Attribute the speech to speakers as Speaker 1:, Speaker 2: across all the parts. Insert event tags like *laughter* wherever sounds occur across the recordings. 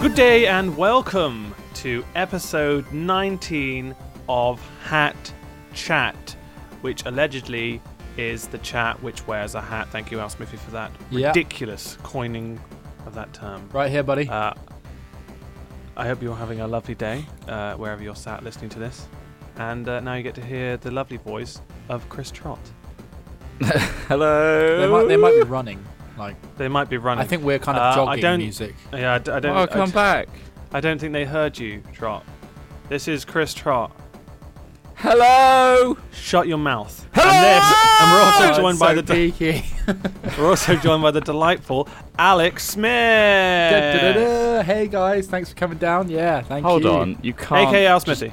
Speaker 1: Good day and welcome to episode 19 of Hat Chat, which allegedly is the chat which wears a hat. Thank you, Al Smithy, for that
Speaker 2: Yeah.
Speaker 1: ridiculous coining of that term.
Speaker 2: Right here, buddy.
Speaker 1: Uh, I hope you're having a lovely day uh, wherever you're sat listening to this. And uh, now you get to hear the lovely voice of Chris
Speaker 2: *laughs*
Speaker 1: Trott.
Speaker 3: Hello.
Speaker 2: they, might, they might be running. Like
Speaker 1: They might be running.
Speaker 2: I think we're kind
Speaker 1: Uh, I
Speaker 2: of jogging
Speaker 1: don't-
Speaker 2: music. Oh,
Speaker 1: Yeah, I, d- I don't. I
Speaker 3: Welcome
Speaker 1: d-
Speaker 3: back.
Speaker 1: I don't think they heard you, Trot. This is Chris Trot.
Speaker 3: Hello.
Speaker 1: Shut your mouth.
Speaker 3: Hello!
Speaker 1: And, this, and we're also
Speaker 2: Oh, it's
Speaker 1: joined
Speaker 2: so
Speaker 1: by the de- *laughs*
Speaker 2: geeky.
Speaker 1: we're also joined by the delightful Alex Smith,
Speaker 2: *laughs* Da-da-da-da. Hey guys, thanks for coming down. Yeah, thank
Speaker 3: Hold
Speaker 2: you.
Speaker 3: on. You can't.
Speaker 1: aka Al Smithy.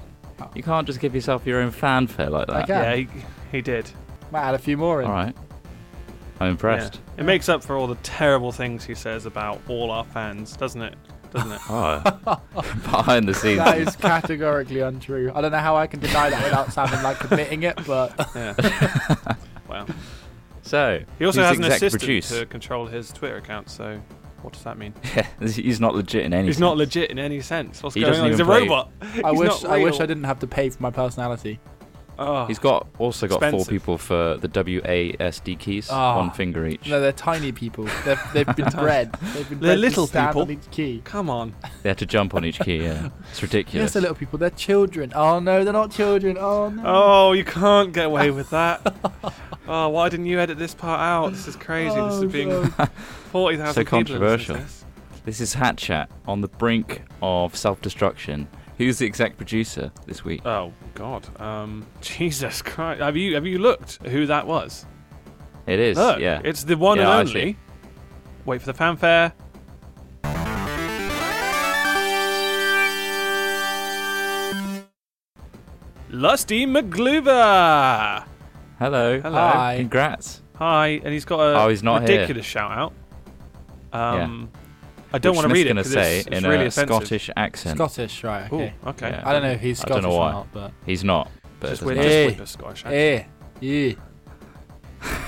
Speaker 3: You can't just give yourself your own fanfare like that.
Speaker 2: Okay.
Speaker 1: Yeah,
Speaker 2: Yeah.
Speaker 1: he, he did.
Speaker 2: Might add a few more in.
Speaker 3: All right. I'm impressed.
Speaker 1: Yeah. It makes up for all the terrible things he says about all our fans, doesn't it? Doesn't
Speaker 3: *laughs*
Speaker 1: it?
Speaker 3: Oh. Behind the scenes.
Speaker 2: That is categorically untrue. I don't know how I can deny that without sounding like admitting it, but
Speaker 1: Yeah. wow.
Speaker 3: So
Speaker 1: He also
Speaker 3: who's
Speaker 1: has an
Speaker 3: exec
Speaker 1: assistant
Speaker 3: produce?
Speaker 1: to control his Twitter account. So, what does that mean?
Speaker 3: Yeah, *laughs* he's not legit in any.
Speaker 1: He's not
Speaker 3: sense.
Speaker 1: legit in any sense. What's
Speaker 3: He
Speaker 1: going
Speaker 3: doesn't
Speaker 1: on? He's a
Speaker 3: even play-
Speaker 1: robot. *laughs*
Speaker 2: I
Speaker 1: He's
Speaker 2: wish
Speaker 1: not
Speaker 2: I wish
Speaker 1: real.
Speaker 2: I didn't have to pay for my personality.
Speaker 1: Oh.
Speaker 3: He's got also got four
Speaker 1: Expensive.
Speaker 3: people for the WASD keys,
Speaker 2: Ah.
Speaker 3: one finger each.
Speaker 2: No, they're tiny people. They've they've been
Speaker 1: *laughs*
Speaker 2: bred. They've been
Speaker 1: They're
Speaker 2: bred
Speaker 1: little
Speaker 2: to stand
Speaker 1: people.
Speaker 2: on each key.
Speaker 1: Come on.
Speaker 3: They had to jump on each key.
Speaker 2: *laughs*
Speaker 3: Yeah, it's
Speaker 2: Yes,
Speaker 3: ridiculous.
Speaker 2: they're little people. They're children. Oh no, they're not children. Oh no.
Speaker 1: Oh, you can't get away with that.
Speaker 2: *laughs*
Speaker 1: oh, why didn't you edit this part out? This is crazy. this
Speaker 2: Oh,
Speaker 1: is *laughs* being
Speaker 2: God.
Speaker 1: 40,000
Speaker 3: So
Speaker 1: people listening to
Speaker 3: controversial.
Speaker 1: this.
Speaker 3: This is Hat Chat on the brink of self-destruction. Who's the exec producer this week?
Speaker 2: Uh,
Speaker 1: Oh God. Um, *laughs* Jesus Christ. Have you have you looked who that was?
Speaker 3: It is.
Speaker 1: Look,
Speaker 3: yeah.
Speaker 1: it's the one
Speaker 3: Yeah, I
Speaker 1: and only.
Speaker 3: see.
Speaker 1: Wait for the fanfare. Lusty McGluver.
Speaker 3: Hello.
Speaker 1: Hello.
Speaker 2: Hi.
Speaker 3: Congrats.
Speaker 1: Hi, and he's got a
Speaker 3: Oh, he's not here.
Speaker 1: ridiculous shout out. Um, I
Speaker 3: Which
Speaker 1: don't want to read it
Speaker 3: Smith's gonna
Speaker 1: because
Speaker 3: say
Speaker 1: it's, it's
Speaker 3: in
Speaker 1: really
Speaker 3: a
Speaker 1: offensive.
Speaker 3: Scottish accent.
Speaker 2: Scottish, right?
Speaker 1: Ooh,
Speaker 2: Okay.
Speaker 1: okay.
Speaker 3: Yeah.
Speaker 2: I don't know if he's
Speaker 3: I don't
Speaker 2: Scottish
Speaker 3: know
Speaker 2: or
Speaker 3: why.
Speaker 2: not, but
Speaker 3: He's not. But
Speaker 1: Just
Speaker 3: it
Speaker 1: with
Speaker 3: doesn't
Speaker 1: just
Speaker 2: Hey.
Speaker 1: with the Scottish accent.
Speaker 2: Eh, yeah.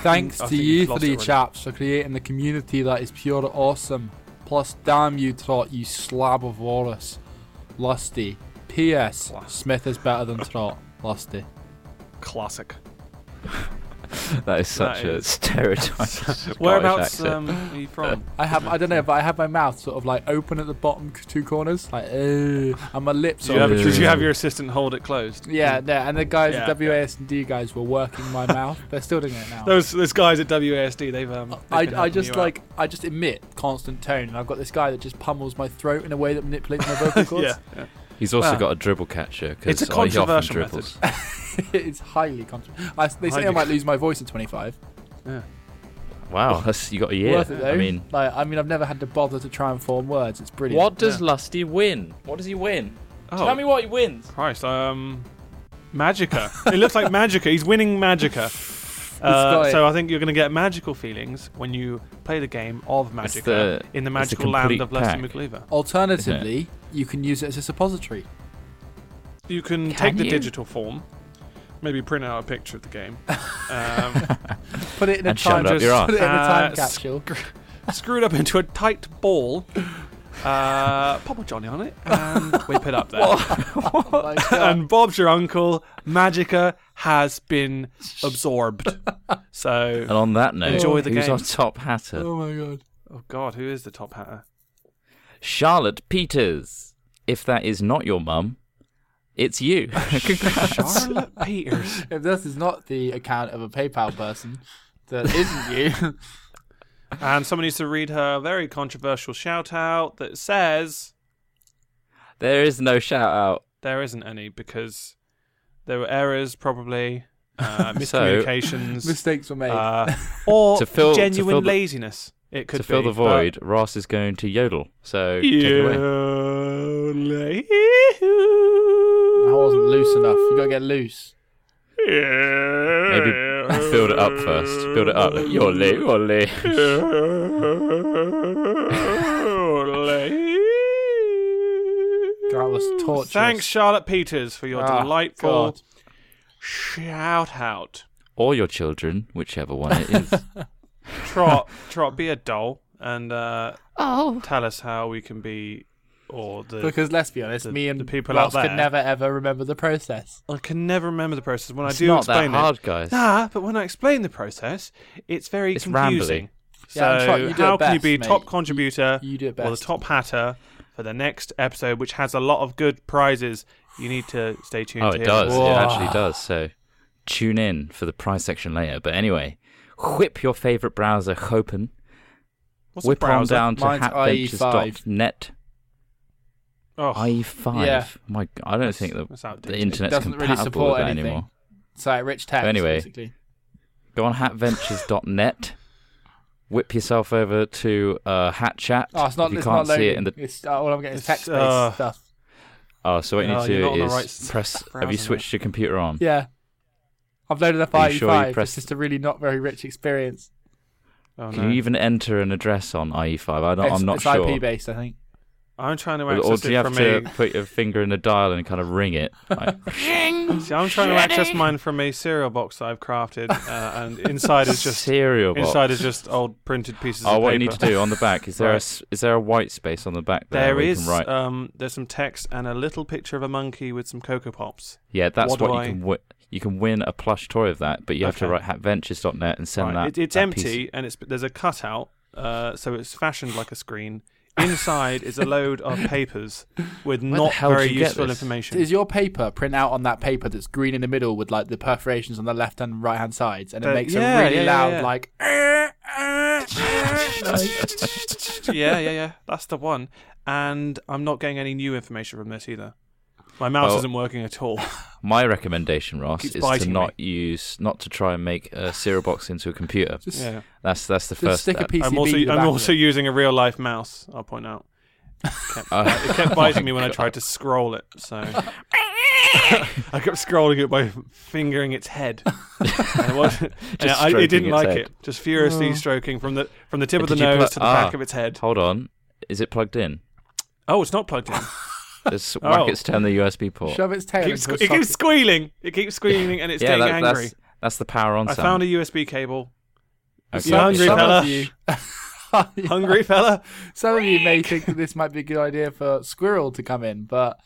Speaker 2: Thanks
Speaker 1: I
Speaker 2: to
Speaker 1: think
Speaker 2: you
Speaker 1: he's lost it
Speaker 2: three
Speaker 1: already.
Speaker 2: chaps for creating the community that is pure awesome. Plus, damn you, Trot, you slab of walrus. Lusty. P.S.
Speaker 1: Class.
Speaker 2: Smith is better than Trot. Lusty.
Speaker 1: Classic.
Speaker 3: matter. that is
Speaker 1: *laughs*
Speaker 3: such
Speaker 1: That
Speaker 3: a
Speaker 1: is- *laughs*
Speaker 3: stereotype.
Speaker 1: Whereabouts
Speaker 3: accent. Uh,
Speaker 1: um, are you from?
Speaker 2: I have I don't know, but I have my mouth sort of like open at the bottom c- two corners, like eh, and my lips.
Speaker 1: Did you, have,
Speaker 2: are
Speaker 3: Sorry.
Speaker 1: did you have your assistant hold it closed?
Speaker 2: yeah, no, and the guys,
Speaker 1: Yeah.
Speaker 2: the WAS and D guys, were working my mouth. They're still doing
Speaker 1: *laughs*
Speaker 2: it now.
Speaker 1: Those those guys at WASD, they've um. they've
Speaker 2: I,
Speaker 1: been
Speaker 2: I
Speaker 1: helping
Speaker 2: just
Speaker 1: you out.
Speaker 2: like I just emit constant tone, and I've got this guy that just pummels my throat in a way that manipulates
Speaker 1: *laughs*
Speaker 2: my vocal cords.
Speaker 1: Yeah, yeah.
Speaker 3: He's also
Speaker 1: Well,
Speaker 3: got a dribble catcher because
Speaker 1: it's a
Speaker 3: he often
Speaker 1: controversial *laughs*
Speaker 3: dribbles.
Speaker 2: *laughs* it's highly controversial. I, they say
Speaker 1: Highly-
Speaker 2: I might lose my voice at 25.
Speaker 3: wow, that's, you got a year.
Speaker 2: Worth it though.
Speaker 3: I mean,
Speaker 2: like, I mean, I've never had to bother to try and form words. It's brilliant.
Speaker 3: what does
Speaker 1: Yeah.
Speaker 3: Lusty win? What does he win?
Speaker 1: Oh,
Speaker 3: Tell me what he wins.
Speaker 1: Christ. Um, Magica. it looks
Speaker 2: *laughs*
Speaker 1: like Magica. He's winning Magica. Uh,
Speaker 2: guy-
Speaker 1: so I think you're going to get magical feelings when you play the game of Magica
Speaker 3: the-
Speaker 1: in the
Speaker 3: it's the
Speaker 1: magical land
Speaker 3: complete
Speaker 1: of Lusty
Speaker 3: pack.
Speaker 1: McLeaver.
Speaker 2: Alternatively, you can use it as a suppository.
Speaker 1: You can,
Speaker 3: Can
Speaker 1: take the
Speaker 3: you?
Speaker 1: digital form, maybe print out a picture of the game, *laughs* um,
Speaker 2: Put it in a
Speaker 3: And shove
Speaker 2: time.
Speaker 3: it up your
Speaker 2: put it in a time
Speaker 1: Uh,
Speaker 2: capsule. *laughs*
Speaker 1: screw it up into a tight ball, uh, pop a Johnny on it, *laughs* and whip it up there.
Speaker 2: Oh my God.
Speaker 1: and Bob's your uncle. Magica has been *laughs* absorbed.
Speaker 3: And
Speaker 1: So,
Speaker 3: on that note,
Speaker 1: Enjoy the
Speaker 3: who's
Speaker 1: game.
Speaker 3: our top hatter?
Speaker 2: oh my god.
Speaker 1: oh God, who is the top hatter?
Speaker 3: Charlotte Peters. If that is not your mum,
Speaker 1: *laughs*
Speaker 3: it's you. *laughs* Congrats.
Speaker 1: Charlotte Peters.
Speaker 2: If this is not the account of a PayPal person, that isn't you. *laughs*
Speaker 1: And someone needs to read her very controversial shout out that says
Speaker 3: there is no shout out.
Speaker 1: there isn't any because there were errors, probably uh,
Speaker 3: *laughs* So-
Speaker 1: miscommunications,
Speaker 2: Mistakes were made.
Speaker 3: *laughs*
Speaker 1: uh, or
Speaker 3: To fill- to
Speaker 1: genuine
Speaker 3: fill the-
Speaker 1: laziness. It could
Speaker 3: to fill
Speaker 1: be,
Speaker 3: the
Speaker 1: but-
Speaker 3: void, Ross is going to yodel. So take it away.
Speaker 1: Yodel.
Speaker 2: I wasn't loose enough. You gotta get loose.
Speaker 3: Maybe
Speaker 1: Maybe
Speaker 3: build it up first. Build
Speaker 1: *laughs*
Speaker 3: it up. Like, yodel, yodel.
Speaker 2: God, that was torturous.
Speaker 1: Thanks, Charlotte Peters, for your
Speaker 2: Ah,
Speaker 1: delightful
Speaker 2: God.
Speaker 1: shout out.
Speaker 3: Or your children, whichever one
Speaker 1: *laughs*
Speaker 3: it is.
Speaker 2: *laughs*
Speaker 1: Trot, Trot, be a doll and uh, tell us how we can be or the
Speaker 2: Because let's be honest,
Speaker 1: the-
Speaker 2: me and
Speaker 1: the people
Speaker 2: Ross
Speaker 1: out
Speaker 2: could
Speaker 1: there-
Speaker 2: never ever remember the process.
Speaker 1: I can never remember the process when
Speaker 3: it's
Speaker 1: I do
Speaker 3: not that
Speaker 1: explain
Speaker 3: hard,
Speaker 1: it.
Speaker 3: guys.
Speaker 1: Nah, but when I explain the process, it's very
Speaker 3: It's
Speaker 1: confusing. So
Speaker 2: Yeah, I'm trying- you do it
Speaker 1: how can you
Speaker 2: best,
Speaker 1: be
Speaker 2: mate.
Speaker 1: top
Speaker 2: You-
Speaker 1: contributor
Speaker 2: you do it
Speaker 1: or the
Speaker 2: best.
Speaker 1: top hatter for the next episode, which has a lot of good prizes? You need to stay tuned.
Speaker 3: Oh,
Speaker 1: to
Speaker 3: it
Speaker 1: hear
Speaker 3: does.
Speaker 1: them.
Speaker 2: Whoa.
Speaker 3: It actually does. So tune in for the prize section later. But anyway, whip your favorite browser open.
Speaker 1: What's
Speaker 3: whip
Speaker 1: the browser?
Speaker 3: on down to
Speaker 2: Mine's
Speaker 3: hatventures.net.
Speaker 1: Oh,
Speaker 3: i5.
Speaker 2: Yeah.
Speaker 3: My, g- I don't think the,
Speaker 1: that's outdated.
Speaker 3: the internet's
Speaker 2: It doesn't really
Speaker 3: compatible
Speaker 2: support
Speaker 3: with that
Speaker 2: anything.
Speaker 3: anymore.
Speaker 2: So like rich text,
Speaker 3: Anyway.
Speaker 2: basically.
Speaker 3: Go on hatventures.net. Whip yourself over to uh, Hat Chat.
Speaker 1: Ah.
Speaker 2: Oh, it's not.
Speaker 3: if you
Speaker 2: it's
Speaker 3: can't
Speaker 2: not loading.
Speaker 3: see it in the.
Speaker 2: It's, oh, all I'm getting is
Speaker 1: It's,
Speaker 2: text-based
Speaker 1: uh,
Speaker 2: stuff.
Speaker 3: Oh, so what you
Speaker 1: No,
Speaker 3: need to
Speaker 1: you're not on
Speaker 3: do
Speaker 1: the
Speaker 3: is
Speaker 1: right s- *laughs*
Speaker 3: press. Have
Speaker 1: browser,
Speaker 3: you
Speaker 1: mate.
Speaker 3: switched your computer on?
Speaker 2: Yeah. I've loaded up
Speaker 3: Are
Speaker 2: i5.
Speaker 3: you sure you pressed-
Speaker 2: It's just a really not very rich experience.
Speaker 1: Oh,
Speaker 3: Can
Speaker 1: no.
Speaker 3: you even enter an address on IE5? I don't,
Speaker 2: it's,
Speaker 3: I'm not
Speaker 2: it's
Speaker 3: sure.
Speaker 2: IP based, I think.
Speaker 1: I'm trying to
Speaker 3: Or, or
Speaker 1: access
Speaker 3: do you
Speaker 1: it
Speaker 3: have
Speaker 1: from
Speaker 3: to
Speaker 1: a.
Speaker 3: put your finger in a dial and kind of
Speaker 1: *laughs*
Speaker 3: ring it? Like,
Speaker 1: See, I'm trying to access mine from a cereal box that I've crafted, uh, and inside is just
Speaker 3: cereal box.
Speaker 1: inside is just old printed pieces.
Speaker 3: oh,
Speaker 1: of
Speaker 3: what
Speaker 1: paper.
Speaker 3: you need to do on the back is there a
Speaker 1: Right.
Speaker 3: s is there a white space on the back there?
Speaker 1: There
Speaker 3: where
Speaker 1: is
Speaker 3: You can write?
Speaker 1: um, there's some text and a little picture of a monkey with some cocoa pops.
Speaker 3: yeah, that's
Speaker 1: what
Speaker 3: what,
Speaker 1: do
Speaker 3: you
Speaker 1: I-
Speaker 3: can wi- you can win a plush toy of that, but you have to
Speaker 1: Okay.
Speaker 3: write hatventures.net and send
Speaker 1: Right,
Speaker 3: that.
Speaker 1: it- it's
Speaker 3: that piece.
Speaker 1: *laughs* empty and it's there's a cutout, uh, so it's fashioned like a screen. Inside is a load of papers with
Speaker 3: the
Speaker 1: not
Speaker 3: hell did
Speaker 1: very
Speaker 3: you get
Speaker 1: useful
Speaker 3: this?
Speaker 1: information.
Speaker 2: Is your paper print out on that paper that's green in the middle with like the perforations on the left and right hand sides and it
Speaker 1: Uh,
Speaker 2: makes
Speaker 1: yeah,
Speaker 2: a really
Speaker 1: yeah, yeah,
Speaker 2: loud
Speaker 1: yeah.
Speaker 2: like *laughs*
Speaker 1: yeah, yeah, yeah. That's the one. And I'm not getting any new information from this either. My mouse
Speaker 3: Well-
Speaker 1: isn't working at
Speaker 3: *laughs*
Speaker 1: all.
Speaker 3: My recommendation, Ross,
Speaker 1: Keeps
Speaker 3: is to
Speaker 1: biting me.
Speaker 3: not use not to try and make a cereal box into a computer.
Speaker 2: just,
Speaker 1: Yeah.
Speaker 3: That's that's the
Speaker 2: just
Speaker 3: first
Speaker 2: stick
Speaker 3: step.
Speaker 2: a PCB
Speaker 1: I'm also
Speaker 2: to the back
Speaker 1: I'm
Speaker 2: of
Speaker 1: also
Speaker 2: it.
Speaker 1: using a real life mouse. I'll point out.
Speaker 3: Uh,
Speaker 1: It kept biting me when I tried to scroll it,
Speaker 3: *laughs*
Speaker 1: so I kept scrolling it by fingering its head. And it,
Speaker 3: *laughs*
Speaker 1: was, and I, it
Speaker 3: stroking
Speaker 1: didn't
Speaker 3: its
Speaker 1: like
Speaker 3: head. Oh.
Speaker 1: it. Just furiously stroking from the from the tip of the
Speaker 3: Did you
Speaker 1: nose
Speaker 3: put-
Speaker 1: to the
Speaker 3: ah.
Speaker 1: back of its head.
Speaker 3: hold on, is it plugged in?
Speaker 1: Oh, it's not plugged in.
Speaker 3: Just
Speaker 1: *laughs*
Speaker 3: whack
Speaker 1: Oh.
Speaker 3: its turn the USB port.
Speaker 2: *laughs* shove its tail
Speaker 1: It keeps,
Speaker 2: into a
Speaker 1: it keeps
Speaker 2: socket.
Speaker 1: squealing. It keeps squealing, and it's
Speaker 3: yeah,
Speaker 1: getting
Speaker 3: that,
Speaker 1: angry.
Speaker 3: that's that's the power on.
Speaker 1: I
Speaker 3: sound.
Speaker 1: found a USB cable.
Speaker 3: Okay.
Speaker 1: You hungry,
Speaker 2: some
Speaker 1: fella?
Speaker 2: Of you,
Speaker 1: *laughs*
Speaker 2: *laughs*
Speaker 1: Hungry fella.
Speaker 2: Some of you may
Speaker 3: *laughs*
Speaker 2: think that this might be a good idea for Squirrel to come in, but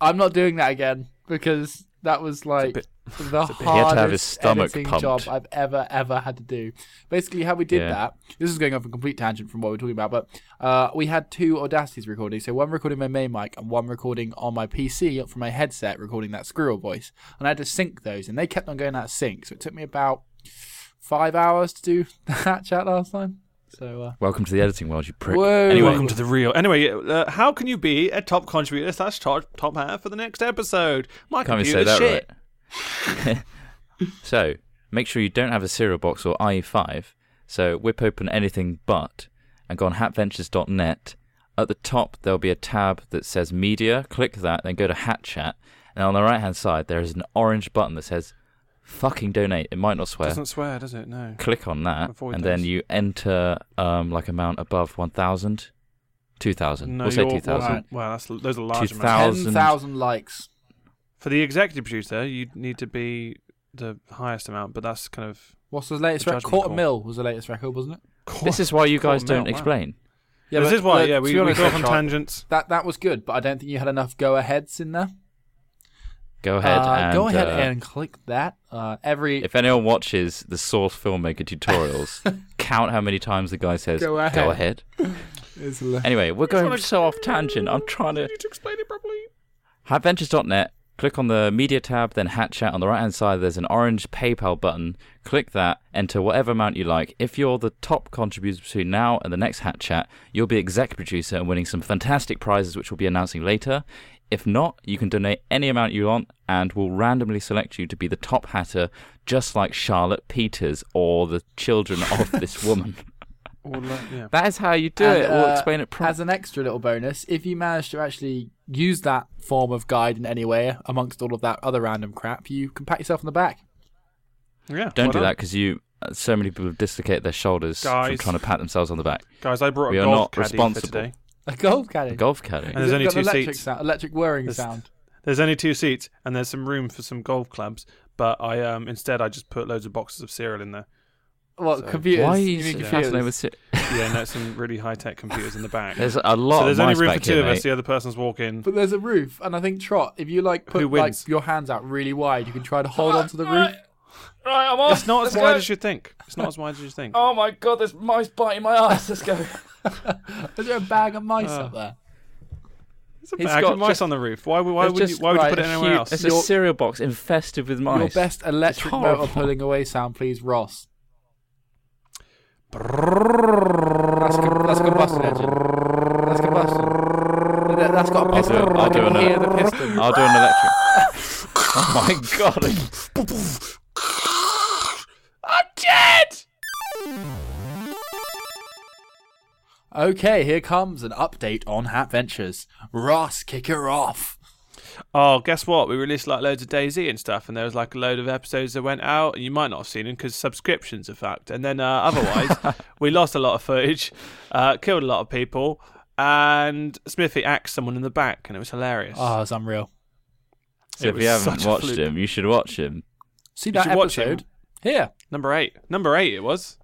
Speaker 2: I'm not doing that again because that was like
Speaker 1: bit-
Speaker 2: the
Speaker 3: bit- He had to
Speaker 2: hardest
Speaker 3: have his stomach
Speaker 2: editing
Speaker 3: pumped.
Speaker 2: job I've ever ever had to do. Basically, how we did
Speaker 3: Yeah.
Speaker 2: that. This is going off a complete tangent from what we we're talking about, but uh, we had two Audacities recording. So one recording my main mic and one recording on my PC from my headset, recording that Squirrel voice. And I had to sync those, and they kept on going out of sync. So it took me about five hours to do *laughs* that chat last time. So. Uh,
Speaker 3: Welcome to the editing world, you prick.
Speaker 2: Whoa.
Speaker 3: anyway,
Speaker 1: Welcome to the real. Anyway, uh, how can you be a top contributor slash top top hatter for the next episode? My
Speaker 3: can't even say
Speaker 1: computer's
Speaker 3: that
Speaker 1: shit.
Speaker 3: right. *laughs* so make sure you don't have a cereal box or IE5. So whip open anything but, and go on hatventures.net. At the top there'll be a tab that says media. Click that, then go to Hat Chat, and on the right hand side there is an orange button that says "fucking donate." It might not swear.
Speaker 1: Doesn't swear, does it? No.
Speaker 3: click on that
Speaker 1: Avoid
Speaker 3: and
Speaker 1: those.
Speaker 3: then you enter um, like amount above 1000 2000
Speaker 1: No,
Speaker 3: we'll say
Speaker 1: you're-
Speaker 3: 2000
Speaker 2: alright.
Speaker 1: Wow, that's those are large
Speaker 3: 2000.
Speaker 1: amounts.
Speaker 2: 10,000 likes.
Speaker 1: For the executive producer, you need to be the highest amount, but that's kind of
Speaker 2: What's the latest
Speaker 1: The
Speaker 2: record?
Speaker 1: judgment
Speaker 2: Quarter
Speaker 1: call.
Speaker 2: mil was the latest record, wasn't it?
Speaker 3: this is why you guys
Speaker 1: Quarter
Speaker 3: don't
Speaker 1: mil, wow.
Speaker 3: explain
Speaker 1: this
Speaker 2: but-
Speaker 1: is why.
Speaker 2: but
Speaker 1: Yeah,
Speaker 2: to
Speaker 1: we,
Speaker 2: be
Speaker 1: we
Speaker 2: honest,
Speaker 1: go off on
Speaker 2: Sean,
Speaker 1: tangents.
Speaker 2: That that was good, but I don't think you had enough go aheads in there.
Speaker 3: go ahead
Speaker 2: Uh,
Speaker 3: and,
Speaker 2: go ahead
Speaker 3: uh,
Speaker 2: and click that. Uh, every
Speaker 3: if anyone watches the source filmmaker tutorials
Speaker 2: *laughs*
Speaker 3: count how many times the guy says
Speaker 2: Go
Speaker 3: go ahead,
Speaker 2: ahead." is le-
Speaker 3: anyway we're going so off tangent i'm trying to
Speaker 1: to explain it properly.
Speaker 3: Hatventures.net, click on the media tab, then Hat Chat. On the right hand side, there's an orange PayPal button. Click that, enter whatever amount you like. If you're the top contributor between now and the next Hat Chat, you'll be exec producer and winning some fantastic prizes, which we'll be announcing later. If not, you can donate any amount you want and we'll randomly select you to be the top hatter, just like Charlotte Peters or the children of this woman.
Speaker 1: Or le- yeah.
Speaker 3: That is how you do
Speaker 2: And,
Speaker 3: it. we'll
Speaker 2: uh,
Speaker 3: explain it properly.
Speaker 2: As an extra little bonus, if you manage to actually use that form of guide in any way amongst all of that other random crap, you can pat yourself on the back.
Speaker 1: Yeah,
Speaker 3: Don't
Speaker 1: well
Speaker 3: do
Speaker 1: done.
Speaker 3: that because you. uh, So many people dislocate their shoulders from
Speaker 1: Guys.
Speaker 3: trying to pat themselves on the back.
Speaker 1: guys. I brought
Speaker 3: We
Speaker 1: a
Speaker 3: are
Speaker 1: golf
Speaker 3: not
Speaker 1: caddy for
Speaker 3: responsible.
Speaker 1: today.
Speaker 2: A gold caddy.
Speaker 3: A golf caddy.
Speaker 1: And there's
Speaker 2: It's
Speaker 1: only
Speaker 2: got
Speaker 1: two
Speaker 2: an electric
Speaker 1: seats.
Speaker 2: Sound, electric whirring
Speaker 1: There's-
Speaker 2: sound.
Speaker 1: There's only two seats, and
Speaker 3: *laughs*
Speaker 1: there's some room for some golf clubs. But I um instead I just put loads of boxes of cereal in there.
Speaker 2: What
Speaker 1: So-
Speaker 2: computers?
Speaker 3: Why are
Speaker 2: You
Speaker 3: you,
Speaker 2: mean
Speaker 3: so
Speaker 2: computers?
Speaker 3: fascinated with? si-
Speaker 1: yeah, no, some really high tech computers in the back.
Speaker 3: There's a lot.
Speaker 1: so there's
Speaker 3: of
Speaker 1: only
Speaker 3: mice
Speaker 1: room for
Speaker 3: back
Speaker 1: two
Speaker 3: here,
Speaker 1: of us.
Speaker 3: mate.
Speaker 1: The other person's walking.
Speaker 2: But there's a roof, and I think Trot, if you like
Speaker 1: Who
Speaker 2: put like
Speaker 1: wins?
Speaker 2: your hands out really wide, you can try to hold onto the roof.
Speaker 4: Right, I'm off.
Speaker 3: *laughs*
Speaker 1: It's not
Speaker 4: Let's
Speaker 1: as wide
Speaker 4: go.
Speaker 1: as you think. It's not as wide as you think.
Speaker 4: *laughs* Oh my god, there's mice biting my ass. Let's go.
Speaker 2: Is there a bag of mice
Speaker 3: Uh,
Speaker 2: up there?
Speaker 1: There's a
Speaker 3: he's
Speaker 1: bag
Speaker 3: got
Speaker 1: of mice
Speaker 3: just-
Speaker 1: on the roof. Why, would- why
Speaker 3: There's
Speaker 1: would you?
Speaker 3: just,
Speaker 1: Why would you
Speaker 2: right,
Speaker 1: put it
Speaker 2: a
Speaker 1: anywhere
Speaker 2: huge-
Speaker 1: else?
Speaker 3: It's
Speaker 2: Your-
Speaker 3: a cereal box infested with mice.
Speaker 2: Your best electric motor
Speaker 3: horrible.
Speaker 2: pulling away sound, please, Ross. That's,
Speaker 1: Brrrr.
Speaker 2: com- that's combustion engine. That's combustion. That- That's got a
Speaker 3: I'll
Speaker 2: piston.
Speaker 3: do, it. I'll, do
Speaker 2: You
Speaker 3: an,
Speaker 2: can hear the piston.
Speaker 3: I'll do an electric. oh my god!
Speaker 4: I'm dead.
Speaker 2: Okay, here comes an update on Hat Ventures. Ross, kick her off.
Speaker 1: Oh, guess what? We released like loads of Daisy and stuff, and there was like a load of episodes that went out, and you might not have seen them because subscriptions are fucked. And then uh,
Speaker 3: *laughs*
Speaker 1: otherwise, we lost a lot of footage, uh, killed a lot of people, and Smithy axed someone in the back, and it was hilarious.
Speaker 3: Ah.
Speaker 2: Oh, it's unreal.
Speaker 3: So
Speaker 1: It
Speaker 3: if
Speaker 1: was
Speaker 3: you haven't
Speaker 1: such a
Speaker 3: watched
Speaker 1: fluke.
Speaker 3: him, you should watch him.
Speaker 2: See that
Speaker 1: should watch him.
Speaker 2: episode? Here.
Speaker 1: Number eight, number eight, it was.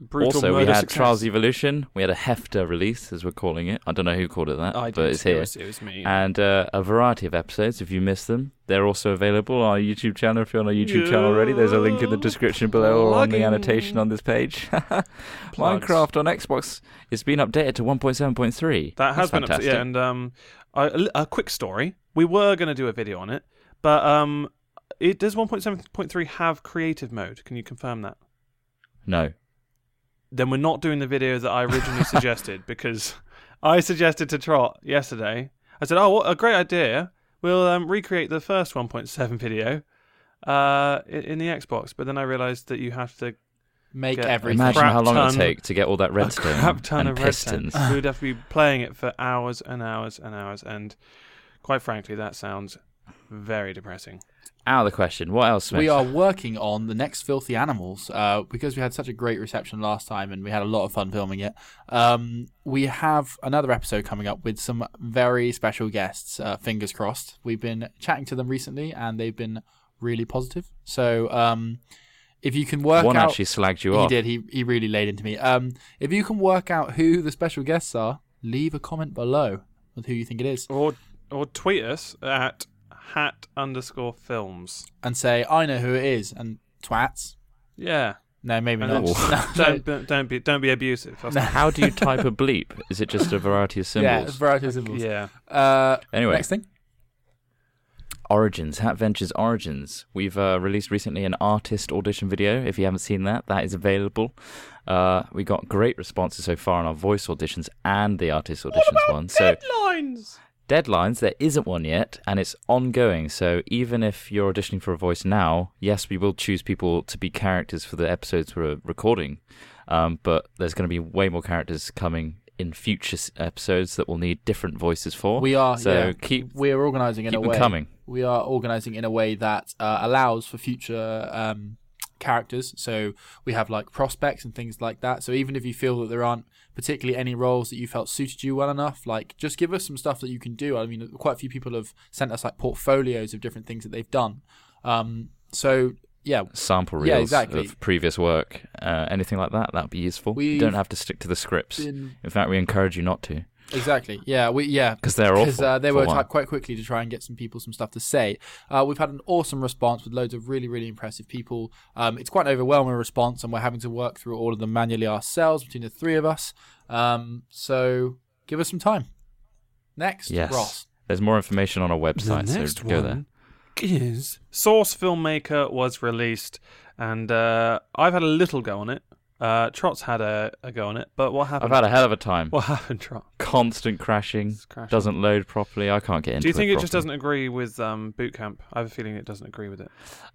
Speaker 1: Brutal
Speaker 3: also, we
Speaker 1: murder
Speaker 3: had
Speaker 1: success.
Speaker 3: Trials Evolution. We had a Hefter release, as we're calling it. I don't know who called it that,
Speaker 1: I
Speaker 3: but
Speaker 1: did.
Speaker 3: it's here.
Speaker 1: It was, it was me.
Speaker 3: And uh, a variety of episodes. If you missed them, they're also available on our YouTube channel. If you're on our YouTube channel already, there's a link in the description below or on the
Speaker 1: Plugging.
Speaker 3: annotation on this page. *laughs* Minecraft on Xbox is being updated to 1.7.3.
Speaker 1: That has
Speaker 3: That's
Speaker 1: been up to,
Speaker 3: fantastic.
Speaker 1: yeah. And um, I- a, li- a quick story. We were going to do a video on it, but um, it does 1.7.3 have creative mode? Can you confirm that?
Speaker 3: No.
Speaker 1: Then we're not doing the video that I originally
Speaker 3: *laughs*
Speaker 1: suggested because I suggested to Trot yesterday. I said, "Oh, what a great idea! We'll um, recreate the first 1.7 video uh, in, in the Xbox." But then I realised that you have to
Speaker 2: Make
Speaker 1: Get-
Speaker 2: everything.
Speaker 3: Imagine
Speaker 1: crap
Speaker 3: how long
Speaker 1: ton-
Speaker 3: it'd take to get all that redstone
Speaker 1: a crap ton
Speaker 3: and
Speaker 1: of
Speaker 3: pistons.
Speaker 1: redstone. We would have to be playing it for hours and hours and hours, and quite frankly, that sounds very depressing.
Speaker 3: Out of the question. What else?
Speaker 2: We
Speaker 3: Smith?
Speaker 2: are working on the next Filthy Animals uh, because we had such a great reception last time and we had a lot of fun filming it. Um, we have another episode coming up with some very special guests, uh, fingers crossed. We've been chatting to them recently and they've been really positive. So um, if you can work
Speaker 3: One
Speaker 2: out.
Speaker 3: actually slagged you
Speaker 2: he
Speaker 3: off.
Speaker 2: did. He, he really laid into me. Um, if you can work out who the special guests are, leave a comment below with who you think it is.
Speaker 1: or or tweet us at hat underscore films.
Speaker 2: and say, I know who it is, and twats.
Speaker 1: Yeah,
Speaker 2: No, maybe
Speaker 1: And
Speaker 2: not. *laughs*
Speaker 1: then
Speaker 2: No, no.
Speaker 1: don't don't- don't be don't be abusive. That's not-
Speaker 3: How do you type a bleep? Is it just a variety of
Speaker 2: *laughs* Yeah,
Speaker 3: symbols?
Speaker 2: variety of symbols.
Speaker 1: yeah,
Speaker 2: Uh,
Speaker 3: Anyway,
Speaker 2: next thing.
Speaker 3: Origins, Hat Ventures Origins. We've uh, released recently an artist audition video. If you haven't seen that, that is available. Uh, we got great responses so far on our voice auditions and the artist auditions one. So
Speaker 1: lines.
Speaker 3: deadlines, there isn't one yet, and it's ongoing. So even if you're auditioning for a voice now, yes, we will choose people to be characters for the episodes we're uh, recording. Um, but there's going to be way more characters coming in future s- episodes that we'll need different voices for.
Speaker 2: We are
Speaker 3: so
Speaker 2: yeah,
Speaker 3: keep
Speaker 2: we are organising in
Speaker 3: keep
Speaker 2: a
Speaker 3: them
Speaker 2: way.
Speaker 3: coming.
Speaker 2: We are organising in a way that uh, allows for future um, characters. So we have like prospects and things like that. So even if you feel that there aren't particularly any roles that you felt suited you well enough, like just give us some stuff that you can do. I mean, quite a few people have sent us like portfolios of different things that they've done. Um, so yeah,
Speaker 3: sample reels
Speaker 2: Yeah, exactly.
Speaker 3: of previous work, uh, anything like that. That'd be useful.
Speaker 2: We've
Speaker 3: you don't have to stick to the scripts.
Speaker 2: been-
Speaker 3: In fact, we encourage you not to
Speaker 2: Exactly. Yeah. We yeah.
Speaker 3: because they're
Speaker 2: Because
Speaker 3: awful.
Speaker 2: uh, they
Speaker 3: for
Speaker 2: were
Speaker 3: one.
Speaker 2: typed quite quickly to try and get some people some stuff to say. Uh, we've had an awesome response with loads of really, really impressive people. Um, it's quite an overwhelming response, and we're having to work through all of them manually ourselves between the three of us. Um, so give us some time. Next,
Speaker 3: Yes.
Speaker 2: Ross.
Speaker 3: There's more information on our website, so go there.
Speaker 1: is Source Filmmaker was released, and uh, I've had a little go on it. Uh, Trot's had a, a go on it, but what
Speaker 3: I've
Speaker 1: happened?
Speaker 3: had a hell of a time.
Speaker 1: what happened,
Speaker 3: *laughs*
Speaker 1: Trot?
Speaker 3: Constant crashing,
Speaker 1: It's crashing.
Speaker 3: doesn't load properly. I can't get into
Speaker 1: Do you think it just
Speaker 3: properly.
Speaker 1: doesn't agree with um, Bootcamp? I have a feeling it doesn't agree with it.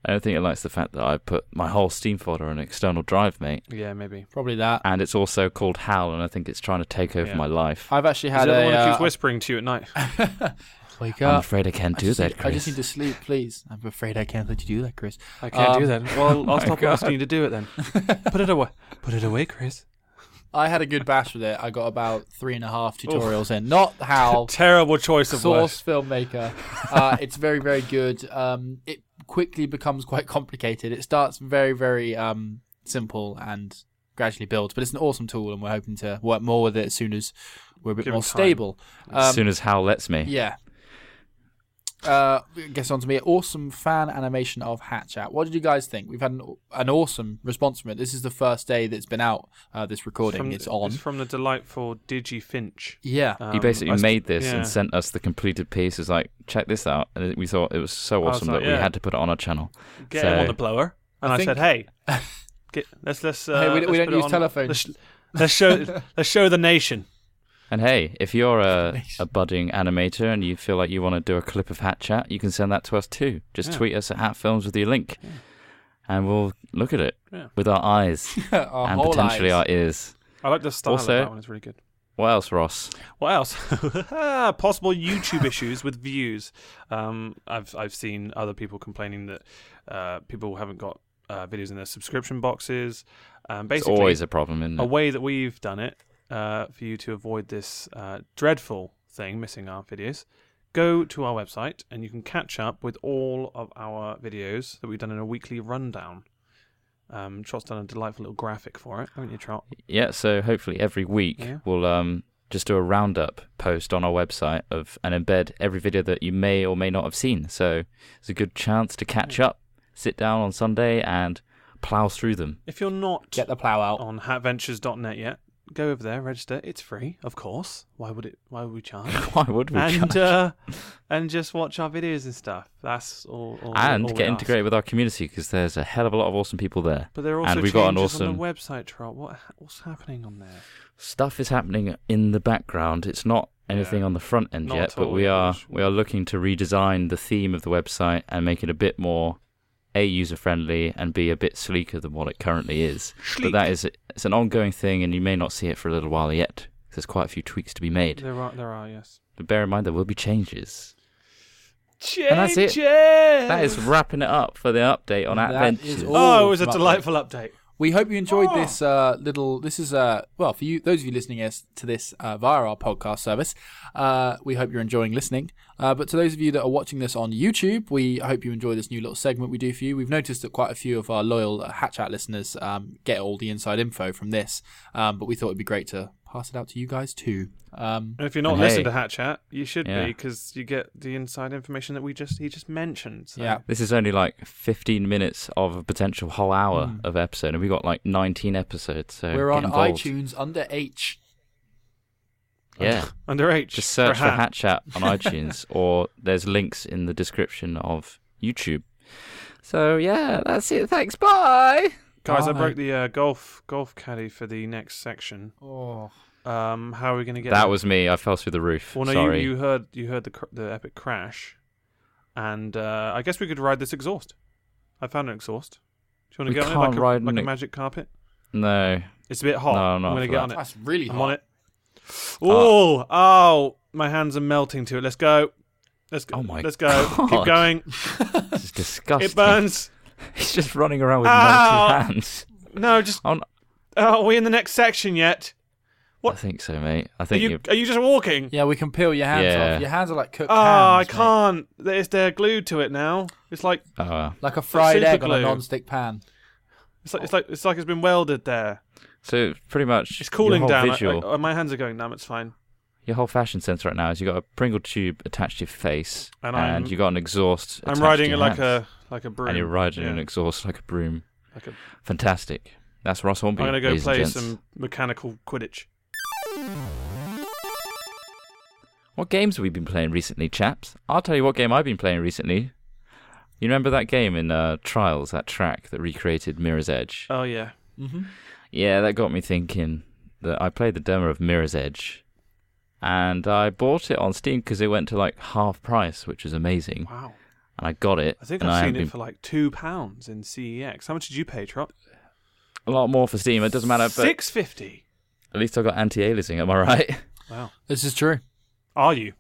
Speaker 3: I don't think it likes the fact that I put my whole Steam folder on an external drive, mate.
Speaker 1: Yeah, maybe.
Speaker 2: Probably that.
Speaker 3: And it's also called HAL, and I think it's trying to take over
Speaker 1: Yeah.
Speaker 3: my life.
Speaker 2: I've actually
Speaker 1: Is
Speaker 2: had
Speaker 1: it the one that
Speaker 2: a.
Speaker 1: keeps whispering to you at night?
Speaker 2: uh, *laughs* wake
Speaker 3: I'm
Speaker 2: up.
Speaker 3: afraid I can't
Speaker 2: I
Speaker 3: do
Speaker 2: just
Speaker 3: that,
Speaker 2: need-
Speaker 3: Chris.
Speaker 2: I just need to sleep, please. I'm afraid I can't let you do that, Chris.
Speaker 1: I can't do
Speaker 2: Um,
Speaker 1: that.
Speaker 2: *laughs*
Speaker 1: Well, I'll
Speaker 3: my
Speaker 1: stop
Speaker 3: God.
Speaker 1: asking you to do it then. Put it away. Put it away,
Speaker 2: *laughs*
Speaker 1: Chris.
Speaker 2: I had a good bash with it. I got about three and
Speaker 1: *laughs*
Speaker 2: a half tutorials in. Not how
Speaker 1: Terrible choice of
Speaker 2: source
Speaker 1: words.
Speaker 2: filmmaker. Uh, it's very, very good. Um, it quickly becomes quite complicated. It starts very, very um, simple and gradually builds. But it's an awesome tool, and we're hoping to work more with it as soon as we're a bit
Speaker 1: Give it
Speaker 2: more
Speaker 1: time.
Speaker 2: stable. Um,
Speaker 3: as soon as Hal lets me.
Speaker 2: Yeah. Uh, guess on to me. Awesome fan animation of Hatchat. What did you guys think? We've had an, an awesome response from it. This is the first day that's been out. Uh, this recording,
Speaker 1: From-
Speaker 2: it's on.
Speaker 1: It's from the delightful Digi Finch. *laughs*
Speaker 2: yeah,
Speaker 1: Um,
Speaker 3: He basically
Speaker 1: I s-
Speaker 3: made this
Speaker 1: yeah.
Speaker 3: and sent us the completed piece. It's like, check this out. And we thought it was so
Speaker 1: was
Speaker 3: awesome
Speaker 1: like,
Speaker 3: that we
Speaker 1: yeah.
Speaker 3: had to put it on our channel.
Speaker 1: get
Speaker 3: so-
Speaker 1: him on the blower, and
Speaker 2: I
Speaker 1: I,
Speaker 2: think-
Speaker 1: said, "Hey,
Speaker 2: *laughs*
Speaker 1: get, let's let's uh,
Speaker 2: Hey, we-
Speaker 1: let's
Speaker 2: we don't
Speaker 1: put it
Speaker 2: use
Speaker 1: on-
Speaker 2: telephones.
Speaker 1: Let's, let's
Speaker 2: *laughs*
Speaker 1: show let's show the nation."
Speaker 3: And hey, if you're a, a budding animator and you feel like you want to do a clip of Hat Chat, you can send that to us too. Just
Speaker 1: Yeah.
Speaker 3: tweet us at Hat Films with your link, and we'll look at it
Speaker 1: Yeah.
Speaker 3: with our eyes
Speaker 2: Our
Speaker 3: and
Speaker 2: whole
Speaker 3: potentially
Speaker 2: lives.
Speaker 3: our ears.
Speaker 1: I like the style
Speaker 3: Also-
Speaker 1: of that one; it's really good.
Speaker 3: What else, Ross?
Speaker 1: What else? *laughs* Possible YouTube issues with views. Um, I've I've seen other people complaining that uh, people haven't got uh, videos in their subscription boxes. Um,
Speaker 3: It's
Speaker 1: basically,
Speaker 3: always a problem, isn't
Speaker 1: a
Speaker 3: it?
Speaker 1: way that we've done it uh, for you to avoid this uh, dreadful thing, missing our videos, go to our website and you can catch up with all of our videos that we've done in a weekly rundown. Um, Trot's done a delightful little graphic for it, haven't you, Trot?
Speaker 3: Yeah, so hopefully every week
Speaker 1: Yeah.
Speaker 3: we'll um, just do a roundup post on our website of and embed every video that you may or may not have seen. So it's a good chance to catch up, sit down on Sunday, and plow through them. *laughs*
Speaker 1: If you're not
Speaker 2: Get the plow out.
Speaker 1: on hatventures.net yet, go over there, register. It's free, of course. Why would it? Why would we charge?
Speaker 3: Why would *laughs* we?
Speaker 1: and
Speaker 3: charge?
Speaker 1: uh, and just watch our videos and stuff. That's all. all
Speaker 3: and
Speaker 1: all we
Speaker 3: get
Speaker 1: ask.
Speaker 3: integrated with our community because there's a hell of a lot of awesome people there.
Speaker 1: But there are also
Speaker 3: and
Speaker 1: changes
Speaker 3: we've got an
Speaker 1: on
Speaker 3: awesome
Speaker 1: the website, Trot. What what's happening on there?
Speaker 3: stuff is happening in the background. It's not anything
Speaker 1: Yeah.
Speaker 3: on the front end
Speaker 1: Not
Speaker 3: yet,
Speaker 1: at
Speaker 3: but
Speaker 1: all,
Speaker 3: we
Speaker 1: yeah,
Speaker 3: are
Speaker 1: that's-
Speaker 3: we are looking to redesign the theme of the website and make it a bit more a user friendly and be a bit sleeker than what it currently is. But that is it's an ongoing thing, and you may not see it for a little while yet. 'cause There's quite a few tweaks to be made,
Speaker 1: There are, there are, yes.
Speaker 3: but bear in mind there will be changes.
Speaker 1: Changes.
Speaker 3: And that's it. That is wrapping it up for the update on
Speaker 2: That
Speaker 3: Adventures.
Speaker 2: is
Speaker 1: *laughs*
Speaker 2: all-
Speaker 1: Oh, it was a
Speaker 2: Lovely.
Speaker 1: delightful update.
Speaker 2: We hope you
Speaker 1: Oh.
Speaker 2: enjoyed this uh, little. This is uh, well for you those of you listening us to this uh, via our podcast service. Uh, we hope you're enjoying listening. Uh, but to those of you that are watching this on YouTube, we hope you enjoy this new little segment we do for you. We've noticed that quite a few of our loyal uh, Hatch Out listeners um, get all the inside info from this, um, but we thought it'd be great to pass it out to you guys too. Um,
Speaker 1: And if you're not
Speaker 3: And
Speaker 1: listening to
Speaker 3: hey.
Speaker 1: Hat Chat, you should be 'cause
Speaker 3: Yeah.
Speaker 1: be because you get the inside information that we just he just mentioned. So.
Speaker 2: yeah,
Speaker 3: This is only like 15 minutes of a potential whole hour of episode, and we got like 19 episodes. So
Speaker 2: we're
Speaker 3: get
Speaker 2: on
Speaker 3: involved.
Speaker 2: iTunes under H.
Speaker 3: Yeah,
Speaker 1: Under H.
Speaker 3: just search for
Speaker 1: Hat.
Speaker 3: Hat Chat
Speaker 1: *laughs*
Speaker 3: on iTunes, or there's links in the description of YouTube. So yeah, that's it. Thanks. Bye.
Speaker 1: Guys, I
Speaker 2: Bye.
Speaker 1: broke the uh, golf golf caddy for the next section.
Speaker 2: Oh,
Speaker 1: Um, how are we going to get
Speaker 3: That was me. I fell through the roof.
Speaker 1: Well, no,
Speaker 3: Sorry.
Speaker 1: you you heard you heard the cr- the epic crash, and uh, I guess we could ride this exhaust. I found an exhaust. Do you want to
Speaker 3: We
Speaker 1: get on it
Speaker 3: can't
Speaker 1: like a,
Speaker 3: ride an
Speaker 1: like a
Speaker 3: ex-
Speaker 1: magic carpet?
Speaker 3: No.
Speaker 1: It's a bit hot.
Speaker 3: No, I'm
Speaker 1: I'm
Speaker 3: not
Speaker 1: gonna
Speaker 3: for
Speaker 1: get
Speaker 3: that.
Speaker 1: on it.
Speaker 2: that's really
Speaker 1: I'm
Speaker 2: hot.
Speaker 1: on it. Oh, oh, my hands are melting to it. Let's go. Let's go.
Speaker 3: Oh my
Speaker 1: Let's go.
Speaker 3: God.
Speaker 1: Keep going.
Speaker 3: This is disgusting.
Speaker 1: *laughs* It burns.
Speaker 3: *laughs* He's just running around with
Speaker 1: Ow.
Speaker 3: melted hands.
Speaker 1: No, just.
Speaker 3: Oh, no.
Speaker 1: Oh, are we in the next section yet? What-
Speaker 3: I think so, mate. I
Speaker 1: Are
Speaker 3: think
Speaker 1: you
Speaker 3: you've-
Speaker 1: are you just walking?
Speaker 2: Yeah, we can peel your hands
Speaker 3: Yeah.
Speaker 2: off. Your hands are like cooked
Speaker 1: Oh, I
Speaker 2: hams, mate.
Speaker 1: can't. It's they're glued to it now. It's like
Speaker 3: Oh, well.
Speaker 2: Like a fried
Speaker 1: super
Speaker 2: egg on a
Speaker 1: glue.
Speaker 2: non-stick pan.
Speaker 1: it's like it's like it's like it's been welded there.
Speaker 3: so pretty much.
Speaker 1: It's cooling
Speaker 3: your whole
Speaker 1: down. I-
Speaker 3: Visual.
Speaker 1: I- my hands are going numb. It's fine.
Speaker 3: Your whole fashion sense right now is you've got a Pringle tube attached to your face,
Speaker 1: And
Speaker 3: and,
Speaker 1: I'm-
Speaker 3: you've got an exhaust. attached
Speaker 1: I'm
Speaker 3: to
Speaker 1: riding
Speaker 3: your
Speaker 1: it like
Speaker 3: hands.
Speaker 1: a like a broom.
Speaker 3: and you're riding
Speaker 1: Yeah,
Speaker 3: an exhaust like a broom.
Speaker 1: Like a,
Speaker 3: Fantastic. That's Ross
Speaker 1: I'm
Speaker 3: Hornby.
Speaker 1: gonna go
Speaker 3: ladies and
Speaker 1: play
Speaker 3: gents.
Speaker 1: some mechanical Quidditch.
Speaker 3: What games have we been playing recently, chaps? I'll tell you what game I've been playing recently. You remember that game in uh, Trials, that track that recreated Mirror's Edge?
Speaker 1: Oh yeah.
Speaker 2: Mm-hmm.
Speaker 3: Yeah, that got me thinking that I played the demo of Mirror's Edge, and I bought it on Steam because it went to like half price, which was amazing.
Speaker 1: Wow.
Speaker 3: And I got it.
Speaker 1: I think
Speaker 3: and
Speaker 1: I've
Speaker 3: haven't
Speaker 1: seen it
Speaker 3: been
Speaker 1: for like two pounds in CEX. How much did you pay, Trot?
Speaker 3: a lot more for Steam. It doesn't matter, but
Speaker 1: Six fifty.
Speaker 3: at least I got anti-aliasing. Am I right?
Speaker 1: Wow.
Speaker 2: This is true.
Speaker 1: Are you?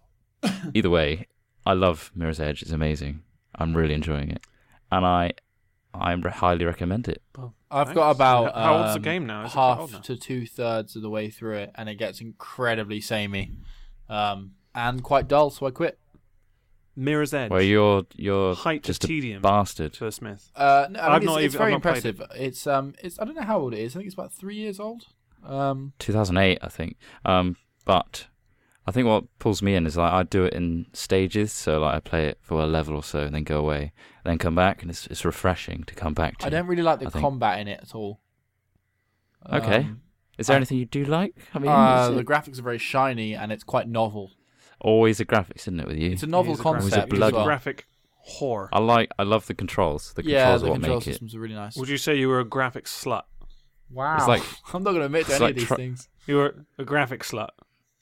Speaker 3: Either way, I love Mirror's Edge. It's amazing. I'm really enjoying it, and I, I re- highly recommend it.
Speaker 2: I've
Speaker 1: Thanks.
Speaker 2: got about
Speaker 1: How old's the
Speaker 2: um,
Speaker 1: game now? Is it quite old now?
Speaker 2: half to two thirds of the way through it, and it gets incredibly samey, um, and quite dull. So I quit.
Speaker 1: Mirror's Edge.
Speaker 3: Well, you're you're
Speaker 1: Height
Speaker 3: just
Speaker 1: of
Speaker 3: a
Speaker 1: tedium.
Speaker 3: bastard.
Speaker 1: Phil Smith.
Speaker 2: Uh, no, I mean,
Speaker 1: I've
Speaker 2: it's,
Speaker 1: not
Speaker 2: it's
Speaker 1: even-
Speaker 2: very
Speaker 1: I've not played it.
Speaker 2: impressive. It's um, it's I don't know how old it is. I think it's about three years old. Um,
Speaker 3: 2008, I think. Um, but I think what pulls me in is like I do it in stages. So like I play it for a level or so, and then go away, then come back, and it's it's refreshing to come back to.
Speaker 2: I don't really like
Speaker 3: I
Speaker 2: the
Speaker 3: think-
Speaker 2: combat in it at all.
Speaker 3: Okay.
Speaker 2: Um,
Speaker 3: Is there
Speaker 2: I-
Speaker 3: anything you do like? I mean,
Speaker 2: uh,
Speaker 3: is
Speaker 2: the
Speaker 3: it-
Speaker 2: graphics are very shiny and it's quite novel.
Speaker 3: always the graphics, isn't it? With you,
Speaker 2: It's a novel
Speaker 1: He's a graphic-
Speaker 3: Always a
Speaker 2: concept.
Speaker 1: he's
Speaker 2: as
Speaker 3: blood-
Speaker 1: a
Speaker 2: well.
Speaker 1: graphic whore.
Speaker 3: I like I love the controls. The
Speaker 2: yeah,
Speaker 3: controls
Speaker 2: the
Speaker 3: are what
Speaker 2: control
Speaker 3: make it.
Speaker 2: systems are really nice.
Speaker 1: Would you say you were a graphic slut?
Speaker 2: Wow.
Speaker 3: It's like-
Speaker 2: *laughs* I'm not going to admit to
Speaker 3: it's
Speaker 2: any
Speaker 3: like
Speaker 2: of these
Speaker 3: tr-
Speaker 2: things.
Speaker 1: You were a graphic slut.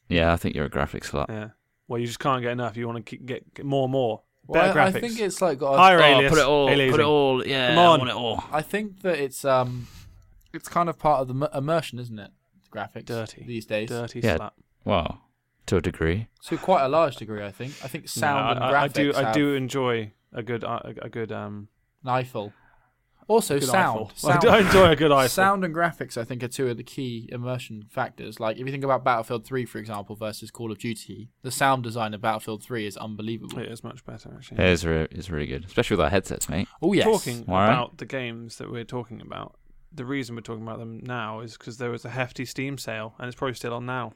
Speaker 3: Yeah, I think you're a graphics slut.
Speaker 1: Yeah. Well, you just can't get enough. You want to keep, get, get more and more.
Speaker 2: Well,
Speaker 1: Better
Speaker 2: I, I
Speaker 1: graphics.
Speaker 2: think it's like got a-
Speaker 1: Higher
Speaker 3: Oh,
Speaker 1: alias.
Speaker 3: put it all, put
Speaker 1: aliasing.
Speaker 3: it all, yeah,
Speaker 1: Come on.
Speaker 3: I want it all.
Speaker 2: I think that it's um, it's kind of part of the m- immersion, isn't it? The graphics
Speaker 1: Dirty.
Speaker 2: these days
Speaker 1: Dirty
Speaker 3: Yeah.
Speaker 1: slut.
Speaker 3: Well, to a degree.
Speaker 2: to quite a large degree. I think. I think sound
Speaker 1: No,
Speaker 2: and
Speaker 1: I, I- I
Speaker 2: graphics.
Speaker 1: do. I
Speaker 2: have
Speaker 1: do enjoy a good. Uh, a a good. Um.
Speaker 2: an eyeful. Also,
Speaker 1: Good
Speaker 2: sound.
Speaker 1: eyeful. *laughs*
Speaker 2: Sound.
Speaker 1: I do enjoy a good eyeful.
Speaker 2: Sound and graphics, I think, are two of the key immersion factors. Like, if you think about Battlefield 3, for example, versus Call of Duty, the sound design of Battlefield 3 is unbelievable.
Speaker 1: It is much better actually.
Speaker 3: It is, re- it's really good, especially with our headsets, mate.
Speaker 2: Oh, yes.
Speaker 1: Talking
Speaker 3: All right.
Speaker 1: about the games that we're talking about. The reason we're talking about them now is because there was a hefty Steam sale, and it's probably still on now.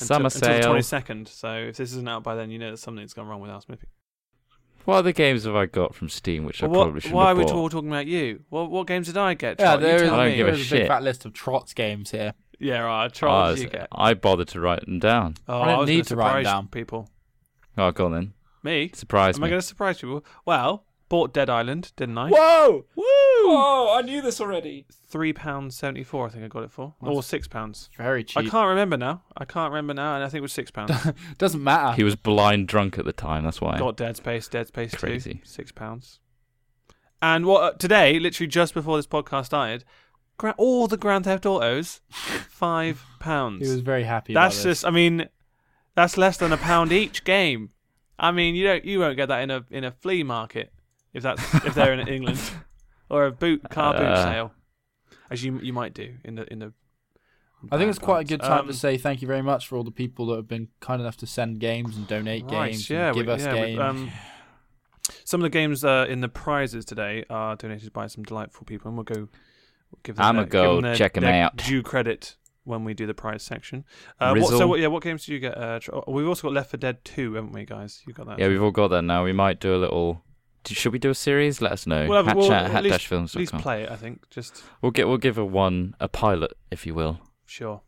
Speaker 1: Until-
Speaker 3: Summer
Speaker 1: until the
Speaker 3: sale.
Speaker 1: twenty second. So if this isn't out by then, you know that something's gone wrong with our Smithy.
Speaker 3: What other games have I got from Steam which I
Speaker 1: Well, what-
Speaker 3: probably shouldn't
Speaker 1: why are
Speaker 3: have
Speaker 1: we
Speaker 3: bought?
Speaker 1: all talking about you? What, what games did I get?
Speaker 2: Yeah,
Speaker 1: Charlie? You
Speaker 2: there is,
Speaker 1: tell
Speaker 3: I
Speaker 1: me.
Speaker 3: don't give
Speaker 2: there
Speaker 3: a
Speaker 2: is a
Speaker 3: shit.
Speaker 2: big fat list of Trots games here.
Speaker 1: Yeah, right. Charles,
Speaker 3: Ah,
Speaker 1: you
Speaker 3: it's-
Speaker 1: get.
Speaker 3: I bothered to write them down.
Speaker 1: Oh,
Speaker 2: I don't
Speaker 1: was gonna
Speaker 2: need to write 'em
Speaker 1: surprise
Speaker 2: down.
Speaker 1: People,
Speaker 3: Oh, go on then.
Speaker 1: me?
Speaker 3: Surprise
Speaker 1: Am
Speaker 3: me.
Speaker 1: I going to surprise people? Well, bought Dead Island, didn't I?
Speaker 4: Whoa! Woo! Oh, I knew this already.
Speaker 1: Three pounds seventy four. I think I got it for, or six pounds.
Speaker 2: Very
Speaker 1: I
Speaker 2: cheap.
Speaker 1: can't remember now. I can't remember now, and I think it was six
Speaker 3: *laughs*
Speaker 1: pounds.
Speaker 2: Doesn't matter.
Speaker 3: He was blind drunk at the time, that's why.
Speaker 1: got Dead Space, Dead Space
Speaker 3: Crazy.
Speaker 1: Two, six pounds. And what uh, today, literally just before this podcast started, gra- all the Grand Theft
Speaker 3: *laughs*
Speaker 1: Autos, five pounds.
Speaker 2: He was very happy
Speaker 1: That's
Speaker 2: about this.
Speaker 1: just. I mean, that's less than a pound each game. I mean, you don't. You won't get that in a in a flea market if that's if they're
Speaker 2: *laughs*
Speaker 1: in England or a boot car boot
Speaker 3: Uh.
Speaker 1: sale, as you you might do in the in the.
Speaker 2: I think it's quite a good time
Speaker 1: Um,
Speaker 2: to say thank you very much for all the people that have been kind enough to send games and donate
Speaker 1: right,
Speaker 2: games
Speaker 1: yeah,
Speaker 2: and give
Speaker 1: we-
Speaker 2: us
Speaker 1: yeah, we-
Speaker 2: games.
Speaker 1: um, some of the games uh, in the prizes today are donated by some delightful people, and we'll go give them.
Speaker 3: I'ma
Speaker 1: their-
Speaker 3: go
Speaker 1: give them their-
Speaker 3: check 'em
Speaker 1: their
Speaker 3: out.
Speaker 1: Due credit when we do the prize section. Uh, what, so
Speaker 3: Rizzle.
Speaker 1: what, yeah, what games did you get? Uh, Tr- we've also got Left for Dead Two, haven't we, guys? You got that?
Speaker 3: yeah, we've all got that now. We might do a little. D- Should we do a series? Let us know.
Speaker 1: We'll have-
Speaker 3: hat
Speaker 1: we'll
Speaker 3: chat,
Speaker 1: at
Speaker 3: hat
Speaker 1: least-
Speaker 3: dash films.
Speaker 1: At least play it, I think. Just
Speaker 3: We'll get we'll give a one a pilot, if you will.
Speaker 1: sure.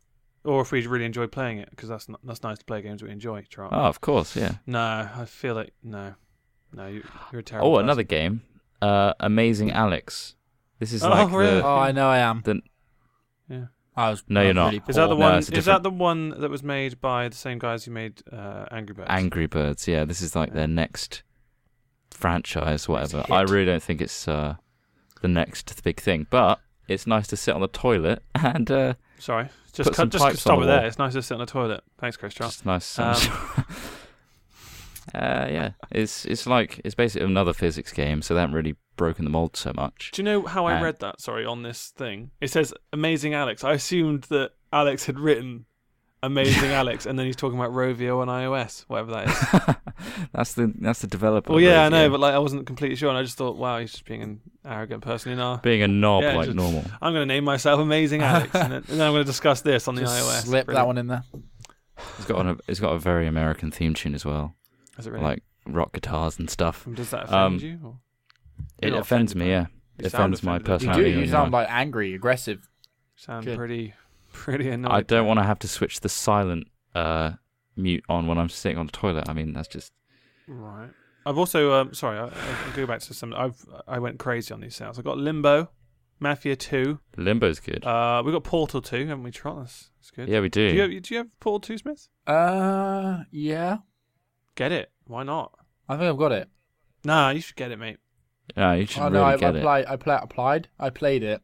Speaker 1: Or if we really enjoy playing it, because that's not, that's nice to play games we enjoy. Charles.
Speaker 3: Oh, of course, yeah.
Speaker 1: No, I feel like no, no, you, you're a terrible.
Speaker 3: Oh,
Speaker 1: person.
Speaker 3: another game. Uh, Amazing Alex. This is
Speaker 1: Oh,
Speaker 3: like
Speaker 1: really?
Speaker 3: the,
Speaker 2: oh, I know I am.
Speaker 3: Then-
Speaker 1: Yeah.
Speaker 2: I was
Speaker 3: No, you're not.
Speaker 2: really
Speaker 1: Is that the
Speaker 2: poor.
Speaker 3: Oh, No,
Speaker 1: one?
Speaker 3: it's
Speaker 1: is
Speaker 3: a
Speaker 1: that
Speaker 3: different-
Speaker 1: the one that was made by the same guys who made uh, Angry Birds?
Speaker 3: Angry Birds. Yeah, this is like their next franchise, whatever.
Speaker 2: hit.
Speaker 3: I really don't think it's uh, the next big thing, but it's nice to sit on the toilet *laughs* and uh,
Speaker 1: Sorry, just cut,
Speaker 3: Put some
Speaker 1: just
Speaker 3: pipes
Speaker 1: stop
Speaker 3: on
Speaker 1: it
Speaker 3: the
Speaker 1: there.
Speaker 3: wall.
Speaker 1: It's nice to sit on the toilet. Thanks, Chris. Charles.
Speaker 3: just nice.
Speaker 1: Um,
Speaker 3: *laughs* uh, yeah, it's it's like it's basically another physics game, so they haven't really broken the mold so much.
Speaker 1: Do you know how I
Speaker 3: Uh,
Speaker 1: read that? Sorry, on this thing, it says "Amazing Alex." I assumed that Alex had written
Speaker 3: *laughs*
Speaker 1: "Amazing Alex," and then he's talking about Rovio and iOS, whatever that is.
Speaker 3: that's the that's the developer.
Speaker 1: well, yeah, I know,
Speaker 3: review.
Speaker 1: but like I wasn't completely sure, and I just thought, wow, he's just being an arrogant person. You know,
Speaker 3: being a knob
Speaker 1: Yeah,
Speaker 3: like
Speaker 1: just-
Speaker 3: normal.
Speaker 1: I'm going to name myself "Amazing Alex," and then, and then I'm going to discuss this on the
Speaker 2: Just
Speaker 1: iOS.
Speaker 2: slip that
Speaker 1: Brilliant.
Speaker 2: one in there.
Speaker 3: It's got an, it's got a very American theme tune as well,
Speaker 1: Is it really?
Speaker 3: like rock guitars and stuff.
Speaker 1: Um, does that offend
Speaker 3: um,
Speaker 1: you? Or? You're
Speaker 3: It
Speaker 1: not
Speaker 3: offends
Speaker 1: offended
Speaker 3: me,
Speaker 1: by it.
Speaker 3: yeah.
Speaker 1: You
Speaker 3: It
Speaker 1: sound
Speaker 3: offends my
Speaker 1: offended. You
Speaker 2: You
Speaker 3: personality.
Speaker 2: do.
Speaker 3: on
Speaker 2: You
Speaker 3: your
Speaker 2: sound like angry, aggressive.
Speaker 1: Sound
Speaker 2: Good.
Speaker 1: pretty, *laughs* pretty annoyed.
Speaker 3: I don't want to have to switch the silent uh, mute on when I'm sitting on the toilet. I mean, that's just
Speaker 1: Right. I've also um, sorry. I, I'll go back to some. I've I went crazy on these sales. I got Limbo, Mafia Two.
Speaker 3: Limbo's good.
Speaker 1: Uh, we got Portal Two, haven't we? Trot, that's, that's good.
Speaker 3: yeah, we do.
Speaker 1: Do you have, do you have Portal Two, Smith?
Speaker 2: Uh, yeah.
Speaker 1: Get it? Why not?
Speaker 2: I think I've got it.
Speaker 1: Nah, you should get it, mate.
Speaker 3: no, you should
Speaker 2: oh,
Speaker 3: really
Speaker 2: no, I,
Speaker 3: get
Speaker 2: I,
Speaker 3: it.
Speaker 2: play, I play, applied. I played it.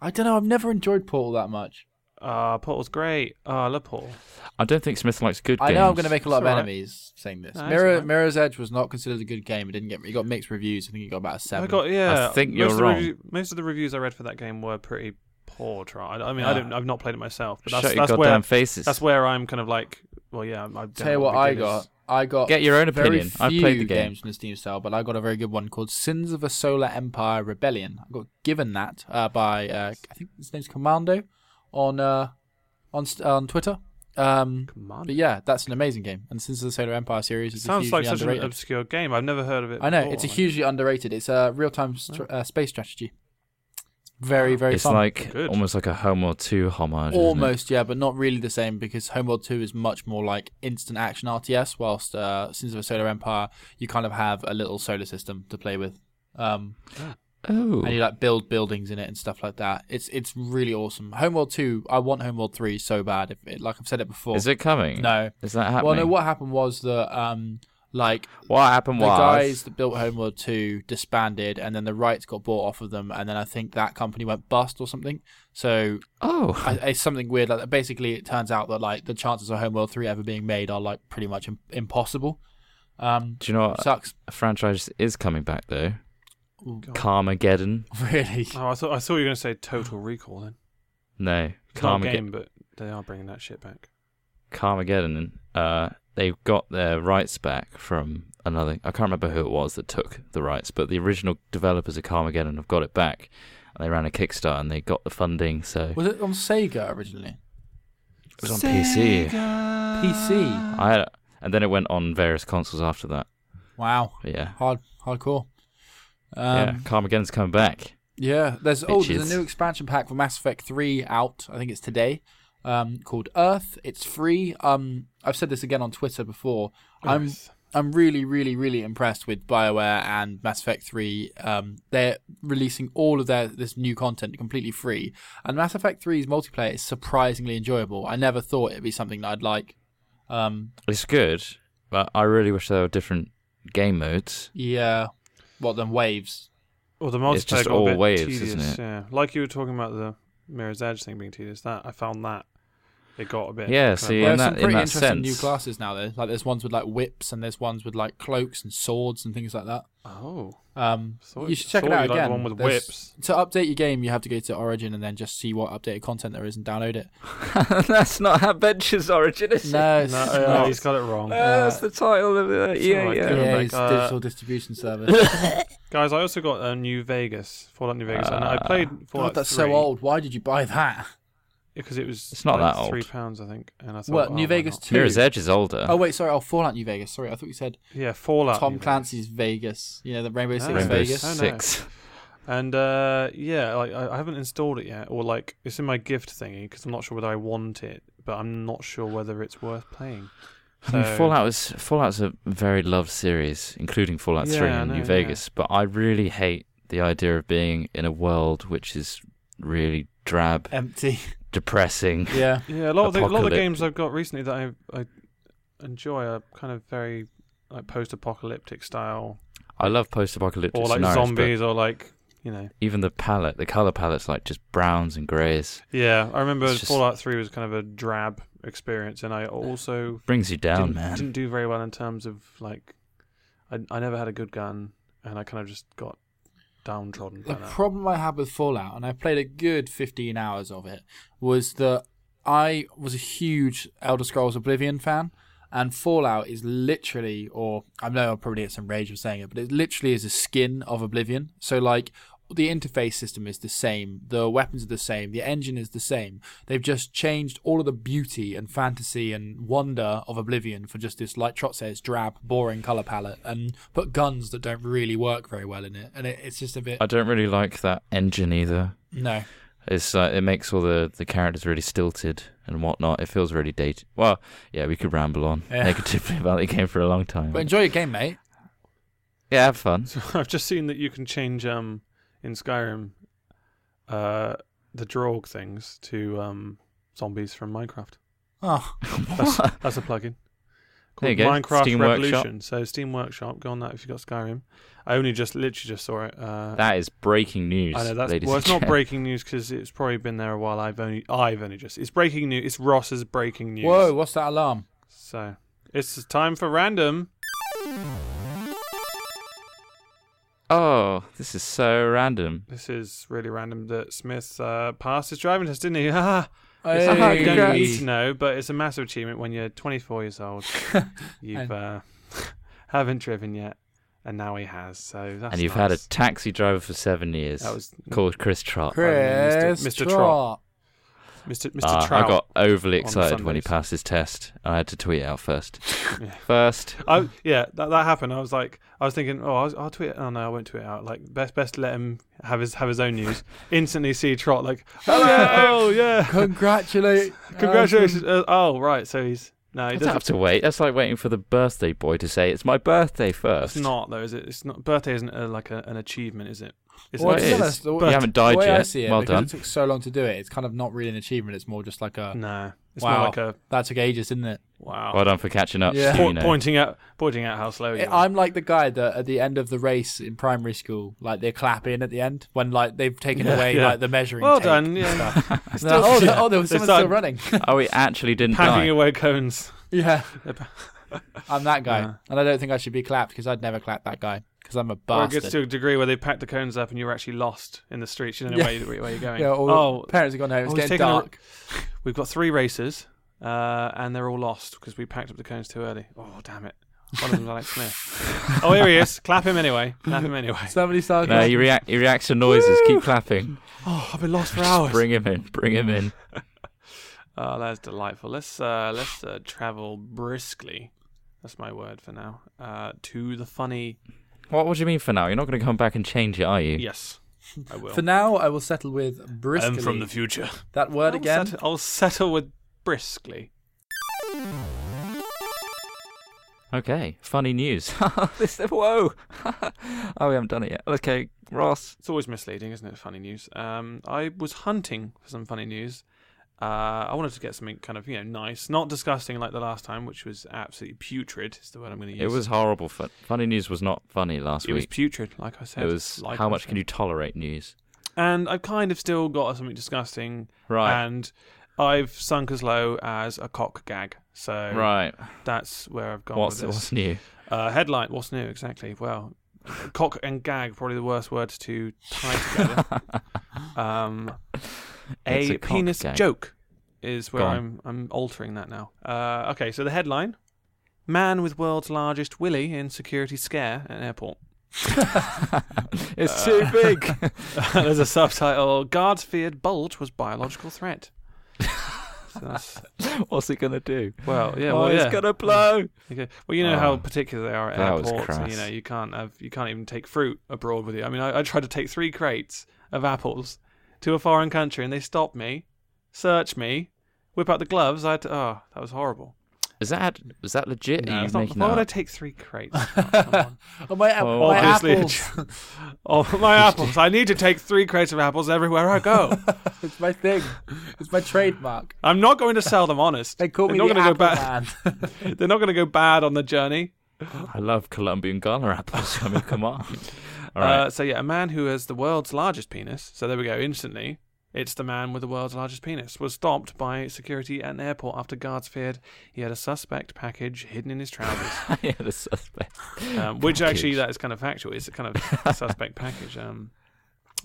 Speaker 2: I don't know. I've never enjoyed Portal that much.
Speaker 1: Uh, Portal's great. Oh, I love Portal.
Speaker 3: I don't think Smith likes good
Speaker 2: I
Speaker 3: games.
Speaker 2: know I'm going to make a lot
Speaker 1: It's
Speaker 2: of
Speaker 1: alright.
Speaker 2: enemies saying this.
Speaker 1: No, it's
Speaker 2: Mirror,
Speaker 1: alright.
Speaker 2: Mirror's Edge was not considered a good game. It didn't get. It got mixed reviews. I think it got about a seven.
Speaker 1: I got yeah.
Speaker 3: I think
Speaker 1: most
Speaker 3: you're
Speaker 1: of the
Speaker 3: wrong.
Speaker 1: review- most of the reviews I read for that game were pretty poor. Trot. I, I mean, I
Speaker 2: Yeah.
Speaker 1: don't. I've not played it myself, but that's
Speaker 3: Shut your
Speaker 1: that's
Speaker 3: goddamn
Speaker 1: where
Speaker 3: faces.
Speaker 1: that's where I'm kind of like. Well, yeah. I don't
Speaker 2: Tell you
Speaker 1: know
Speaker 2: what
Speaker 1: the
Speaker 2: I
Speaker 1: good is.
Speaker 2: got. I got
Speaker 3: Get your own
Speaker 2: very
Speaker 3: opinion. I've
Speaker 2: few
Speaker 3: played the game.
Speaker 2: games in the Steam sale, but I got a very good one called Sins of a Solar Empire Rebellion. I got given that uh, by uh, I think his name's Commando on uh, on st- on Twitter. Um,
Speaker 1: Commando?
Speaker 2: but yeah, that's an amazing game. And Sins of the Solar Empire series is
Speaker 1: Sounds
Speaker 2: hugely
Speaker 1: like such
Speaker 2: underrated.
Speaker 1: an obscure game. I've never heard of it.
Speaker 2: I know
Speaker 1: before.
Speaker 2: it's a hugely underrated. It's a real-time str uh, space strategy. It's very very
Speaker 3: it's
Speaker 2: fun.
Speaker 3: like
Speaker 1: Good.
Speaker 3: almost like a Homeworld 2 homage. isn't it?
Speaker 2: Almost, yeah, but not really the same because Homeworld 2 is much more like instant action RTS, whilst uh, Sins of a Solar Empire, you kind of have a little solar system to play with. Um,
Speaker 3: Oh,
Speaker 2: and you like build buildings in it and stuff like that. It's it's really awesome. Homeworld 2, I want Homeworld 3 so bad. If it, like I've said it before.
Speaker 3: is it coming?
Speaker 2: No.
Speaker 3: Is that happening?
Speaker 2: Well, no, what happened was that, um, like,
Speaker 3: What happened
Speaker 2: the
Speaker 3: was
Speaker 2: guys that built Homeworld 2 disbanded and then the rights got bought off of them, and then I think that company went bust or something. So
Speaker 3: Oh,
Speaker 2: I, it's something weird. Like that. basically, it turns out that like the chances of Homeworld three ever being made are like pretty much Im- impossible. Um,
Speaker 3: do you know what?
Speaker 2: sucks.
Speaker 3: a franchise is coming back though. Carmageddon.
Speaker 2: *laughs* Really,
Speaker 1: Oh, I thought I saw you were going to say Total Recall. Then
Speaker 3: No,
Speaker 1: it's not a
Speaker 3: Carmage-
Speaker 1: game, but they are bringing that shit back.
Speaker 3: Carmageddon. Uh, they've got their rights back from another. I can't remember who it was that took the rights, but the original developers of Carmageddon have got it back. And they ran a Kickstarter and they got the funding, so
Speaker 2: was it on Sega originally?
Speaker 3: it was on PC.
Speaker 2: PC.
Speaker 3: I had, and then it went on various consoles after that.
Speaker 2: Wow,
Speaker 3: But yeah,
Speaker 2: hard, hardcore.
Speaker 3: yeah,
Speaker 2: Um,
Speaker 3: Carmageddon's coming back.
Speaker 2: yeah. there's oh, there's
Speaker 3: Bitches.
Speaker 2: a new expansion pack for Mass Effect three out. I think it's today. Um, called Earth. It's free. Um, I've said this again on Twitter before.
Speaker 1: Oh,
Speaker 2: I'm I'm really, really, really impressed with BioWare and Mass Effect 3. Um, they're releasing all of their this new content completely free, and Mass Effect 3's multiplayer is surprisingly enjoyable. I never thought it'd be something that I'd like. Um,
Speaker 3: It's good, but I really wish there were different game modes.
Speaker 2: yeah, what then waves?
Speaker 1: Well, the
Speaker 3: It's
Speaker 1: multiplayer
Speaker 3: just
Speaker 1: got
Speaker 3: all
Speaker 1: a bit
Speaker 3: waves,
Speaker 1: tedious.
Speaker 3: isn't it?
Speaker 1: Yeah, like you were talking about the Mirror's Edge thing being tedious. That I found that it got a bit.
Speaker 3: Yeah,
Speaker 1: kind of-
Speaker 3: see,
Speaker 2: there
Speaker 3: in
Speaker 2: are some
Speaker 3: that- in
Speaker 2: pretty
Speaker 3: that
Speaker 2: interesting new
Speaker 3: sense-
Speaker 2: classes now. Though, like there's ones with like whips, and there's ones with like cloaks and swords and things like that.
Speaker 1: Oh,
Speaker 2: Um,
Speaker 1: Thought-
Speaker 2: you should check it
Speaker 1: thought
Speaker 2: out
Speaker 1: you liked the
Speaker 2: again.
Speaker 1: one with
Speaker 2: There's- *laughs*
Speaker 1: whips.
Speaker 2: To update your game, you have to go to Origin and then just see what updated content there is and download it.
Speaker 3: *laughs* That's not how Ventures Origin is. it?
Speaker 2: No,
Speaker 1: no,
Speaker 2: it's
Speaker 1: no,
Speaker 2: not.
Speaker 1: he's got it wrong.
Speaker 3: That's the title of it.
Speaker 1: It's
Speaker 3: Yeah,
Speaker 1: alright,
Speaker 3: yeah.
Speaker 1: dude.
Speaker 2: Yeah,
Speaker 1: Like,
Speaker 2: it's
Speaker 1: uh,
Speaker 2: digital
Speaker 1: *laughs*
Speaker 2: distribution service.
Speaker 3: *laughs*
Speaker 1: Guys, I also got a New Vegas, Fallout New Vegas, and I
Speaker 3: Ah.
Speaker 1: played Fallout
Speaker 2: God, that's
Speaker 1: 3,
Speaker 2: so old. Why did you buy that?
Speaker 1: because it was
Speaker 3: It's not
Speaker 1: like
Speaker 3: that old.
Speaker 1: three pounds, I think. And I thought,
Speaker 2: Well,
Speaker 1: oh,
Speaker 2: New
Speaker 1: why
Speaker 2: Vegas
Speaker 1: not?
Speaker 2: two.
Speaker 3: Mirror's Edge is older.
Speaker 2: Oh wait, sorry. Oh, Fallout New Vegas. Sorry, I thought you said
Speaker 1: Yeah, Fallout.
Speaker 2: Tom
Speaker 1: New Vegas.
Speaker 2: Clancy's Vegas. You know, the Rainbow Six
Speaker 3: Rainbow
Speaker 2: Vegas.
Speaker 1: Oh, no. *laughs*
Speaker 3: Six.
Speaker 1: And uh, yeah, like I, I haven't installed it yet, or like it's in my gift thingy because I'm not sure whether I want it, but I'm not sure whether it's worth playing.
Speaker 3: I mean,
Speaker 1: So-
Speaker 3: Fallout is Fallout's a very loved series, including Fallout
Speaker 1: Yeah,
Speaker 3: Three
Speaker 1: I
Speaker 3: and
Speaker 1: know,
Speaker 3: New
Speaker 1: yeah.
Speaker 3: Vegas. But I really hate the idea of being in a world which is really drab,
Speaker 2: Empty.
Speaker 3: depressing.
Speaker 2: *laughs* Yeah.
Speaker 1: Yeah, a lot of the, a lot of the
Speaker 3: Apocalyptic.
Speaker 1: games I've got recently that I I enjoy are kind of very like post-apocalyptic style,
Speaker 3: I love post-apocalyptic
Speaker 1: or like
Speaker 3: scenarios, but
Speaker 1: zombies, or like you know.
Speaker 3: even the palette, the color palette's like just browns and grays,
Speaker 1: Yeah, I remember
Speaker 3: It's just-
Speaker 1: Fallout Three was kind of a drab experience, and I also
Speaker 3: brings you down,
Speaker 1: didn't,
Speaker 3: man.
Speaker 1: didn't do very well in terms of like I I never had a good gun, and I kind of just got downtrodden. by
Speaker 2: The
Speaker 1: that.
Speaker 2: problem I had with Fallout, and I played a good 15 hours of it, was that I was a huge Elder Scrolls Oblivion fan, and Fallout is literally, or I know I'll probably get some rage for saying it, but it literally is a skin of Oblivion. So, like, the interface system is the same, the weapons are the same, the engine is the same. They've just changed all of the beauty and fantasy and wonder of Oblivion for just this, like Trot says, drab, boring color palette, and put guns that don't really work very well in it. And it, it's just a bit.
Speaker 3: I don't really like that engine either.
Speaker 2: No.
Speaker 3: It's like it makes all the, the characters really stilted and whatnot. It feels really dated. Well, yeah, we could ramble on
Speaker 2: Yeah.
Speaker 3: negatively about the game for a long time.
Speaker 2: But enjoy your game, mate.
Speaker 3: yeah, have
Speaker 1: *laughs*
Speaker 3: fun.
Speaker 1: So I've just seen that you can change um in Skyrim uh the draw things to um zombies from Minecraft.
Speaker 3: *laughs*
Speaker 2: Oh,
Speaker 1: That's, that's a plugin.
Speaker 3: There you
Speaker 1: Called
Speaker 3: go,
Speaker 1: Minecraft
Speaker 3: Steam Workshop.
Speaker 1: Revolution. So Steam Workshop, go on that if you got Skyrim. I only just literally just saw it. Uh,
Speaker 3: That is breaking news.
Speaker 1: I know that's
Speaker 3: ladies
Speaker 1: well,
Speaker 3: and
Speaker 1: it's not
Speaker 3: gents.
Speaker 1: breaking news because it's probably been there a while. I've only I've only just it's breaking news. It's Ross's breaking news.
Speaker 2: whoa, what's that alarm?
Speaker 1: So it's time for random.
Speaker 3: *laughs* Oh, this is so random.
Speaker 1: This is really random that Smith uh, passed his driving test, didn't he? *laughs* Ah, It's something
Speaker 3: Hey.
Speaker 1: you don't
Speaker 3: Congrats.
Speaker 1: need to know, but it's a massive achievement when you're 24 years old. You've uh, *laughs* haven't driven yet, and now he has. So that's
Speaker 3: and you've had a
Speaker 1: nice.
Speaker 3: taxi driver for seven years
Speaker 1: that was
Speaker 3: called Chris Trott.
Speaker 1: Mr.
Speaker 2: Chris
Speaker 1: Mr.
Speaker 2: Trott.
Speaker 1: Mr. Mr.
Speaker 3: Uh, I
Speaker 1: Trout.
Speaker 3: got overly
Speaker 1: on
Speaker 3: excited when he
Speaker 1: Sundays.
Speaker 3: passed his test. and I had to tweet it out
Speaker 1: *laughs*
Speaker 3: first. First,
Speaker 1: I, yeah, that, that happened. I was like, I was thinking, oh, I was, I'll tweet. Oh no, I won't tweet out. Like, best best let him have his have his own news. Instantly see Trot like, hello, yeah,
Speaker 2: Congratulate. um,
Speaker 1: congratulations. Uh, oh right, so he's no,
Speaker 3: I
Speaker 1: he
Speaker 3: don't
Speaker 1: doesn't.
Speaker 3: have to wait. That's like waiting for the birthday boy to say it's my birthday first.
Speaker 1: It's not though, is it? It's not. Birthday isn't uh like a, an achievement, is it? It's
Speaker 2: Well,
Speaker 1: an
Speaker 3: it
Speaker 2: to be
Speaker 3: is.
Speaker 1: achievement.
Speaker 2: honest, the,
Speaker 1: But-
Speaker 3: you
Speaker 2: way-
Speaker 3: haven't
Speaker 2: the
Speaker 3: died
Speaker 2: way I
Speaker 3: yet.
Speaker 2: see it,
Speaker 3: well
Speaker 2: because
Speaker 3: done.
Speaker 2: it took so long to do it, it's kind of not really an achievement. It's more just like a
Speaker 1: No, it's
Speaker 2: Wow.
Speaker 1: more like a
Speaker 2: that took ages, didn't it?
Speaker 1: wow.
Speaker 3: Well done for catching up.
Speaker 2: Yeah.
Speaker 3: Yeah.
Speaker 1: Po- pointing out pointing out how slow you
Speaker 2: It-
Speaker 1: are.
Speaker 2: I'm like the guy that at the end of the race in primary school, like they're clapping at the end when like they've taken
Speaker 1: Yeah,
Speaker 2: away
Speaker 1: yeah.
Speaker 2: like the measuring.
Speaker 1: Well
Speaker 2: tape
Speaker 1: done,
Speaker 2: and
Speaker 1: yeah.
Speaker 2: stuff.
Speaker 1: Still
Speaker 2: No, oh, the- oh, there was
Speaker 1: They
Speaker 2: someone
Speaker 1: started
Speaker 2: still running.
Speaker 3: *laughs* Oh, he actually didn't
Speaker 1: packing
Speaker 3: die.
Speaker 1: away cones. *laughs*
Speaker 2: yeah, I'm that guy,
Speaker 1: Yeah.
Speaker 2: and I don't think I should be clapped because I'd never clap that guy because I'm a
Speaker 1: Or it gets
Speaker 2: bastard.
Speaker 1: to a degree where they pack the cones up and you're actually lost in the streets. You don't know
Speaker 2: Yeah.
Speaker 1: where, you, where you're going.
Speaker 2: Yeah, or
Speaker 1: oh,
Speaker 2: parents have gone home. It's
Speaker 1: oh, he's
Speaker 2: getting
Speaker 1: taken a-
Speaker 2: dark.
Speaker 1: we've got three races, uh, and they're all lost because we packed up the cones too early. Oh, damn it. One of them's Alex Smith. Oh, here he is. Clap him anyway. Clap him
Speaker 2: *laughs*
Speaker 1: anyway.
Speaker 2: Somebody started.
Speaker 3: No, he, react, he reacts to noises. Keep clapping.
Speaker 1: Oh, I've been lost for
Speaker 3: Just
Speaker 1: hours.
Speaker 3: bring him in. Bring him in.
Speaker 1: Oh, that's delightful. Let's uh, let's uh, travel briskly. That's my word for now. Uh, to the funny.
Speaker 3: What, what do you mean for now? You're not going to come back and change it, are you?
Speaker 1: Yes, I will.
Speaker 2: For now, I will settle with briskly.
Speaker 1: I'm Um, from the future.
Speaker 2: that word again.
Speaker 1: I'll settle, I'll settle with briskly.
Speaker 3: Okay. Funny news. *laughs* this, whoa. *laughs* oh, we haven't done it yet. Okay, Ross.
Speaker 1: It's always misleading, isn't it? Funny news. Um, I was hunting for some funny news. Uh, I wanted to get something kind of you know nice, not disgusting like the last time, which was absolutely putrid. Is the word I'm going to use.
Speaker 3: It was horrible. Fun. Funny news was not funny last
Speaker 1: It was
Speaker 3: week.
Speaker 1: putrid, like I said.
Speaker 3: it was
Speaker 1: like
Speaker 3: how
Speaker 1: I
Speaker 3: much can
Speaker 1: said.
Speaker 3: you tolerate news?
Speaker 1: And I've kind of still got something disgusting,
Speaker 3: Right.
Speaker 1: and I've sunk as low as a cock gag. So
Speaker 3: right.
Speaker 1: that's where I've gone
Speaker 3: What's,
Speaker 1: with this.
Speaker 3: what's *laughs* new?
Speaker 1: Uh, headline: What's new? Exactly. Well, cock and gag probably the worst words to tie
Speaker 3: *laughs*
Speaker 1: together. um,
Speaker 3: It's
Speaker 1: a,
Speaker 3: a cock
Speaker 1: penis
Speaker 3: gag.
Speaker 1: joke is where
Speaker 3: Go on.
Speaker 1: I'm I'm altering that now. Uh, okay, so the headline: Man with world's largest willy in security scare at airport. *laughs*
Speaker 3: *laughs* it's too *laughs* big.
Speaker 1: There's a subtitle: Guards feared bulge was biological
Speaker 3: *laughs*
Speaker 1: threat. So that's,
Speaker 3: What's it gonna do? Oh,
Speaker 1: well, yeah, well, yeah.
Speaker 3: gonna blow.
Speaker 1: Okay. Well, you know how
Speaker 3: Oh,
Speaker 1: particular they are at
Speaker 3: that was
Speaker 1: airports. and, You
Speaker 3: crass.
Speaker 1: know, you can't have, you can't even take fruit abroad with you. I mean, I, I tried to take three crates of apples to a foreign country, and they stopped me, search me, whip out the gloves. I had to, oh, that was horrible.
Speaker 3: Is that is that legit?
Speaker 1: No,
Speaker 3: Are you
Speaker 1: it's not-
Speaker 3: making
Speaker 1: why
Speaker 3: that?
Speaker 1: would I
Speaker 3: up?
Speaker 1: take three
Speaker 3: *laughs*
Speaker 1: crates? Come on.
Speaker 2: *laughs* Oh, my, ap-
Speaker 3: Oh,
Speaker 2: my
Speaker 1: obviously a
Speaker 2: apples.
Speaker 1: oh, my apples! I need to take three crates of apples everywhere I
Speaker 3: *laughs*
Speaker 1: go.
Speaker 2: it's my thing. It's my trademark.
Speaker 1: I'm not going to sell them. Honest,
Speaker 2: They call
Speaker 1: are
Speaker 2: me
Speaker 1: not
Speaker 2: the
Speaker 1: going to go
Speaker 2: apple
Speaker 1: bad.
Speaker 2: man.
Speaker 1: They're not going to go bad on the journey.
Speaker 3: I love Colombian Ghana apples. I mean, come *laughs* on. All right.
Speaker 1: Uh, so yeah, a man who has the world's largest penis. So there we go. Instantly, it's the man with the world's largest penis was stopped by security at an airport after guards feared he had a suspect package hidden in his trousers.
Speaker 3: *laughs* yeah, the suspect. *clears throat*
Speaker 1: um, which actually,
Speaker 3: Package.
Speaker 1: that is kind of factual. It's a kind
Speaker 3: *laughs*
Speaker 1: of suspect package. Um,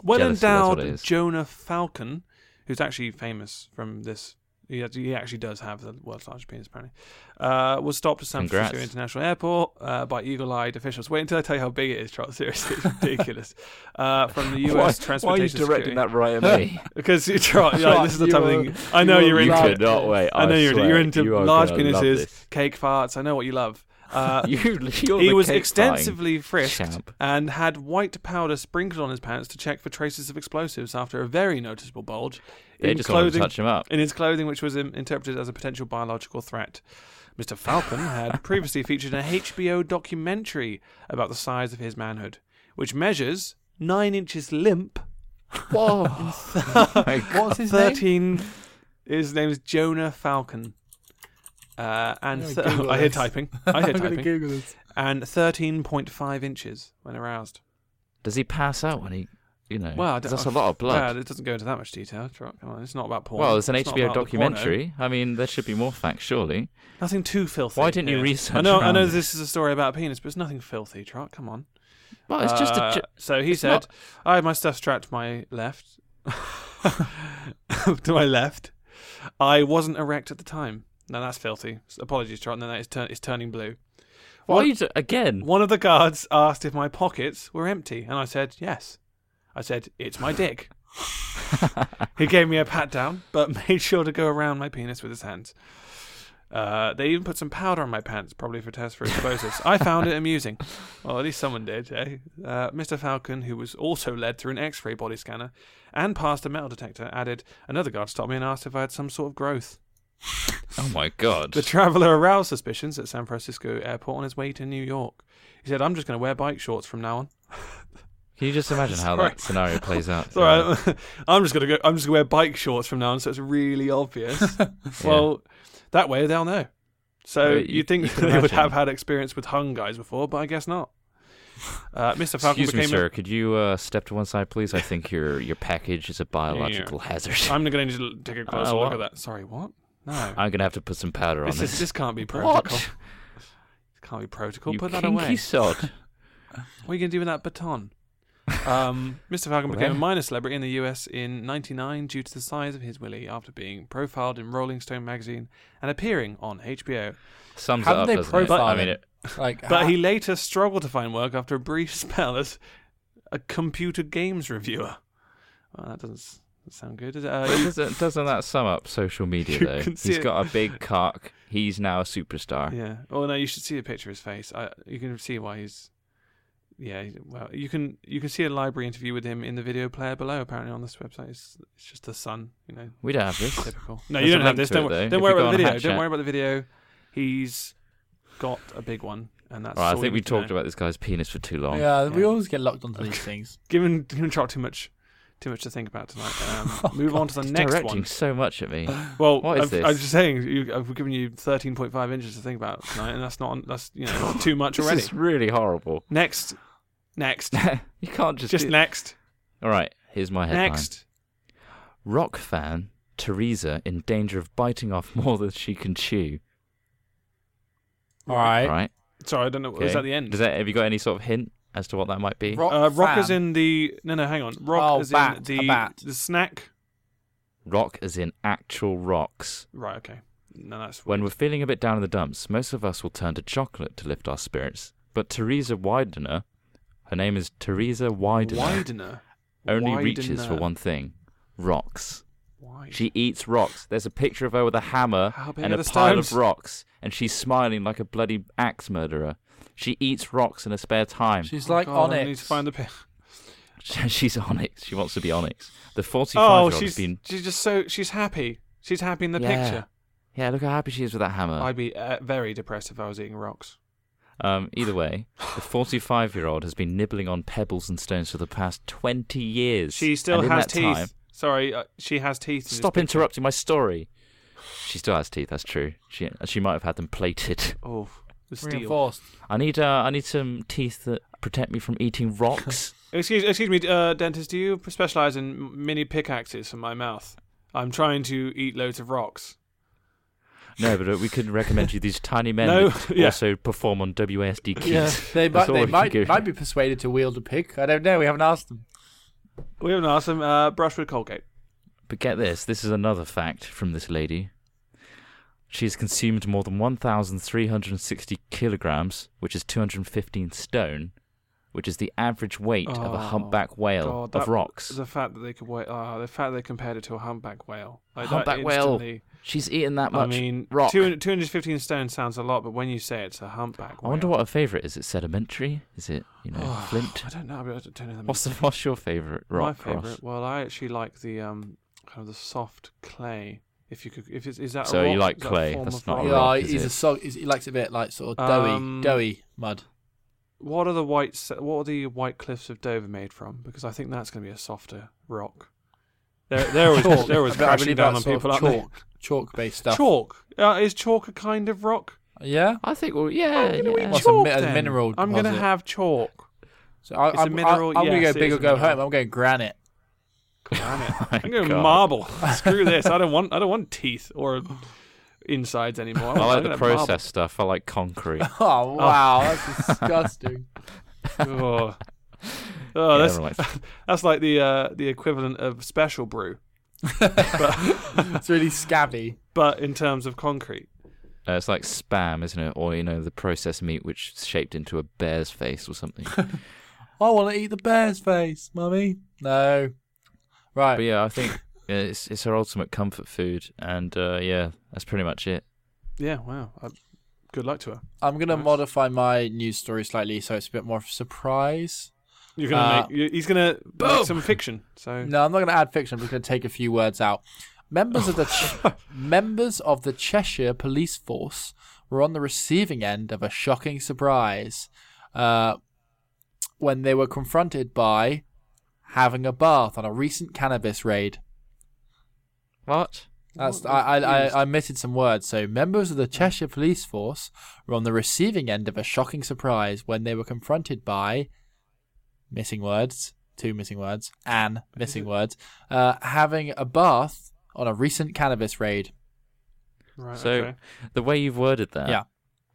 Speaker 1: well
Speaker 3: Jealousy, that's what it
Speaker 1: endowed
Speaker 3: is.
Speaker 1: Jonah Falcon, who's actually famous from this. He act- he actually does have the world's largest penis, apparently. Uh, was stopped at San
Speaker 3: Congrats.
Speaker 1: Francisco International Airport uh, by eagle-eyed officials. Wait until I tell you how big it is, Trot. *laughs* Seriously, it's ridiculous. Uh, from
Speaker 3: *laughs*
Speaker 1: the U.S. Transportation Security.
Speaker 3: that right at me? *laughs*
Speaker 1: Because you Trot, you're like, this is the
Speaker 2: You
Speaker 1: type of
Speaker 2: will-
Speaker 1: thing. I
Speaker 2: you
Speaker 1: know
Speaker 2: will
Speaker 1: you're
Speaker 3: you
Speaker 1: into.
Speaker 2: love
Speaker 1: it.
Speaker 3: could not wait.
Speaker 1: I know you're into,
Speaker 3: swear,
Speaker 1: you're into
Speaker 3: you are
Speaker 1: large
Speaker 3: gonna love
Speaker 1: penises,
Speaker 3: this. *laughs*
Speaker 1: cake farts. I know what you love. Uh,
Speaker 3: You, you're
Speaker 1: he
Speaker 3: the
Speaker 1: was
Speaker 3: cake
Speaker 1: extensively frisked
Speaker 3: champ.
Speaker 1: and had white powder sprinkled on his pants to check for traces of explosives after a very noticeable bulge
Speaker 3: buying. They
Speaker 1: in,
Speaker 3: just wanted to
Speaker 1: clothing,
Speaker 3: touch
Speaker 1: *laughs*
Speaker 3: him up.
Speaker 1: in his clothing, which was um, interpreted as a potential biological threat. Mr. Falcon
Speaker 3: *laughs*
Speaker 1: had previously featured in a HBO documentary about the size of his manhood, which measures nine inches
Speaker 3: *laughs*
Speaker 1: limp.
Speaker 2: Whoa. What's his name?
Speaker 1: Thirteen. His name is Jonah Falcon. Uh, and
Speaker 2: I'm gonna
Speaker 1: *laughs* th-
Speaker 2: Google
Speaker 1: I hear
Speaker 2: this.
Speaker 3: *laughs*
Speaker 1: typing. *laughs* I hear
Speaker 2: *laughs* I'm going to
Speaker 1: typing *laughs*
Speaker 2: Google this.
Speaker 1: and 13.5 inches when aroused.
Speaker 3: Does he pass out when he, you know?
Speaker 1: Well, I
Speaker 3: 'cause
Speaker 1: don't-
Speaker 3: that's a lot of blood.
Speaker 1: Well, it doesn't go into that much detail. Come on, it's not about porn.
Speaker 3: Well, it's an
Speaker 1: not
Speaker 3: HBO
Speaker 1: about the porno.
Speaker 3: documentary. I mean, there should be more facts, surely.
Speaker 1: Nothing too filthy.
Speaker 3: Why didn't you
Speaker 1: here.
Speaker 3: research
Speaker 1: I know. I
Speaker 3: around
Speaker 1: know
Speaker 3: it?
Speaker 1: this is a story about a penis, but it's nothing filthy. Trot, come on.
Speaker 3: Well, it's just
Speaker 1: Uh,
Speaker 3: a. Ju-
Speaker 1: so he
Speaker 3: it's
Speaker 1: said,
Speaker 3: not-
Speaker 1: *laughs* "I had my stuff strapped to my left, to my left. I wasn't erect at the time. No, that's filthy. Apologies, Trot. No, no, it's, turn- it's turning blue.
Speaker 3: Why are you do- again?
Speaker 1: One of the guards asked if my pockets were empty, and I said yes. I said, It's my dick. he gave me a pat down, but *laughs* made sure to go around my penis with his hands. Uh, they even put some powder on my pants, probably for test for explosives. I found it amusing. Well, at least someone did, eh? Uh, Mr. Falcon, who was also led through an x ray body scanner and passed a metal detector, added, Another guard stopped me and asked if I had some sort of growth.
Speaker 3: Oh my god.
Speaker 1: The traveller aroused suspicions at San Francisco airport on his way to New York. He said, I'm just going to wear bike shorts from now on.
Speaker 3: Can you just imagine how
Speaker 1: Sorry.
Speaker 3: that scenario plays
Speaker 1: *laughs*
Speaker 3: out?
Speaker 1: Sorry, I'm just going to go, I'm just going to wear bike shorts from now on, so it's really
Speaker 3: *laughs*
Speaker 1: obvious. well, that way they'll know. So
Speaker 3: Uh,
Speaker 1: you,
Speaker 3: you-
Speaker 1: would think
Speaker 3: you
Speaker 1: *laughs*
Speaker 3: can
Speaker 1: they would
Speaker 3: imagine.
Speaker 1: have had experience with hung guys before, but I guess
Speaker 3: *sighs*
Speaker 1: not. Uh, Mr. Falcon
Speaker 3: Excuse me,
Speaker 1: became. a-
Speaker 3: sir. Could you uh, step to one side, please? I think your your
Speaker 1: *laughs*
Speaker 3: package is a biological hazard. *laughs* I'm,
Speaker 1: I'm going to need to take a closer look
Speaker 3: Uh, what?
Speaker 1: at that. Sorry, what? No.
Speaker 3: gonna have to put some powder on
Speaker 1: This,
Speaker 3: this.
Speaker 1: is, this can't be protocol.
Speaker 3: what?
Speaker 1: can't be protocol.
Speaker 3: you
Speaker 1: Put that
Speaker 3: kinky
Speaker 1: away.
Speaker 3: sod.
Speaker 1: What are you going to do with that baton? Um, *laughs* Mr. Falcon became a minor celebrity in the US in 99 due to the size of his willy after being profiled in Rolling Stone magazine and appearing on HBO.
Speaker 3: Sums
Speaker 2: How
Speaker 3: it
Speaker 2: did
Speaker 3: up,
Speaker 2: they
Speaker 3: doesn't
Speaker 2: profile
Speaker 3: it? I mean,
Speaker 2: him?
Speaker 3: it,
Speaker 2: Like,
Speaker 1: But he later struggled to find work after a brief *laughs* spell as a computer games reviewer. Well, that doesn't s- sound good, does it? Uh,
Speaker 3: *laughs*
Speaker 1: you-
Speaker 3: doesn't, doesn't that sum up social media
Speaker 1: You
Speaker 3: though?
Speaker 1: can see
Speaker 3: He's
Speaker 1: it.
Speaker 3: got a big cock. He's now a superstar.
Speaker 1: yeah. Oh no, you should see a picture of his face. I, you can see why he's. Yeah, he- well, you can you can see a library interview with him in the video player below. Apparently on this website, it's, it's just the sun, you know,
Speaker 3: We don't have this.
Speaker 1: Typical. No,
Speaker 3: There's
Speaker 1: you
Speaker 3: a
Speaker 1: don't have
Speaker 3: link
Speaker 1: this.
Speaker 3: to
Speaker 1: Don't,
Speaker 3: it,
Speaker 1: wor-
Speaker 3: though,
Speaker 1: don't
Speaker 3: if
Speaker 1: worry
Speaker 3: you go
Speaker 1: about the
Speaker 3: on
Speaker 1: video.
Speaker 3: Hatchet.
Speaker 1: Don't worry about the video. He's got a big one, and that's.
Speaker 3: Right, I
Speaker 1: all
Speaker 3: think
Speaker 1: you
Speaker 3: we
Speaker 1: need to
Speaker 3: talked
Speaker 1: know.
Speaker 3: about this guy's penis for too long.
Speaker 2: yeah, we
Speaker 1: yeah.
Speaker 2: always get locked onto these things.
Speaker 1: *laughs* Given given Trot too much, too much to think about tonight. Um,
Speaker 2: *laughs*
Speaker 3: *laughs*
Speaker 1: move on to the
Speaker 3: Oh, He's
Speaker 1: next
Speaker 3: directing
Speaker 1: one. Uh,
Speaker 3: so much at me.
Speaker 1: Well,
Speaker 3: What is
Speaker 1: I've,
Speaker 3: this?
Speaker 1: I'm just saying, you, I've given you 13.5 inches to think about tonight, and that's not that's you know too much
Speaker 3: *laughs* this
Speaker 1: already.
Speaker 3: is really horrible. *laughs*
Speaker 1: Next, next,
Speaker 3: you can't *laughs* just.
Speaker 1: just
Speaker 3: do-
Speaker 1: next,
Speaker 3: All right, here's my headline.
Speaker 1: next.
Speaker 3: Rock fan Teresa in danger of biting off more than she can chew.
Speaker 2: All
Speaker 3: All
Speaker 2: right.
Speaker 3: right.
Speaker 1: Sorry, I don't know. Is
Speaker 3: okay.
Speaker 1: that the end?
Speaker 3: Does that, have you got any sort of hint as to what that might be?
Speaker 2: Rock,
Speaker 1: uh, rock is
Speaker 2: fan.
Speaker 1: in the no no hang on rock
Speaker 2: Oh,
Speaker 1: is in
Speaker 2: bat, a
Speaker 1: the
Speaker 2: bat.
Speaker 1: the snack
Speaker 3: Rock as in actual rocks.
Speaker 1: right okay no that's
Speaker 3: When we're feeling a bit down in the dumps, most of us will turn to chocolate to lift our spirits. But Teresa Widener, her name is Teresa Widener,
Speaker 1: widener
Speaker 3: only
Speaker 1: Widener.
Speaker 3: reaches for one thing rocks.
Speaker 1: Why?
Speaker 3: She eats rocks. There's a picture of her with a hammer
Speaker 1: How big
Speaker 3: and
Speaker 1: are
Speaker 3: a
Speaker 1: the
Speaker 3: pile
Speaker 1: stones?
Speaker 3: of rocks, and she's smiling like a bloody axe murderer. She eats rocks in her spare time.
Speaker 2: She's like
Speaker 1: Oh God,
Speaker 2: on
Speaker 1: I
Speaker 2: it.
Speaker 1: need to find the pic.
Speaker 3: *laughs* she's onyx. She wants to be onyx. The 45
Speaker 1: Oh,
Speaker 3: year old has
Speaker 1: she's
Speaker 3: been.
Speaker 1: she's just so she's happy. She's happy in the
Speaker 3: Yeah.
Speaker 1: picture.
Speaker 3: Yeah, look how happy she is with that hammer.
Speaker 1: I'd be uh, very depressed if I was eating rocks.
Speaker 3: Um, either way, the 45 year old has been nibbling on pebbles and stones for the past 20 years.
Speaker 1: She still
Speaker 3: and in
Speaker 1: has
Speaker 3: that
Speaker 1: teeth.
Speaker 3: Time,
Speaker 1: Sorry, uh, she has teeth. in this
Speaker 3: stop
Speaker 1: pic-
Speaker 3: interrupting my story. She still has teeth, that's true. She, she might have had them plated.
Speaker 1: Oh, the steel.
Speaker 2: Reinforced.
Speaker 3: I need uh, I need some teeth that protect me from eating
Speaker 1: *laughs*
Speaker 3: rocks.
Speaker 1: Excuse, excuse me, uh, dentist. Do you specialize in m- mini pickaxes for my mouth? I'm trying to eat loads of rocks.
Speaker 3: no, but uh, we could recommend you these tiny men
Speaker 1: No,
Speaker 3: that
Speaker 1: yeah.
Speaker 3: also perform on WASD keys.
Speaker 2: Yeah, they might,
Speaker 3: That's all
Speaker 2: they
Speaker 3: we can
Speaker 2: might,
Speaker 3: give.
Speaker 2: might be persuaded to wield a pick. I don't know. We haven't asked them.
Speaker 1: We haven't asked them. Uh, brush with Colgate.
Speaker 3: But get this, this is another fact from this lady. She has consumed more than 1,360 kilograms, which is 215 stone, which is the average weight of
Speaker 1: Oh,
Speaker 3: a humpback whale
Speaker 1: God, that-
Speaker 3: of rocks.
Speaker 1: The fact that they could wait. Ah, the fact they compared it to a humpback whale. Like, that
Speaker 3: humpback whale.
Speaker 1: instantly-
Speaker 3: She's eaten that
Speaker 1: I
Speaker 3: much
Speaker 1: mean,
Speaker 3: rock.
Speaker 1: 200 215 stone sounds a lot, but when you say it's a humpback
Speaker 3: I
Speaker 1: whale,
Speaker 3: wonder what her favourite is. Is it sedimentary? Is it,
Speaker 1: *sighs*
Speaker 3: you know, flint?
Speaker 1: I don't know. I don't know. The
Speaker 3: What's, the, what's your favourite
Speaker 1: my
Speaker 3: rock,
Speaker 1: favorite?
Speaker 3: Ross?
Speaker 1: Well, I actually like the um kind of the soft clay. If you could, if it's is that
Speaker 3: So
Speaker 1: a rock?
Speaker 3: you like
Speaker 1: Is that a
Speaker 3: clay,
Speaker 1: form
Speaker 3: that's
Speaker 1: of Oh,
Speaker 3: not
Speaker 1: rock?
Speaker 3: a
Speaker 2: yeah,
Speaker 3: rock, is
Speaker 2: he's
Speaker 3: it?
Speaker 2: a sog. He's, he likes it a bit like sort of doughy,
Speaker 1: Um,
Speaker 2: doughy mud.
Speaker 1: What are the white? s- What are the white cliffs of Dover made from? Because I think that's going to be a softer rock.
Speaker 3: *laughs*
Speaker 1: There, there was,
Speaker 2: Chalk.
Speaker 1: there was
Speaker 2: I bet- I
Speaker 1: crashing
Speaker 2: believe
Speaker 1: down on
Speaker 2: that's sort
Speaker 1: people.
Speaker 2: of
Speaker 1: aren't they?
Speaker 2: Chalk, chalk-based stuff.
Speaker 1: Chalk. Uh, is chalk a kind of rock?
Speaker 2: Yeah.
Speaker 3: I think, well, yeah.
Speaker 1: I'm gonna *laughs*
Speaker 3: yeah.
Speaker 1: eat
Speaker 2: What's a
Speaker 1: chalk
Speaker 2: mi- a
Speaker 1: then.
Speaker 2: mineral
Speaker 1: I'm going to
Speaker 2: deposit?
Speaker 1: have chalk.
Speaker 2: So I,
Speaker 1: It's a
Speaker 2: I'm,
Speaker 1: mineral-
Speaker 2: I, I'm
Speaker 1: yes,
Speaker 2: gonna
Speaker 1: it
Speaker 2: go big
Speaker 1: is
Speaker 2: or
Speaker 1: a
Speaker 2: go
Speaker 1: mineral.
Speaker 2: home. I'm going granite. *laughs*
Speaker 1: Granite. I'm
Speaker 3: My
Speaker 1: going
Speaker 3: God.
Speaker 1: marble. Screw this. I don't want. I don't want teeth or insides anymore. want-
Speaker 3: I like the
Speaker 1: I'm gonna have
Speaker 3: process stuff. I
Speaker 1: *laughs*
Speaker 3: like concrete.
Speaker 2: Oh wow, that's disgusting.
Speaker 1: marble. Oh, Oh,
Speaker 3: Yeah,
Speaker 1: that's
Speaker 3: everyone likes-
Speaker 1: that's like the uh, the equivalent of special brew. but,
Speaker 2: *laughs* It's really scabby.
Speaker 1: but in terms of concrete.
Speaker 3: Uh, it's like spam, isn't it? Or you know, the processed meat which is shaped into a bear's face
Speaker 2: *laughs*
Speaker 3: or something.
Speaker 2: I want to eat the bear's face, mummy. No. Right.
Speaker 3: but yeah, I think uh, it's it's her ultimate comfort food, and uh, yeah, that's pretty much it.
Speaker 1: Yeah, wow. Uh, good luck to her.
Speaker 2: I'm going to
Speaker 1: Nice.
Speaker 2: modify my news story slightly so it's a bit more of a surprise.
Speaker 1: You're gonna
Speaker 2: Uh,
Speaker 1: make. You, he's gonna make some fiction. So
Speaker 2: No, I'm not going to add fiction. I'm just going to take a few words out. Members of the Ch- members of the Cheshire Police Force were on the receiving end of a shocking surprise uh, when they were confronted by having a bath on a recent cannabis raid.
Speaker 3: What?
Speaker 2: That's
Speaker 1: What?
Speaker 2: I, I,
Speaker 1: Confused.
Speaker 2: I I omitted some words. So members of the Cheshire Police Force were on the receiving end of a shocking surprise when they were confronted by missing words, two missing words, and missing words, uh, having a bath on a recent cannabis raid.
Speaker 1: right,
Speaker 3: so
Speaker 1: okay.
Speaker 3: the way you've worded that
Speaker 2: Yeah.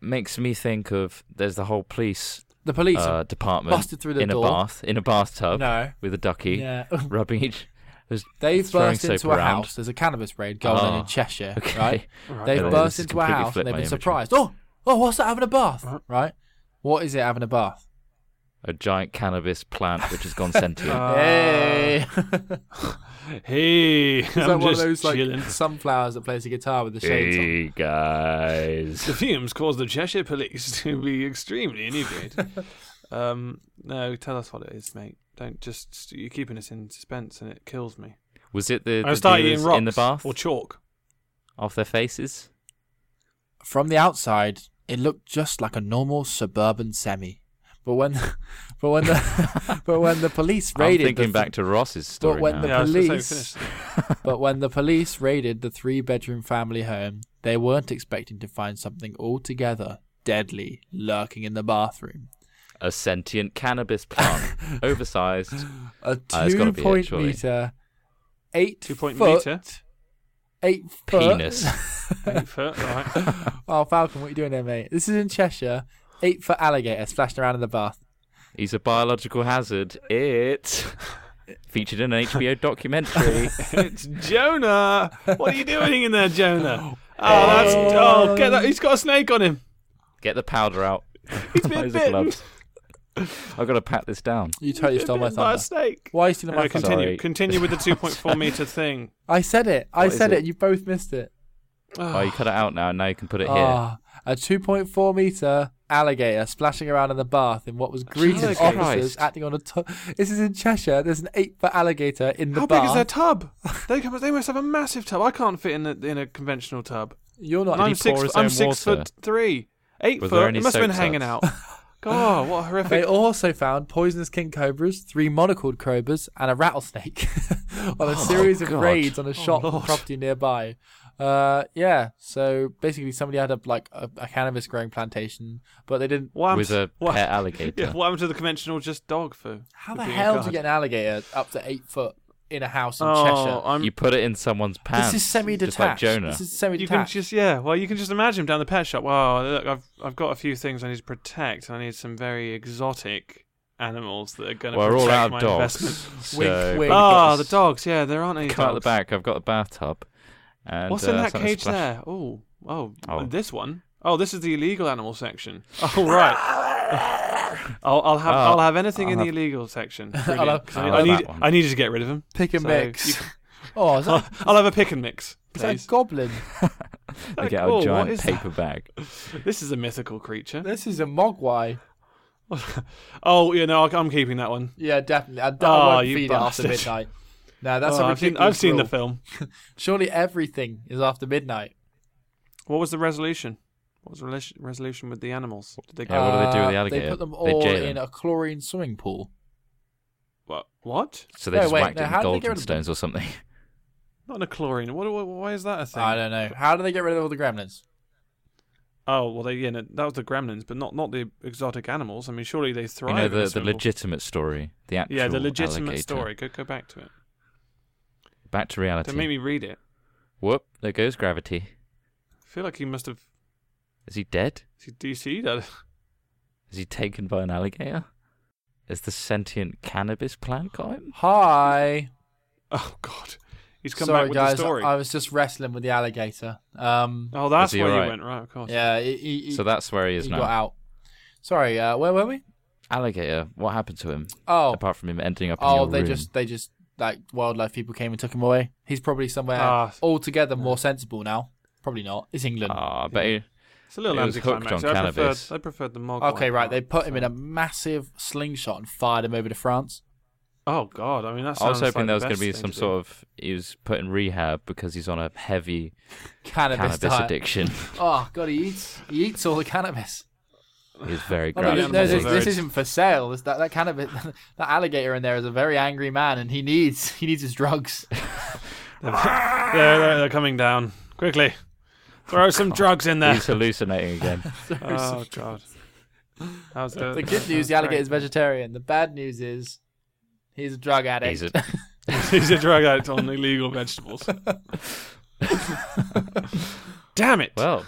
Speaker 3: makes me think of there's the whole police
Speaker 2: The police
Speaker 3: uh, department
Speaker 2: busted through the
Speaker 3: in
Speaker 2: door.
Speaker 3: a bath in a bathtub
Speaker 2: no,
Speaker 3: with a ducky
Speaker 2: yeah. *laughs*
Speaker 3: rubbing each. *laughs* was
Speaker 2: They
Speaker 3: throwing
Speaker 2: burst
Speaker 3: soap
Speaker 2: into a
Speaker 3: around.
Speaker 2: house. There's a cannabis raid going on in
Speaker 3: Oh,
Speaker 2: Cheshire,
Speaker 3: Okay.
Speaker 2: right?
Speaker 3: *laughs*
Speaker 1: Right,
Speaker 2: They've
Speaker 1: okay.
Speaker 3: Yeah, this
Speaker 2: burst
Speaker 3: has
Speaker 2: into a
Speaker 3: completely
Speaker 2: house and
Speaker 3: flipped
Speaker 2: they've
Speaker 3: my
Speaker 2: been
Speaker 3: imagery.
Speaker 2: surprised. Oh, oh, what's that having a bath?
Speaker 1: Uh-huh.
Speaker 2: Right? What is it having a bath?
Speaker 3: A giant cannabis plant which has
Speaker 2: *laughs*
Speaker 3: gone sentient.
Speaker 1: Uh,
Speaker 2: hey,
Speaker 1: *laughs* Hey,
Speaker 2: Is
Speaker 1: I'm
Speaker 2: that one of
Speaker 1: just
Speaker 2: those like
Speaker 1: chilling.
Speaker 2: sunflowers that plays a guitar with the shades on?
Speaker 3: hey guys.
Speaker 1: The fumes caused the Cheshire police to be extremely
Speaker 2: *laughs*
Speaker 1: inebriated. um, no, tell us what it is, mate. Don't just you're keeping us in suspense, and it kills me.
Speaker 3: Was it the,
Speaker 1: I
Speaker 3: the
Speaker 1: start eating
Speaker 3: dealers
Speaker 1: rocks
Speaker 3: in the bath
Speaker 1: or chalk.
Speaker 3: off their faces?
Speaker 2: From the outside, it looked just like a normal suburban semi. But when, *laughs* but when the, *laughs* but when the police raided,
Speaker 3: I'm thinking
Speaker 2: the,
Speaker 3: back to Ross's story
Speaker 2: when
Speaker 3: now.
Speaker 2: The
Speaker 1: yeah, I was gonna say,
Speaker 2: police-
Speaker 1: finish.
Speaker 2: But when the police raided the three bedroom family home, they weren't expecting to find something altogether deadly lurking in the bathroom.
Speaker 3: A
Speaker 2: *laughs*
Speaker 3: sentient cannabis plant, oversized.
Speaker 2: A
Speaker 3: Ah, it's
Speaker 2: two
Speaker 3: gotta be it,
Speaker 2: point
Speaker 3: surely.
Speaker 2: meter, eight
Speaker 1: Two point
Speaker 2: foot,
Speaker 1: meter?
Speaker 2: eight foot. *laughs*
Speaker 3: Penis.
Speaker 1: Eight foot, right.
Speaker 2: oh, Falcon, what are you doing there, mate? This is in Cheshire. Eight foot alligator splashing around in the bath.
Speaker 3: He's a biological hazard. It featured in an HBO
Speaker 2: *laughs*
Speaker 3: documentary.
Speaker 1: it's Jonah. What are you doing in there,
Speaker 3: *gasps*
Speaker 1: Jonah? Oh, that's oh, get that. He's got a snake on him.
Speaker 3: Get the powder out.
Speaker 1: He's been
Speaker 3: Those are
Speaker 1: bitten.
Speaker 3: gloves. I've got to pat this down.
Speaker 2: You totally
Speaker 1: Been
Speaker 2: stole my
Speaker 1: bitten by a
Speaker 2: thunder.
Speaker 1: snake.
Speaker 2: Why are you stealing my
Speaker 1: Anyway,
Speaker 2: thunder?
Speaker 1: continue.
Speaker 3: Sorry.
Speaker 1: Continue with the 2.4 meter thing.
Speaker 2: I said it. I
Speaker 3: What is
Speaker 2: said
Speaker 3: it?
Speaker 2: it. You both missed it.
Speaker 3: Oh, you cut it out now, and now you can put it here.
Speaker 2: Ah, a 2.4 meter alligator splashing around in the bath in what was greeted as
Speaker 3: Alligator.
Speaker 2: officers
Speaker 3: Christ.
Speaker 2: acting on a. To- this is in Cheshire. There's an eight foot alligator in the
Speaker 1: How
Speaker 2: bath.
Speaker 1: big is their tub? *laughs* They can, they must have a massive tub. I can't fit in a, in a conventional tub.
Speaker 2: You're not.
Speaker 3: he
Speaker 1: I'm six.
Speaker 3: pour his
Speaker 1: I'm
Speaker 3: own
Speaker 1: six
Speaker 3: water?
Speaker 1: foot three. Eight
Speaker 3: Was there
Speaker 1: foot.
Speaker 3: any
Speaker 1: It must have been
Speaker 3: soap
Speaker 1: hanging out.
Speaker 3: suds? *laughs*
Speaker 1: God, what a
Speaker 2: They
Speaker 1: horrific.
Speaker 2: also found poisonous king cobras, three monocled cobras, and a rattlesnake *laughs* on a series of
Speaker 3: Oh, God. Oh,
Speaker 2: raids on a shop and
Speaker 1: Lord.
Speaker 2: property nearby. Uh, yeah. So basically, somebody had a like a, a cannabis growing plantation, but they didn't.
Speaker 1: What
Speaker 3: With a
Speaker 1: happened- what-
Speaker 3: pet alligator.
Speaker 1: *laughs* Yeah, what happened to the conventional just dog food?
Speaker 2: How
Speaker 1: for
Speaker 2: the
Speaker 1: being
Speaker 2: hell do
Speaker 1: God?
Speaker 2: you get an alligator up to eight foot in a house in Cheshire?
Speaker 1: Oh, I'm,
Speaker 3: You
Speaker 1: you,
Speaker 3: put it in someone's pants.
Speaker 2: This is semi-detached.
Speaker 3: Just like Jonah.
Speaker 2: This is
Speaker 1: can
Speaker 2: semi-detached.
Speaker 1: just yeah. Well, you can just imagine him down the pet shop. Wow, look, I've I've got a few things I need to protect. I need some very exotic animals that are going to
Speaker 3: We're
Speaker 1: protect
Speaker 3: all out
Speaker 1: my
Speaker 3: of dogs.
Speaker 1: investment.
Speaker 3: So,
Speaker 2: Wink, wink.
Speaker 1: Ah,
Speaker 2: We've got
Speaker 1: the dogs. Yeah, there aren't any
Speaker 3: Cut out the
Speaker 1: dogs.
Speaker 3: back. I've got a bathtub. And,
Speaker 1: What's
Speaker 3: uh,
Speaker 1: in that
Speaker 3: something
Speaker 1: cage there?
Speaker 3: splashed-
Speaker 1: Oh, oh,
Speaker 3: Oh.
Speaker 1: this one. Oh, this is the illegal animal section. *laughs* Oh, right.
Speaker 3: *laughs*
Speaker 1: I'll, I'll have I'll have anything
Speaker 3: Uh, I'll
Speaker 1: in
Speaker 3: have-
Speaker 1: the illegal section.
Speaker 2: I'll have-
Speaker 1: Brilliant. 'Cause I,
Speaker 3: *laughs* I'll
Speaker 1: I
Speaker 3: have
Speaker 1: need
Speaker 3: that one.
Speaker 1: I needed to get rid of them.
Speaker 2: Pick and
Speaker 1: So
Speaker 2: mix. *laughs*
Speaker 1: you-
Speaker 2: oh,
Speaker 1: *laughs*
Speaker 2: is
Speaker 1: I'll,
Speaker 2: that,
Speaker 1: I'll have a pick and mix,
Speaker 2: is that a
Speaker 1: please.
Speaker 2: goblin?
Speaker 3: I get
Speaker 1: Cool,
Speaker 3: a
Speaker 1: what
Speaker 3: giant
Speaker 1: is
Speaker 3: paper bag.
Speaker 1: that? This is a mythical creature. *laughs*
Speaker 2: this is a mogwai.
Speaker 1: Oh, you know, I'm keeping that one.
Speaker 2: Yeah, definitely. I, I
Speaker 1: Oh,
Speaker 2: won't
Speaker 1: you
Speaker 2: feed it after
Speaker 1: bastard.
Speaker 2: midnight. No, that's
Speaker 1: Oh,
Speaker 2: a
Speaker 1: I've seen,
Speaker 2: ridiculous
Speaker 1: I've seen the
Speaker 2: rule.
Speaker 1: film.
Speaker 2: Surely everything is after midnight.
Speaker 1: What was the resolution? What was the rela- resolution with the animals? Did they Ah. go?
Speaker 3: Yeah, what do they do with the
Speaker 2: Uh, They
Speaker 3: alligator?
Speaker 2: put them
Speaker 3: They
Speaker 2: all
Speaker 3: jail
Speaker 2: in
Speaker 3: them.
Speaker 2: a chlorine swimming pool.
Speaker 1: what? What?
Speaker 3: So they
Speaker 2: No,
Speaker 3: just
Speaker 2: wait,
Speaker 3: whacked
Speaker 2: no,
Speaker 3: it
Speaker 2: how
Speaker 3: in
Speaker 2: did they get rid
Speaker 3: golden
Speaker 2: of
Speaker 3: stones or something. *laughs*
Speaker 1: Not in a chlorine. What, what? Why is that a thing?
Speaker 2: I don't know. How do they get rid of all the gremlins?
Speaker 1: Oh well, they yeah, no, that was the gremlins, but not not the exotic animals. I mean, surely they thrive.
Speaker 3: You know
Speaker 1: in a
Speaker 3: the, the
Speaker 1: swimming pool.
Speaker 3: legitimate story, the actual
Speaker 1: yeah, the legitimate
Speaker 3: alligator.
Speaker 1: story. Go go back to it.
Speaker 3: Back to reality.
Speaker 1: Don't make me read it.
Speaker 3: Whoop! There goes gravity.
Speaker 1: I feel like he must have.
Speaker 3: Is he dead?
Speaker 1: Is he DC'd? I-
Speaker 3: Is he taken by an alligator? Is the sentient cannabis plant got him?
Speaker 2: Hi.
Speaker 1: *laughs* Oh God, He's come
Speaker 2: Sorry,
Speaker 1: back with
Speaker 2: guys.
Speaker 1: the story.
Speaker 2: I was just wrestling with the alligator. Um,
Speaker 1: oh, that's
Speaker 3: Is he
Speaker 1: where you
Speaker 3: alright?
Speaker 1: went right. Of course.
Speaker 2: yeah, he, he, he-
Speaker 3: So that's where he is
Speaker 2: he
Speaker 3: now.
Speaker 2: got out. Sorry, uh, where were we?
Speaker 3: Alligator. What happened to him?
Speaker 2: Oh,
Speaker 3: Apart from him ending up in
Speaker 2: oh,
Speaker 3: your
Speaker 2: they
Speaker 3: room.
Speaker 2: just they just like wildlife people came and took him away. He's probably somewhere
Speaker 1: Ah.
Speaker 2: altogether more sensible now. Probably not. It's England.
Speaker 3: Ah, but he-
Speaker 1: It's a little
Speaker 3: It was
Speaker 1: anticlimax.
Speaker 3: hooked on
Speaker 1: I preferred,
Speaker 3: cannabis.
Speaker 1: I preferred the mog.
Speaker 2: okay,
Speaker 1: one.
Speaker 2: right. They put him in a massive slingshot and fired him over to France.
Speaker 1: Oh God! I mean, that's.
Speaker 3: I was hoping there was going to be some sort of he was put in rehab because he's on a heavy
Speaker 2: Cannabis,
Speaker 3: cannabis
Speaker 2: diet. *laughs*
Speaker 3: addiction.
Speaker 2: Oh god, he eats he eats all the cannabis.
Speaker 3: he's very
Speaker 2: Oh,
Speaker 1: Grab
Speaker 2: no,
Speaker 1: it
Speaker 2: no,
Speaker 3: gravity.
Speaker 1: from
Speaker 2: no,
Speaker 1: the
Speaker 2: this,
Speaker 1: birds.
Speaker 2: this isn't for sale. This, that, that cannabis, *laughs* that alligator in there is a very angry man, and he needs *laughs* he needs his drugs.
Speaker 1: *laughs* they're, they're, they're coming down quickly.
Speaker 3: Oh,
Speaker 1: Throw some drugs in there.
Speaker 3: He's
Speaker 2: *laughs*
Speaker 3: hallucinating again.
Speaker 1: *laughs* oh God! How's the,
Speaker 2: The good news: the alligator is vegetarian. The bad news is he's a drug addict.
Speaker 3: He's a,
Speaker 1: *laughs* He's a drug addict on illegal
Speaker 3: *laughs*
Speaker 1: vegetables. Damn it!
Speaker 3: well,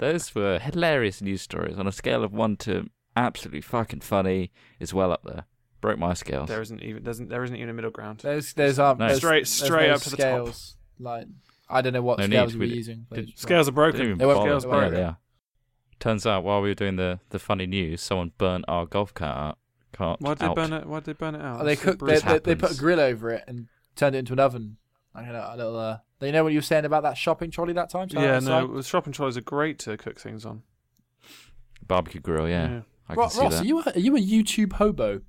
Speaker 3: those were hilarious news stories on a scale of one to absolutely fucking funny. Is well up there. Broke my scales.
Speaker 1: there isn't even doesn't there isn't even a middle ground.
Speaker 2: There's there's um
Speaker 3: No.
Speaker 2: there's,
Speaker 1: Straight-
Speaker 2: there's
Speaker 1: straight
Speaker 2: no
Speaker 1: up to the top.
Speaker 2: scales. the top. Like I don't know what
Speaker 3: No
Speaker 2: scales
Speaker 3: need,
Speaker 2: we were
Speaker 3: we-
Speaker 2: using. but
Speaker 3: did-
Speaker 2: it's-
Speaker 1: Scales are
Speaker 3: Didn't even
Speaker 1: broken.
Speaker 2: They won't
Speaker 3: bother.
Speaker 1: scales
Speaker 2: go
Speaker 3: Yeah,
Speaker 2: away.
Speaker 1: broken.
Speaker 3: they are. Turns out while we were doing the, the funny news, someone burnt our golf cart. cart
Speaker 1: Why did they
Speaker 3: out.
Speaker 1: burn it? Why did they burn it out?
Speaker 2: oh, they
Speaker 1: It's so
Speaker 2: cooked. They,
Speaker 1: brutal.
Speaker 2: they, they put a
Speaker 3: happens.
Speaker 2: grill over it and turned it into an oven. I had a, a little. Uh, you know what you were saying about that shopping trolley that time? Sally,
Speaker 1: yeah,
Speaker 2: outside?
Speaker 1: no. well, Shopping trolleys are great to cook things on.
Speaker 3: Barbecue grill, yeah. I can
Speaker 2: Ro-
Speaker 3: see
Speaker 2: Ross,
Speaker 3: that.
Speaker 2: are you a, are you a YouTube hobo?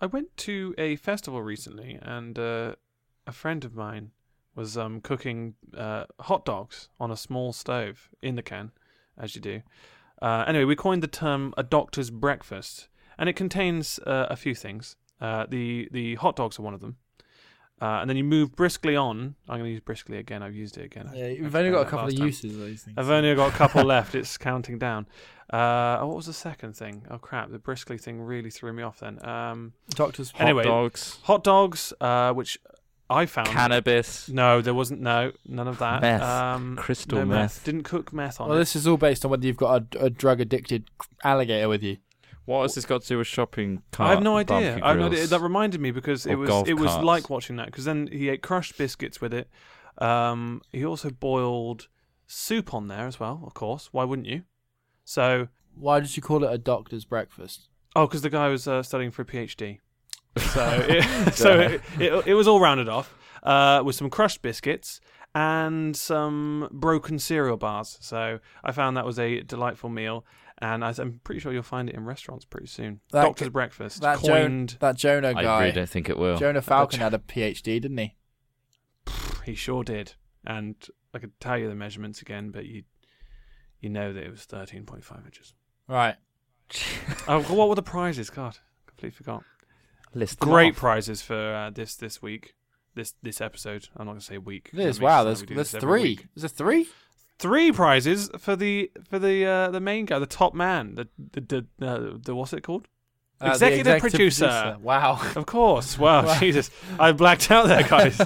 Speaker 1: I went to a festival recently, and uh, a friend of mine was um, cooking uh, hot dogs on a small stove in the can, as you do. Uh, anyway, we coined the term a doctor's breakfast, and it contains uh, a few things. Uh, the the hot dogs are one of them, uh, and then you move briskly on. I'm going to use briskly again. I've used it again. I-
Speaker 2: Yeah,
Speaker 1: I
Speaker 2: you've only got
Speaker 1: failed that
Speaker 2: a couple of
Speaker 1: last time.
Speaker 2: uses of these things.
Speaker 1: I've only got a couple left. It's counting down. Uh, oh, what was the second thing? Oh crap! The briskly thing really threw me off. Then um,
Speaker 2: Doctors.
Speaker 3: Hot
Speaker 1: anyway,
Speaker 3: dogs,
Speaker 1: hot dogs, uh, which I found.
Speaker 3: cannabis.
Speaker 1: no, there wasn't. No, none of that.
Speaker 3: Meth.
Speaker 1: Um,
Speaker 3: Crystal
Speaker 1: no
Speaker 3: meth.
Speaker 1: Didn't cook meth on
Speaker 2: Well,
Speaker 1: it.
Speaker 2: this is all based on whether you've got a, a drug addicted alligator with you.
Speaker 3: What has this got to do with shopping cart?
Speaker 1: I have no idea.
Speaker 3: barbecue
Speaker 1: I have no idea.
Speaker 3: grills?
Speaker 1: That reminded me because it
Speaker 3: Or
Speaker 1: was
Speaker 3: golf
Speaker 1: it was
Speaker 3: carts.
Speaker 1: like watching that because then he ate crushed biscuits with it. Um, he also boiled soup on there as well. Of course, why wouldn't you? So,
Speaker 2: Why did you call it a
Speaker 1: *laughs*
Speaker 2: doctor's breakfast?
Speaker 1: oh, because the guy was uh, studying for a PhD. So, it, *laughs* so it, it, it was all rounded off uh, with some crushed biscuits and some broken cereal bars. So I found that was a delightful meal, and I, I'm pretty sure you'll find it in restaurants pretty soon.
Speaker 2: That-
Speaker 1: Doctor's breakfast,
Speaker 2: That,
Speaker 1: coined.
Speaker 2: Jo- *laughs* that Jonah
Speaker 3: I eh? really
Speaker 2: guy.
Speaker 3: don't think it will.
Speaker 2: Jonah Falcon had a PhD, didn't he?
Speaker 1: He sure did, and I could tell you the measurements again, but you you know that it was thirteen point five inches.
Speaker 2: Right.
Speaker 1: Oh, God, what were the prizes? God, completely forgot.
Speaker 3: List them
Speaker 1: Great
Speaker 3: off.
Speaker 1: prizes for uh, this this week, this this episode. I'm not gonna say week. 'cause
Speaker 2: It is.
Speaker 1: that makes
Speaker 2: Wow,
Speaker 1: it
Speaker 2: there's
Speaker 1: sound like we do
Speaker 2: there's
Speaker 1: this every
Speaker 2: three.
Speaker 1: week.
Speaker 2: There's a three?
Speaker 1: three prizes for the for the uh, the main guy, the top man, the the the, uh, the what's it called?
Speaker 2: Uh, the
Speaker 1: Executive producer.
Speaker 2: Wow.
Speaker 1: Of course.
Speaker 2: *laughs*
Speaker 1: Wow,
Speaker 2: Wow.
Speaker 1: *laughs* Jesus, *laughs* I blacked out there,
Speaker 2: *laughs*
Speaker 1: guys.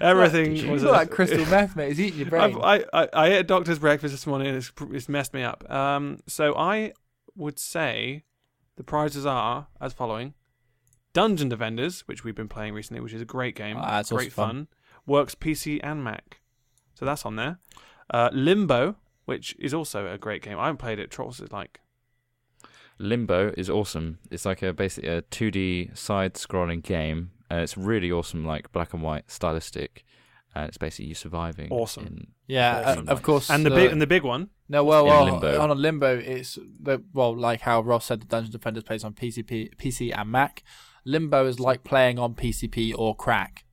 Speaker 1: Everything
Speaker 2: You
Speaker 1: was
Speaker 2: look
Speaker 1: a- *laughs*
Speaker 2: like crystal meth, mate. He's eating your brain.
Speaker 1: I've, I, I I ate a doctor's breakfast this morning and it's, pr- it's messed me up. Um, so I would say the prizes are as following: Dungeon Defenders, which we've been playing recently, which is a great game,
Speaker 2: Ah, that's
Speaker 1: great
Speaker 2: also fun.
Speaker 1: Works PC and Mac, so that's on there. Uh, Limbo, which is also a great game. I haven't played it. Trolls is like
Speaker 3: Limbo is awesome. It's like a basically a 2D side-scrolling game, and it's really awesome, like black and white, stylistic. And it's basically you surviving.
Speaker 1: Awesome.
Speaker 3: in-
Speaker 2: yeah, uh,
Speaker 1: Awesome.
Speaker 2: of course.
Speaker 1: and the
Speaker 2: uh,
Speaker 1: big and the big one.
Speaker 2: No, well,
Speaker 3: in
Speaker 2: well
Speaker 3: Limbo.
Speaker 2: on a limbo, it's the, well, like how Ross said, the Dungeon Defenders plays on PCP, PC and Mac. Limbo is like playing on PCP or crack.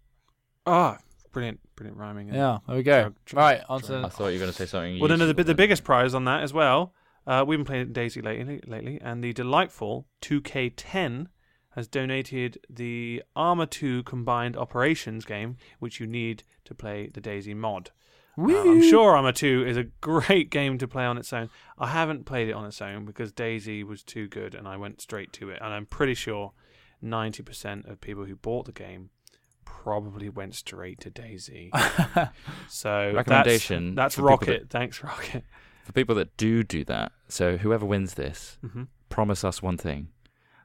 Speaker 1: Ah, brilliant, brilliant rhyming. and-
Speaker 2: Yeah, there we go.
Speaker 1: Drug- drug-
Speaker 2: right, on to
Speaker 1: drug.
Speaker 3: I thought you were going to say something.
Speaker 1: Well, then the, the
Speaker 3: useful then.
Speaker 1: biggest prize on that as well. Uh, we've been playing Daisy lately, lately, and the delightful 2K10 has donated the Armor 2 combined operations game, which you need to play the Daisy mod. Uh, I'm sure Armor 2 is a great game to play on its own. I haven't played it on its own because Daisy was too good, and I went straight to it. And I'm pretty sure 90% of people who bought the game probably went straight to
Speaker 2: *laughs*
Speaker 1: Daisy. so that's-
Speaker 3: Recommendation
Speaker 1: That's,
Speaker 3: for people
Speaker 1: Rocket. Thanks, Rocket. *laughs*
Speaker 3: for people that do do that. So whoever wins this,
Speaker 1: Mm-hmm.
Speaker 3: promise us one thing: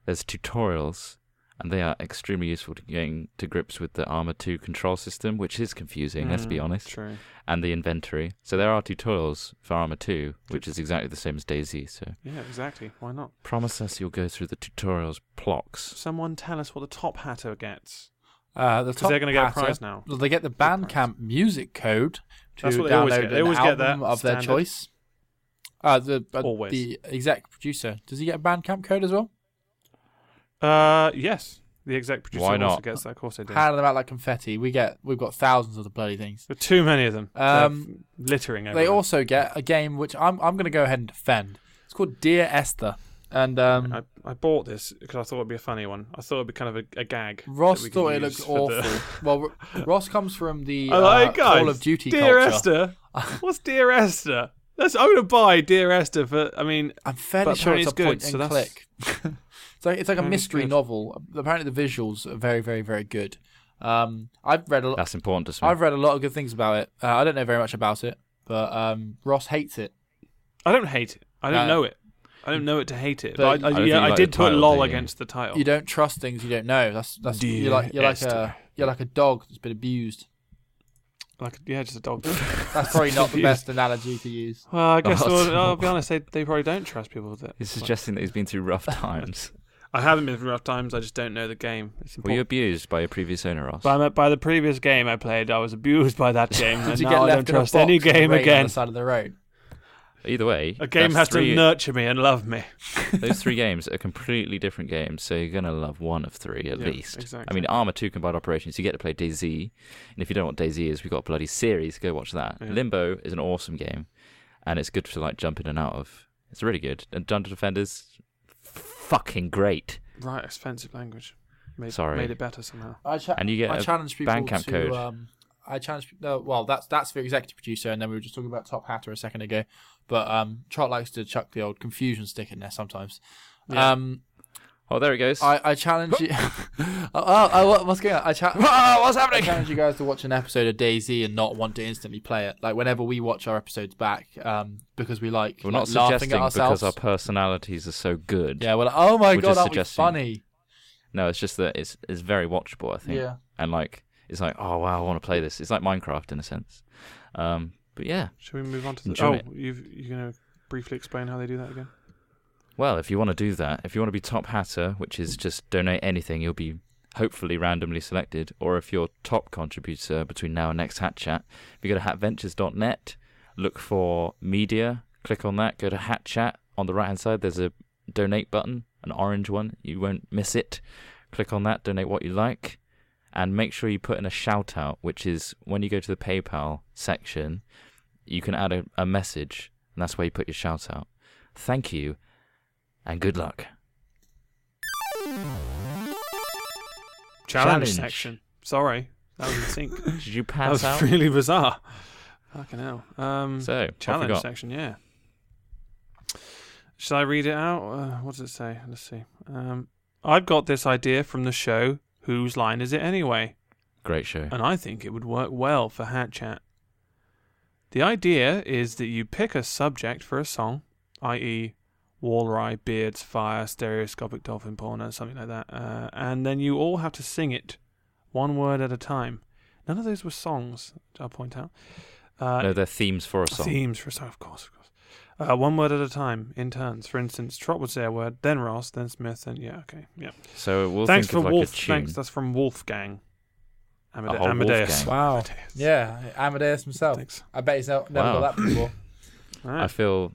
Speaker 3: there's tutorials and they are extremely useful to getting to grips with the Armour 2 control system, which is confusing, let's be
Speaker 1: Mm,
Speaker 3: honest,
Speaker 1: True.
Speaker 3: and the inventory. So there are tutorials for Armour 2, which is exactly the same as Daisy. So
Speaker 1: Yeah, exactly. Why not?
Speaker 3: promise us you'll go through the tutorials plocks.
Speaker 1: Someone tell us what the top hatter gets.
Speaker 2: Uh, the
Speaker 1: Because they're going to get a prize now.
Speaker 2: Well, they get the
Speaker 1: prize.
Speaker 2: Bandcamp music code to
Speaker 1: That's what they always
Speaker 2: download
Speaker 1: get. They
Speaker 2: an
Speaker 1: always get
Speaker 2: album
Speaker 1: that
Speaker 2: of their
Speaker 1: standard.
Speaker 2: choice. Uh, the uh,
Speaker 1: Always.
Speaker 2: the exec producer does he get a Bandcamp code as well?
Speaker 1: Uh, yes. The exec producer
Speaker 3: Why
Speaker 1: also
Speaker 3: not?
Speaker 1: gets that. Of course they do.
Speaker 2: Handing them out like confetti. We get we've got thousands of the bloody things.
Speaker 1: There are too many of them. They're
Speaker 2: Um,
Speaker 1: f- littering
Speaker 2: They
Speaker 1: everywhere.
Speaker 2: also get a game which I'm I'm going to go ahead and defend. It's called Dear Esther, and um,
Speaker 1: I, I bought this because I thought it'd be a funny one. I thought it'd be kind of a, a gag. that
Speaker 2: Ross
Speaker 1: we could
Speaker 2: thought it
Speaker 1: use
Speaker 2: looked
Speaker 1: for
Speaker 2: awful.
Speaker 1: the-
Speaker 2: well, R- Ross comes from the
Speaker 1: *laughs* I
Speaker 2: uh,
Speaker 1: like, guys,
Speaker 2: Call of Duty
Speaker 1: Dear
Speaker 2: culture.
Speaker 1: Esther. What's Dear Esther? That's, I'm going to buy Dear Esther for. I mean,
Speaker 2: I'm fairly
Speaker 1: But
Speaker 2: sure
Speaker 1: apparently
Speaker 2: it's a
Speaker 1: it's good,
Speaker 2: point
Speaker 1: so
Speaker 2: and
Speaker 1: that's- *laughs*
Speaker 2: click. it's like it's like a
Speaker 1: Apparently it's
Speaker 2: mystery
Speaker 1: good.
Speaker 2: novel. Apparently the visuals are very, very, very good. Um, I've read a lot.
Speaker 3: That's important to some.
Speaker 2: I've read a lot of good things about it. Uh, I don't know very much about it, but um, Ross hates it.
Speaker 1: I don't hate it. I don't
Speaker 2: No.
Speaker 1: know it. I don't know it to hate it.
Speaker 2: But-
Speaker 1: But, I,
Speaker 3: don't
Speaker 1: I,
Speaker 3: think you
Speaker 1: yeah, I
Speaker 3: like
Speaker 1: did
Speaker 3: the
Speaker 1: put
Speaker 3: title,
Speaker 1: lol
Speaker 3: do you?
Speaker 1: against the title.
Speaker 2: You don't trust things you don't know. That's that's
Speaker 1: Oh. Dear
Speaker 2: you're like you're like
Speaker 1: Esther.
Speaker 2: a you're like a dog that's been abused.
Speaker 1: Like, yeah, just a dog. *laughs*
Speaker 2: That's probably not the best analogy to use.
Speaker 1: well, I guess
Speaker 3: Oh,
Speaker 1: I'll,
Speaker 3: so-
Speaker 1: I'll be honest. They, they probably don't trust people with it.
Speaker 3: He's suggesting that he's been through
Speaker 1: *laughs*
Speaker 3: rough times.
Speaker 1: I haven't been through rough times. I just don't know the game. It's
Speaker 3: Were
Speaker 1: important.
Speaker 3: you abused by your previous owner, Ross?
Speaker 1: by, by the previous game I played, I was abused by that game, and
Speaker 2: Did you
Speaker 1: now I don't
Speaker 2: in a
Speaker 1: trust any
Speaker 2: box in the
Speaker 1: game
Speaker 2: rain on
Speaker 1: again.
Speaker 2: the side of the road.
Speaker 3: Either way,
Speaker 1: A game
Speaker 3: that's
Speaker 1: has
Speaker 3: three,
Speaker 1: to nurture me and love me.
Speaker 3: *laughs* those three games are completely different games, so you're gonna love one of three at
Speaker 1: Yeah,
Speaker 3: least. I
Speaker 1: exactly.
Speaker 3: mean, Armor Two Combined Operations, you get to play DayZ, and if you don't know what DayZ is, we've got a bloody series. Go watch that.
Speaker 1: Yeah.
Speaker 3: Limbo is an awesome game, and it's good to like jump in and out of. It's really good. And Dungeon Defenders, fucking great.
Speaker 1: Right, expensive language. Made,
Speaker 3: Sorry.
Speaker 1: made it better somehow.
Speaker 2: I cha-
Speaker 3: And you get
Speaker 2: I
Speaker 3: a
Speaker 2: challenge people
Speaker 3: Bandcamp
Speaker 2: to.
Speaker 3: code.
Speaker 2: Um, I challenge. No, well, that's that's for executive producer, and then we were just talking about Top Hatter a second ago. But um, Trot likes to chuck the old confusion stick in there sometimes.
Speaker 1: Yeah.
Speaker 2: Um,
Speaker 3: Oh, there it goes.
Speaker 2: I, I challenge you. *laughs* oh, oh, oh, what- what's going on? I, cha-
Speaker 3: Oh, *laughs* what's
Speaker 2: I
Speaker 3: happening?
Speaker 2: challenge you guys to watch an episode of Daisy and not want to instantly play it. Like whenever we watch our episodes back, um, because we like
Speaker 3: We're
Speaker 2: like,
Speaker 3: not
Speaker 2: laughing
Speaker 3: suggesting
Speaker 2: at ourselves.
Speaker 3: because our personalities are so good.
Speaker 2: yeah, we're like, oh my
Speaker 3: We're
Speaker 2: god,
Speaker 3: just
Speaker 2: aren't we
Speaker 3: suggesting-
Speaker 2: funny?
Speaker 3: No, it's just that it's it's very watchable. I think.
Speaker 2: Yeah.
Speaker 3: And like, it's like, oh wow, I want to play this. It's like Minecraft in a sense. Um, but yeah.
Speaker 1: Should we move on to the?
Speaker 3: Enjoy
Speaker 1: Oh,
Speaker 3: it.
Speaker 1: you've, you're going to briefly explain how they do that again?
Speaker 3: Well, if you want to do that, if you want to be top hatter, which is just donate anything, you'll be hopefully randomly selected. Or if you're top contributor between now and next Hat Chat, if you go to hatventures.net, look for media, click on that, go to Hat Chat. On the right hand side, there's a donate button, an orange one. You won't miss it. Click on that, donate what you like. And make sure you put in a shout out, which is when you go to the PayPal section, you can add a, a message, and that's where you put your shout out. Thank you and good luck.
Speaker 1: Challenge,
Speaker 3: Challenge.
Speaker 1: section. Sorry, that was in
Speaker 3: *laughs*
Speaker 1: sync.
Speaker 3: Did you
Speaker 1: that
Speaker 3: pass
Speaker 1: was
Speaker 3: out?
Speaker 1: really bizarre. Fucking hell. Um,
Speaker 3: So, what have we
Speaker 1: challenge
Speaker 3: got?
Speaker 1: section, yeah. Should I read it out? Uh, what does it say? Let's see. Um, I've got this idea from the show. Whose line is it anyway?
Speaker 3: Great show.
Speaker 1: *laughs* and I think it would work well for Hat Chat. The idea is that you pick a subject for a song, i.e., Walry, Beards, Fire, Stereoscopic Dolphin Porn, or something like that, uh, and then you all have to sing it one word at a time. None of those were songs, I'll point out. Uh,
Speaker 3: no, they're themes for a song.
Speaker 1: Themes for a song, of course, of course. Uh, one word at a time, in turns. For instance, Trot would say a word, then Ross, then Smith, then yeah, okay, yeah.
Speaker 3: So we'll
Speaker 1: Thanks
Speaker 3: think
Speaker 1: for
Speaker 3: of like
Speaker 1: Wolf.
Speaker 3: a tune.
Speaker 1: Thanks, that's from Wolfgang. Amade-
Speaker 3: whole
Speaker 1: Amadeus.
Speaker 3: Wolfgang.
Speaker 2: *laughs* Wow.
Speaker 1: Amadeus.
Speaker 2: Yeah, Amadeus himself.
Speaker 1: Thanks.
Speaker 2: I bet he's not, never
Speaker 3: Wow.
Speaker 2: got that
Speaker 3: *clears throat*
Speaker 2: before.
Speaker 1: All
Speaker 3: I
Speaker 1: right.
Speaker 3: feel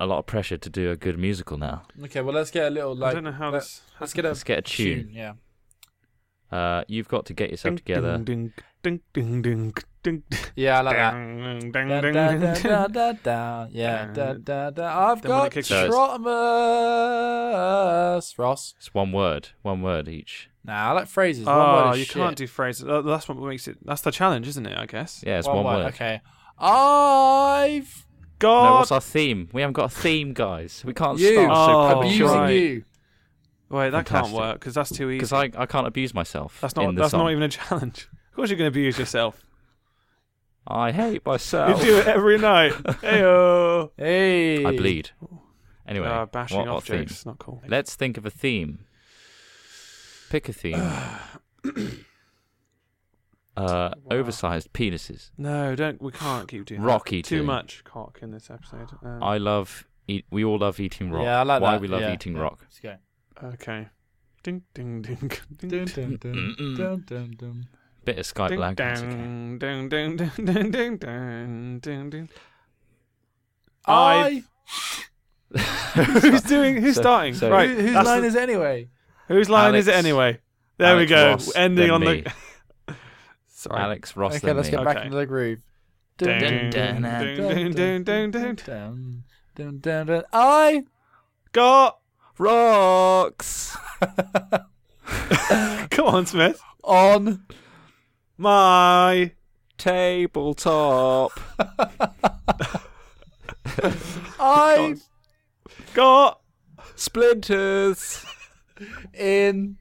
Speaker 3: a lot of pressure to do a good musical now.
Speaker 2: okay, well let's get a little
Speaker 1: I
Speaker 2: like
Speaker 1: don't know how
Speaker 2: let-
Speaker 1: this.
Speaker 2: let's get a
Speaker 3: Let's get a tune.
Speaker 2: Yeah.
Speaker 3: Uh, you've got to get yourself
Speaker 1: Ding,
Speaker 3: together.
Speaker 1: Ding, ding, ding, ding, ding, ding,
Speaker 2: Yeah, I like that.
Speaker 1: ding, ding, ding,
Speaker 2: Da,
Speaker 1: ding,
Speaker 2: da, da, da,
Speaker 1: ding.
Speaker 2: da, da. Yeah, da, da, da. I've
Speaker 1: Then when it
Speaker 2: got
Speaker 1: kicks
Speaker 3: in.
Speaker 2: Trotmus. Ross.
Speaker 3: It's one word. One word each.
Speaker 2: Nah, I like phrases. One word
Speaker 1: Oh,
Speaker 2: is
Speaker 1: you
Speaker 2: shit.
Speaker 1: can't do phrases. Uh, That's what makes it. That's the challenge, isn't it? I guess.
Speaker 3: Yeah, it's
Speaker 2: one,
Speaker 3: one,
Speaker 2: word.
Speaker 3: word.
Speaker 2: Okay. I've
Speaker 1: God.
Speaker 3: No, what's our theme? We haven't got a theme, guys. We can't
Speaker 2: You.
Speaker 3: start so
Speaker 1: Oh,
Speaker 3: quick.
Speaker 2: abusing
Speaker 1: right.
Speaker 2: you.
Speaker 1: Wait, that
Speaker 3: Fantastic.
Speaker 1: can't work because that's too
Speaker 3: Because
Speaker 1: easy.
Speaker 3: I, I can't abuse myself.
Speaker 1: that's
Speaker 3: In
Speaker 1: not.
Speaker 3: the
Speaker 1: That's
Speaker 3: song.
Speaker 1: not even a challenge. Of course, you're going to abuse
Speaker 3: *laughs*
Speaker 1: yourself.
Speaker 3: I hate
Speaker 1: You
Speaker 3: myself.
Speaker 1: do it every
Speaker 3: *laughs*
Speaker 1: night. Heyo.
Speaker 2: Hey.
Speaker 3: I bleed. Anyway,
Speaker 1: Uh, bashing
Speaker 3: what,
Speaker 1: off
Speaker 3: what theme?
Speaker 1: jokes. Not cool.
Speaker 3: Let's think of a theme. Pick a theme. uh, Oversized penises.
Speaker 1: *sighs* No, don't. We can't keep doing
Speaker 3: Rock
Speaker 1: that.
Speaker 3: eating.
Speaker 1: Too much cock in this episode. Um,
Speaker 3: I love. Eat, we all love eating rock.
Speaker 2: Yeah, I like
Speaker 3: Why
Speaker 2: that.
Speaker 3: we love
Speaker 2: Yeah.
Speaker 3: eating rock.
Speaker 2: Let's go.
Speaker 1: okay. Ding ding *laughs* ding ding
Speaker 2: Dun,
Speaker 1: ding
Speaker 2: dun, dun,
Speaker 3: Mm-mm.
Speaker 2: dun, dun, dun.
Speaker 3: Bit of Skype
Speaker 1: ding
Speaker 3: lag. that's okay.
Speaker 1: dang, ding ding ding ding ding ding ding
Speaker 3: *laughs*
Speaker 1: ding.
Speaker 2: I.
Speaker 1: I-
Speaker 2: *laughs*
Speaker 1: Who's doing? Who's
Speaker 3: So-
Speaker 1: starting?
Speaker 3: so-
Speaker 1: right.
Speaker 2: Who, whose
Speaker 1: that's
Speaker 2: line
Speaker 1: the-
Speaker 2: is it anyway?
Speaker 1: whose line is it
Speaker 3: Alex-
Speaker 1: anyway? There we
Speaker 3: Alex
Speaker 1: go.
Speaker 3: Ross,
Speaker 1: Ending
Speaker 3: then
Speaker 1: on
Speaker 3: me.
Speaker 1: the. *laughs* Sorry.
Speaker 3: Alex Ross.
Speaker 2: okay,
Speaker 3: then
Speaker 2: let's
Speaker 3: me.
Speaker 2: get back
Speaker 1: Okay.
Speaker 2: into the groove.
Speaker 1: Dun,
Speaker 3: dun, dun,
Speaker 1: dun, dun, dun, dun.
Speaker 2: dun, dun, dun, dun. I.
Speaker 1: Got. *laughs*
Speaker 3: Rocks.
Speaker 1: Come on, Smith.
Speaker 2: on.
Speaker 1: My.
Speaker 3: Tabletop.
Speaker 2: I
Speaker 1: Got.
Speaker 3: Splinters.
Speaker 2: in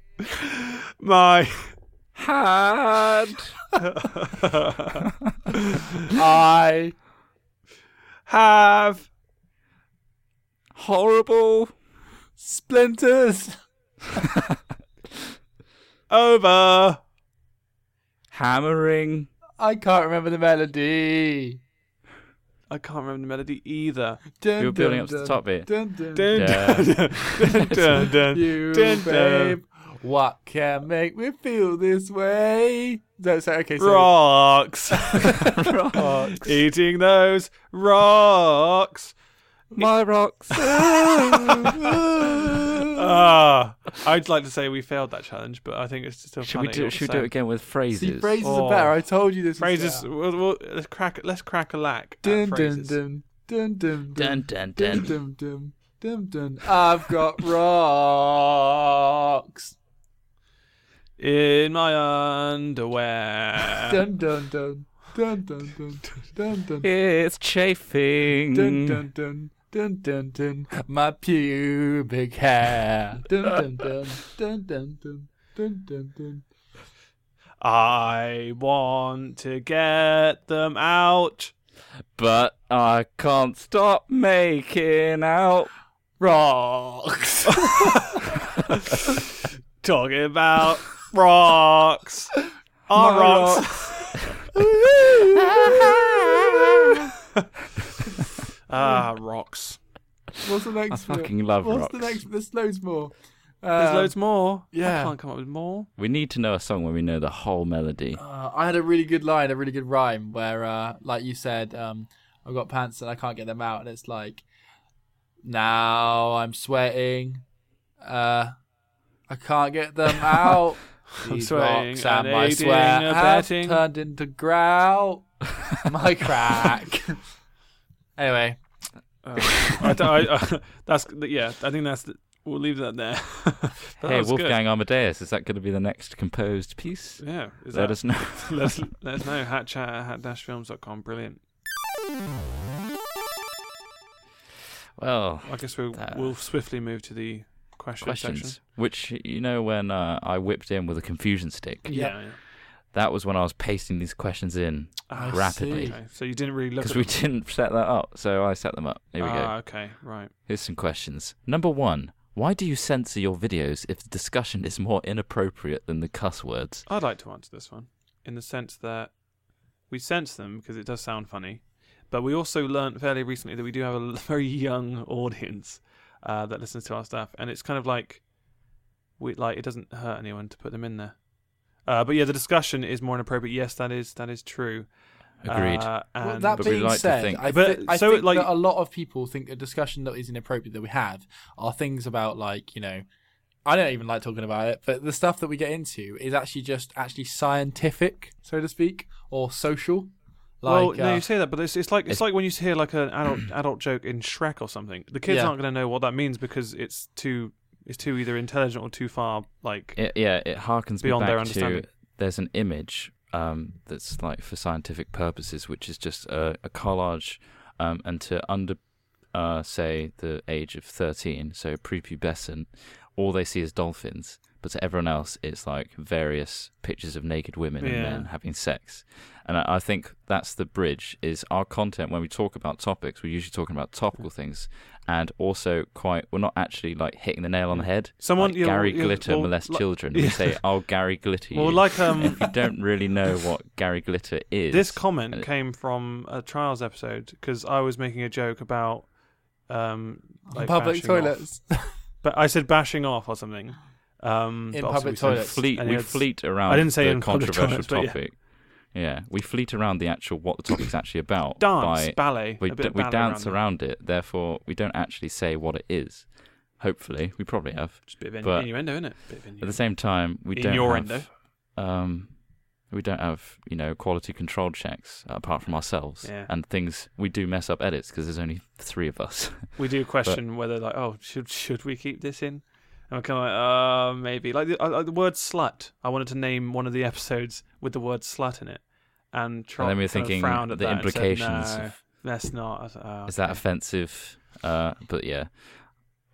Speaker 1: My.
Speaker 3: Had.
Speaker 2: I
Speaker 1: Have.
Speaker 3: Horrible.
Speaker 2: splinters
Speaker 1: Over.
Speaker 3: Hammering.
Speaker 2: I can't remember the melody.
Speaker 1: I can't remember the melody either.
Speaker 2: Dun,
Speaker 3: You were building
Speaker 2: dun,
Speaker 3: up to the
Speaker 2: dun,
Speaker 3: top bit.
Speaker 2: Dun, dun,
Speaker 1: Dun,
Speaker 3: Yeah.
Speaker 1: dun, dun,
Speaker 3: *laughs*
Speaker 1: dun,
Speaker 2: You
Speaker 1: dun, dun.
Speaker 2: babe, what can make me feel this way? No, sorry,
Speaker 3: *laughs*
Speaker 2: okay, so
Speaker 1: Rocks.
Speaker 3: rocks.
Speaker 1: Eating those rocks.
Speaker 2: *laughs*
Speaker 3: My rocks.
Speaker 2: Uh,
Speaker 1: Ah, I'd like to say we failed that challenge, but I think it's still.
Speaker 3: should we
Speaker 1: funny all
Speaker 3: do?
Speaker 1: the
Speaker 3: Should we
Speaker 1: same.
Speaker 3: do it again with phrases?
Speaker 2: See, phrases
Speaker 1: Oh.
Speaker 2: are better. I told you this. was
Speaker 1: Phrases.
Speaker 2: better.
Speaker 1: We'll, we'll, let's crack. Let's crack a lack. at
Speaker 2: Dun, dun,
Speaker 1: phrases.
Speaker 2: dun, dun, dun, dun,
Speaker 3: Dun dun
Speaker 2: dun,
Speaker 3: dun.
Speaker 2: dun, dun, dun, dun. Ah, I've got
Speaker 3: *laughs*
Speaker 2: rocks.
Speaker 1: In my
Speaker 3: *laughs*
Speaker 1: underwear.
Speaker 2: Dun, dun, dun, dun, dun, dun, dun, dun.
Speaker 3: It's chafing.
Speaker 2: Dun dun dun dun dun dun. My pubic hair. Dun dun dun dun dun dun dun dun dun.
Speaker 1: I want to get them out.
Speaker 3: But I can't stop making out.
Speaker 2: Rocks.
Speaker 1: *laughs* Talking about rocks. Our
Speaker 3: My
Speaker 1: rocks. *laughs* Ah, rocks.
Speaker 2: What's the next?
Speaker 3: I fucking love
Speaker 2: What's
Speaker 3: rocks.
Speaker 2: the next? There's loads more.
Speaker 1: There's
Speaker 2: Um,
Speaker 1: loads more.
Speaker 2: yeah.
Speaker 1: I can't come up with more.
Speaker 3: We need to know a song when we know the
Speaker 2: *laughs*
Speaker 3: whole melody.
Speaker 2: Uh, I had a really good line, a really good rhyme where, uh, like you said, um, I've got pants and I can't get them out, and it's like, now I'm sweating, uh, I can't
Speaker 1: *laughs*
Speaker 2: get them out.
Speaker 1: I'm
Speaker 2: These
Speaker 1: sweating
Speaker 2: rocks and
Speaker 1: and
Speaker 2: my
Speaker 1: aiding
Speaker 2: sweat
Speaker 1: and
Speaker 2: have
Speaker 1: abetting.
Speaker 2: turned into grout.
Speaker 1: *laughs*
Speaker 2: My crack. anyway,
Speaker 1: Uh, I don't- I- I- *laughs* that's yeah. I think that's. The, we'll leave that there. *laughs* That
Speaker 3: hey,
Speaker 1: was good.
Speaker 3: Wolfgang Amadeus, is that going to be the next composed piece?
Speaker 1: Yeah. Is
Speaker 3: Let
Speaker 1: that,
Speaker 3: us know.
Speaker 1: *laughs* let us let us know. Hat chat at hat-films.com. Brilliant.
Speaker 3: well,
Speaker 1: I guess we'll
Speaker 3: Uh,
Speaker 1: we'll swiftly move to the question
Speaker 3: questions.
Speaker 1: section.
Speaker 3: Which, you know, when uh, I whipped in with a confusion stick,
Speaker 2: Yeah.
Speaker 1: yeah.
Speaker 3: that was when I was pasting these questions in
Speaker 1: Ah,
Speaker 3: rapidly.
Speaker 1: Okay. So you didn't really look
Speaker 3: Because
Speaker 1: at
Speaker 3: we
Speaker 1: them.
Speaker 3: didn't set that up, so I set them up. Here we
Speaker 1: ah,
Speaker 3: go.
Speaker 1: Okay. Right.
Speaker 3: Here's some questions. Number one Why do you censor your videos if the discussion is more inappropriate than the cuss words?
Speaker 1: I'd like to answer this one in the sense that we sense them because it does sound funny, but we also learnt fairly recently that we do have a *laughs* very young audience uh, that listens to our stuff, and it's kind of like we like it doesn't hurt anyone to put them in there. Uh, but yeah, the discussion is more inappropriate. Yes, that is that is true.
Speaker 3: Agreed.
Speaker 1: Uh, and
Speaker 2: well, that
Speaker 3: Um, But we
Speaker 2: being
Speaker 3: like to
Speaker 2: said,
Speaker 3: think-
Speaker 2: I,
Speaker 1: But
Speaker 2: thi- I
Speaker 1: so,
Speaker 2: think
Speaker 1: like-
Speaker 2: that a lot of people think a discussion that is inappropriate that we have are things about like you know, I don't even like talking about it, but the stuff that we get into is actually just actually scientific, so to speak, or social. Like,
Speaker 1: well, no,
Speaker 2: uh,
Speaker 1: you say that, but it's, it's like it's,
Speaker 3: it's-
Speaker 1: like when you hear like an adult adult joke in Shrek or something. The kids
Speaker 2: Yeah.
Speaker 1: aren't going to know what that means because it's too it's too either intelligent or too far like
Speaker 3: It, yeah, it harkens
Speaker 1: Beyond
Speaker 3: me
Speaker 1: their
Speaker 3: back to
Speaker 1: understanding.
Speaker 3: there's an image um, that's like for scientific purposes, which is just a, a collage, um, and to under uh, say the age of thirteen, so prepubescent, all they see is dolphins. But to everyone else, it's like various pictures of naked women
Speaker 1: Yeah.
Speaker 3: and men having sex. And I, I think that's the bridge. Is our content when we talk about topics, we're usually talking about topical things, and also quite we're not actually like hitting the nail on the
Speaker 1: Mm.
Speaker 3: head.
Speaker 1: Someone-
Speaker 3: like
Speaker 1: you'll-
Speaker 3: Gary
Speaker 1: you'll-
Speaker 3: Glitter
Speaker 1: well,
Speaker 3: molest
Speaker 1: like-
Speaker 3: children.
Speaker 1: Yeah.
Speaker 3: We say, "Oh, Gary
Speaker 1: *laughs*
Speaker 3: Glitter."
Speaker 1: Well,
Speaker 3: you."
Speaker 1: like, um,
Speaker 3: *laughs* if you don't really know what Gary Glitter is,
Speaker 1: This comment
Speaker 3: and-
Speaker 1: came from a trials episode because I was making a joke about um like
Speaker 2: public
Speaker 1: bashing off.
Speaker 2: toilets.
Speaker 1: but I said bashing off or something. Um,
Speaker 2: In
Speaker 1: but obviously
Speaker 2: public
Speaker 1: we said
Speaker 2: toilets.
Speaker 3: fleet
Speaker 1: and
Speaker 3: we
Speaker 1: it's-
Speaker 3: fleet around
Speaker 1: I didn't say
Speaker 3: the
Speaker 1: in public
Speaker 3: controversial
Speaker 1: toilets, but yeah.
Speaker 3: topic. Yeah. we fleet around the actual what the topic's actually
Speaker 1: *laughs*
Speaker 3: about.
Speaker 1: Dance,
Speaker 3: by-
Speaker 1: ballet.
Speaker 3: we,
Speaker 1: a bit
Speaker 3: d-
Speaker 1: of
Speaker 3: we
Speaker 1: ballet
Speaker 3: dance
Speaker 1: around,
Speaker 3: around it, therefore we don't actually say what it is. Hopefully, we probably have.
Speaker 1: Just a bit of innu-
Speaker 3: but-
Speaker 1: innuendo, isn't it? Bit of
Speaker 3: At
Speaker 1: innuendo.
Speaker 3: the same time, we don't
Speaker 1: Innuendo.
Speaker 3: have um, we don't have you know quality control checks apart from ourselves
Speaker 1: Yeah.
Speaker 3: and things. We do mess up edits because there's only three of us.
Speaker 1: we do question whether like oh should should we keep this in and we're kind of like uh maybe like the, uh, uh, the word slut i wanted to name one of the episodes with the word slut in it and, try,
Speaker 3: And then we were
Speaker 1: kind of
Speaker 3: thinking
Speaker 1: frowned at
Speaker 3: the
Speaker 1: that and said,
Speaker 3: implications
Speaker 1: "No,
Speaker 3: of-
Speaker 1: that's not I was like, oh,
Speaker 3: Is that
Speaker 1: okay."
Speaker 3: offensive? Uh, but yeah,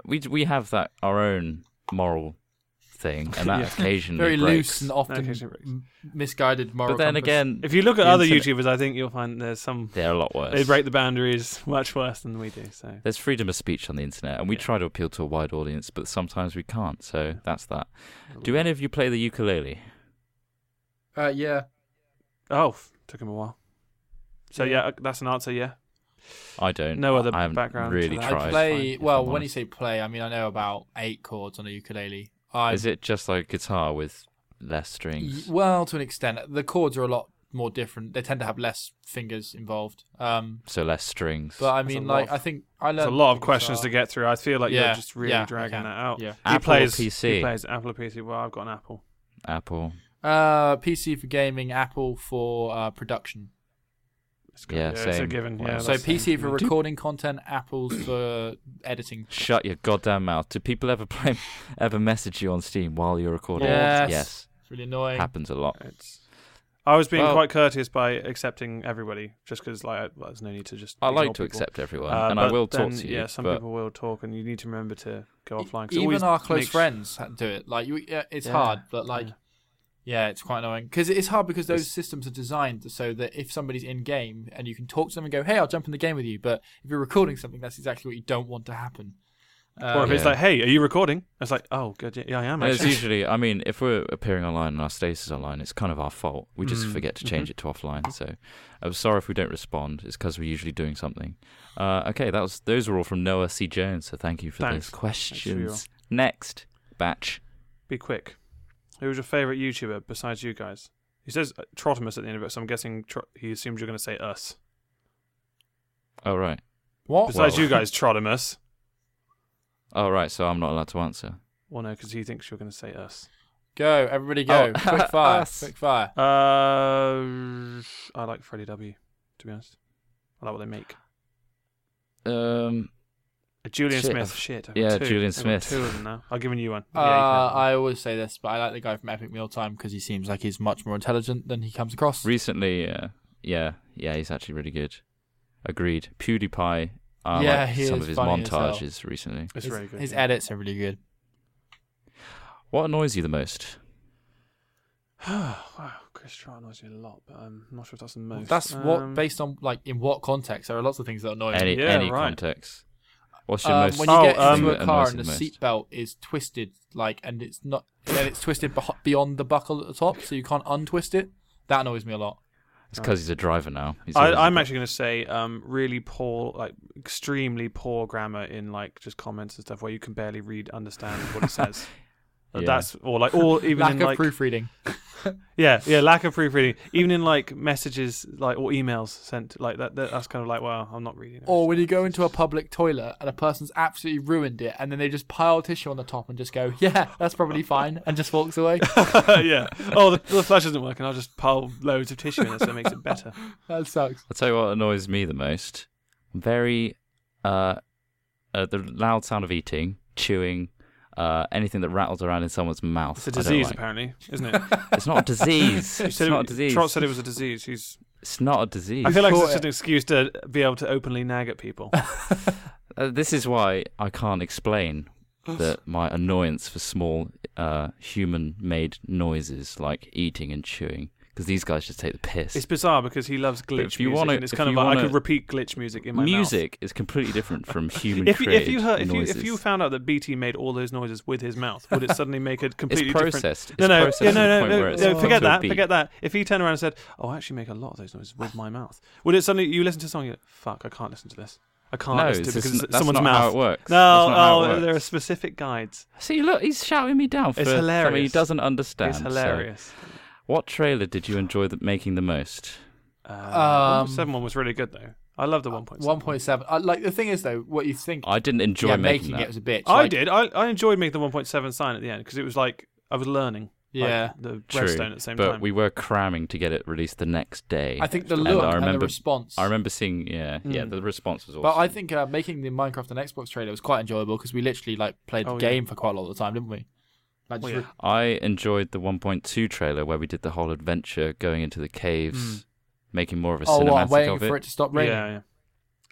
Speaker 3: we we have that our own moral thing,
Speaker 1: *laughs*
Speaker 3: and that
Speaker 1: Yeah.
Speaker 3: occasionally
Speaker 2: Very
Speaker 3: breaks.
Speaker 2: loose and often
Speaker 1: Okay, so it breaks.
Speaker 2: m- misguided moral.
Speaker 3: but then
Speaker 2: compass.
Speaker 3: again,
Speaker 1: if you look at
Speaker 3: the
Speaker 1: other
Speaker 3: internet-
Speaker 1: youtubers i think you'll find there's some
Speaker 3: they're a lot worse.
Speaker 1: they break the boundaries much worse than we do so
Speaker 3: There's freedom of speech on the internet, and we
Speaker 1: Yeah.
Speaker 3: try to appeal to a wide audience, but sometimes we can't. So that's that. Do any of you play the ukulele?
Speaker 2: uh, yeah,
Speaker 1: oh f- took him a while so yeah, uh, that's an answer yeah
Speaker 3: I don't.
Speaker 1: No other
Speaker 3: I haven't
Speaker 1: background to
Speaker 3: Really
Speaker 1: that.
Speaker 2: I
Speaker 1: Try
Speaker 3: tried.
Speaker 2: play.
Speaker 3: if
Speaker 2: well,
Speaker 3: I'm
Speaker 2: when you
Speaker 3: honest.
Speaker 2: say play, I mean I know about eight chords on a ukulele. I
Speaker 3: is it just like guitar with less strings?
Speaker 2: Y- Well, to an extent, the chords are a lot more different. They tend to have less fingers involved. Um,
Speaker 3: so less strings.
Speaker 2: but I
Speaker 1: That's a
Speaker 2: mean,
Speaker 1: lot
Speaker 2: like
Speaker 1: of-
Speaker 2: I think I learned
Speaker 1: there's a lot of
Speaker 2: the
Speaker 1: questions
Speaker 2: guitar.
Speaker 1: to get through i feel like
Speaker 2: Yeah,
Speaker 1: you're just really
Speaker 2: yeah, I
Speaker 1: dragging
Speaker 2: can.
Speaker 1: that out
Speaker 2: Yeah.
Speaker 1: he
Speaker 3: Apple or
Speaker 1: plays
Speaker 3: PC?
Speaker 1: he plays apple or pc well i've got an apple
Speaker 3: Apple.
Speaker 2: Uh, PC for gaming, Apple for uh, production.
Speaker 1: It's
Speaker 3: Yeah,
Speaker 1: It's a
Speaker 3: same.
Speaker 1: given.
Speaker 3: Well,
Speaker 1: Yeah,
Speaker 2: so
Speaker 1: that's-
Speaker 2: PC for recording content, Apple's for editing.
Speaker 3: Shut your goddamn mouth. Do people ever play, *laughs* ever message you on Steam while you're recording?
Speaker 2: Yes.
Speaker 3: Yes.
Speaker 2: It's really annoying.
Speaker 3: Happens a lot.
Speaker 1: It's. I was being
Speaker 3: Well-
Speaker 1: quite courteous by accepting everybody, just because like well, there's no need to just.
Speaker 3: I like
Speaker 1: ignore
Speaker 3: to
Speaker 1: people.
Speaker 3: accept everyone,
Speaker 1: Uh,
Speaker 3: and I
Speaker 1: but
Speaker 3: will talk
Speaker 1: then,
Speaker 3: to you.
Speaker 1: Yeah, some
Speaker 3: but
Speaker 1: people will talk, and you need to remember to go
Speaker 2: E-
Speaker 1: offline. 'cause it always
Speaker 2: Even our close
Speaker 1: makes-
Speaker 2: friends ha- do it. Like you, yeah, it's
Speaker 1: Yeah.
Speaker 2: hard, but like, yeah.
Speaker 1: Yeah.
Speaker 2: it's quite annoying because it's hard because those
Speaker 1: It's-
Speaker 2: systems are designed so that if somebody's in game and you can talk to them and go, "Hey, I'll jump in the game with you," but if you're recording something, that's exactly what you don't want to happen.
Speaker 1: Or if
Speaker 2: Um,
Speaker 1: it's
Speaker 3: Yeah.
Speaker 1: like, "Hey, are you recording?" It's like, "Oh, good, yeah, yeah I am."
Speaker 3: And *laughs* it's
Speaker 1: Actually.
Speaker 3: usually, I mean, if we're appearing online and our status is online, it's kind of our fault. We just
Speaker 1: Mm.
Speaker 3: forget to change it to offline. So I'm sorry if we don't respond. It's because we're usually doing something. Uh, okay, that was those were all from Noah C. Jones. So thank you for
Speaker 1: Thanks.
Speaker 3: those
Speaker 1: Thanks for your-
Speaker 3: questions. Next batch.
Speaker 1: Be quick. Who was your favorite YouTuber besides you guys? He says uh, Trotimus at the end of it, so I'm guessing tro- he assumes you're going to say us.
Speaker 3: Oh right.
Speaker 2: what?
Speaker 1: Besides
Speaker 3: Well-
Speaker 1: you guys, Trotimus.
Speaker 3: Oh right. So I'm not allowed to answer.
Speaker 1: Well, no, because he thinks you're going to say us.
Speaker 2: Go, everybody, go!
Speaker 3: Oh,
Speaker 1: *laughs*
Speaker 2: quick fire,
Speaker 3: us.
Speaker 2: quick fire.
Speaker 1: Uh, I like Freddie W. To be honest, I like what they make.
Speaker 3: Um,
Speaker 1: Uh, Julian
Speaker 3: Shit,
Speaker 1: Smith.
Speaker 3: I've-
Speaker 1: Shit. I've
Speaker 3: yeah,
Speaker 1: got two.
Speaker 3: Julian
Speaker 1: I've got
Speaker 3: Smith.
Speaker 1: Two of them now. I've given you one.
Speaker 2: Uh,
Speaker 1: Yeah, you can have one.
Speaker 2: I always say this, but I like the guy from Epic Mealtime because he seems like he's much more intelligent than he comes across.
Speaker 3: recently, uh, yeah, yeah, he's actually really good. Agreed. PewDiePie. I
Speaker 2: Yeah,
Speaker 3: liked
Speaker 2: he
Speaker 3: some
Speaker 2: is
Speaker 3: of his
Speaker 2: funny as hell.
Speaker 3: montages recently.
Speaker 1: it's
Speaker 2: his,
Speaker 1: really good.
Speaker 2: His
Speaker 1: yeah.
Speaker 2: edits are really good.
Speaker 3: What annoys you the most?
Speaker 1: *sighs* wow, Chris Trott annoys me a lot, but I'm not sure if that's the most.
Speaker 2: That's what
Speaker 1: Um,
Speaker 2: based on like in what context. There are lots of things that annoy me.
Speaker 3: Any
Speaker 1: Yeah,
Speaker 3: any
Speaker 1: right.
Speaker 3: context? What's your
Speaker 2: Um,
Speaker 3: most?
Speaker 2: when you
Speaker 1: Oh,
Speaker 2: get
Speaker 1: um,
Speaker 2: into
Speaker 3: that
Speaker 2: a car
Speaker 3: annoys
Speaker 2: and
Speaker 3: you
Speaker 2: the
Speaker 3: the most?
Speaker 2: seatbelt is twisted, like, and it's not, then it's twisted beh- beyond the buckle at the top, so you can't untwist it. That annoys me a lot.
Speaker 3: It's because he's a driver now. He's
Speaker 1: I,
Speaker 3: always a
Speaker 1: I'm
Speaker 3: dri-
Speaker 1: actually going to say um, really poor, like extremely poor grammar in like just comments and stuff where you can barely read, understand what it
Speaker 3: *laughs*
Speaker 1: says. Uh,
Speaker 3: Yeah.
Speaker 1: That's or like or even
Speaker 2: Lack
Speaker 1: in
Speaker 2: of
Speaker 1: like
Speaker 2: proofreading.
Speaker 1: yeah yeah lack of proofreading even in like messages like or emails sent like that, that that's kind of like wow I'm not reading.
Speaker 2: Or
Speaker 1: *laughs*
Speaker 3: Oh.
Speaker 2: when you go into a public toilet and a person's absolutely ruined it, and then they just pile tissue on the top and just go, *laughs* "Yeah, that's probably fine," and just
Speaker 1: *laughs*
Speaker 2: walks away.
Speaker 1: yeah. Oh, the, the flash isn't working. I'll just pile loads of tissue in it, so it makes it
Speaker 3: *laughs*
Speaker 1: better.
Speaker 2: that sucks.
Speaker 3: I'll tell you what annoys me the most. Very, uh, uh the loud sound of eating, chewing, uh, anything that rattles around in someone's mouth.
Speaker 1: It's a
Speaker 3: I don't
Speaker 1: disease,
Speaker 3: like.
Speaker 1: apparently, isn't it?
Speaker 3: *laughs* It's not a
Speaker 1: *laughs*
Speaker 3: disease.
Speaker 1: You
Speaker 3: it's
Speaker 1: said
Speaker 3: not a
Speaker 1: it-
Speaker 3: disease.
Speaker 1: Trot said it was a disease. He's.
Speaker 3: It's not a disease.
Speaker 1: I feel like it's
Speaker 2: caught
Speaker 1: just
Speaker 2: it.
Speaker 1: an excuse to
Speaker 3: *laughs*
Speaker 1: be able to openly nag at people.
Speaker 3: Uh, this is why I can't explain that my annoyance for small uh, human-made noises like eating and chewing, because these guys just take the piss.
Speaker 1: It's bizarre because he loves glitch
Speaker 3: if you
Speaker 1: music,
Speaker 3: wanna-
Speaker 1: and it's
Speaker 3: if
Speaker 1: kind of
Speaker 3: you
Speaker 1: like I
Speaker 3: wanna-
Speaker 1: could repeat glitch music in my
Speaker 3: Music is completely
Speaker 1: *laughs*
Speaker 3: different from human.
Speaker 1: Mouth. If you, if you heard if you,
Speaker 3: noises.
Speaker 1: if you found out that BT made all those noises with his mouth, would it suddenly make a
Speaker 3: *laughs* it's
Speaker 1: completely different?
Speaker 3: processed.
Speaker 1: No,
Speaker 3: It's
Speaker 1: no,
Speaker 3: processed
Speaker 1: yeah,
Speaker 3: to the
Speaker 1: no,
Speaker 3: point where
Speaker 1: no, no,
Speaker 3: it's
Speaker 1: no,
Speaker 3: up
Speaker 1: Forget
Speaker 3: to a
Speaker 1: that.
Speaker 3: beat.
Speaker 1: Forget that. If he turned around and said, "Oh, I actually make a lot of those noises with my mouth," would it suddenly you listen to something? Fuck, I can't listen to this. I can't
Speaker 3: No,
Speaker 1: listen to
Speaker 3: it's
Speaker 1: it because
Speaker 3: just-
Speaker 1: it's
Speaker 3: that's
Speaker 1: someone's
Speaker 3: not
Speaker 1: mouth.
Speaker 3: how it works.
Speaker 1: No,
Speaker 3: That's not how
Speaker 1: oh,
Speaker 3: it works.
Speaker 1: there are specific guides.
Speaker 3: See, look, he's shouting me down for
Speaker 1: It's
Speaker 3: something he
Speaker 1: hilarious.
Speaker 3: doesn't understand.
Speaker 1: it's
Speaker 3: so-
Speaker 1: hilarious.
Speaker 3: what trailer did you enjoy the, making the most?
Speaker 1: Uh,
Speaker 2: Um,
Speaker 1: 1.7 one was really good though. I love the 1.7.
Speaker 2: One point seven. Uh, like the thing is though, what you think?
Speaker 3: I didn't enjoy
Speaker 2: yeah,
Speaker 3: making,
Speaker 2: making it was a bitch.
Speaker 1: I
Speaker 2: Like,
Speaker 1: did. I, I enjoyed making the 1.7 sign at the end because it was like I was learning. like,
Speaker 2: Yeah.
Speaker 1: the
Speaker 3: True,
Speaker 1: redstone at the same
Speaker 3: but
Speaker 1: time.
Speaker 3: we were cramming to get it released the next day.
Speaker 2: I think the
Speaker 3: And
Speaker 2: look
Speaker 3: I
Speaker 2: and the
Speaker 3: remember-
Speaker 2: response.
Speaker 3: I remember seeing, yeah, yeah, the response was awesome.
Speaker 2: But I think uh, making the Minecraft and Xbox trailer was quite enjoyable because we literally like played
Speaker 1: Oh,
Speaker 2: the
Speaker 1: yeah.
Speaker 2: game for quite a lot of the time, didn't we? Like,
Speaker 1: Well,
Speaker 2: just re-
Speaker 1: yeah.
Speaker 3: I enjoyed the 1.2 trailer where we did the whole adventure going into the caves, making more of a
Speaker 2: oh, well,
Speaker 3: cinematic
Speaker 2: I'm waiting
Speaker 3: of it.
Speaker 2: for it to stop
Speaker 1: yeah,
Speaker 2: raining.
Speaker 1: yeah.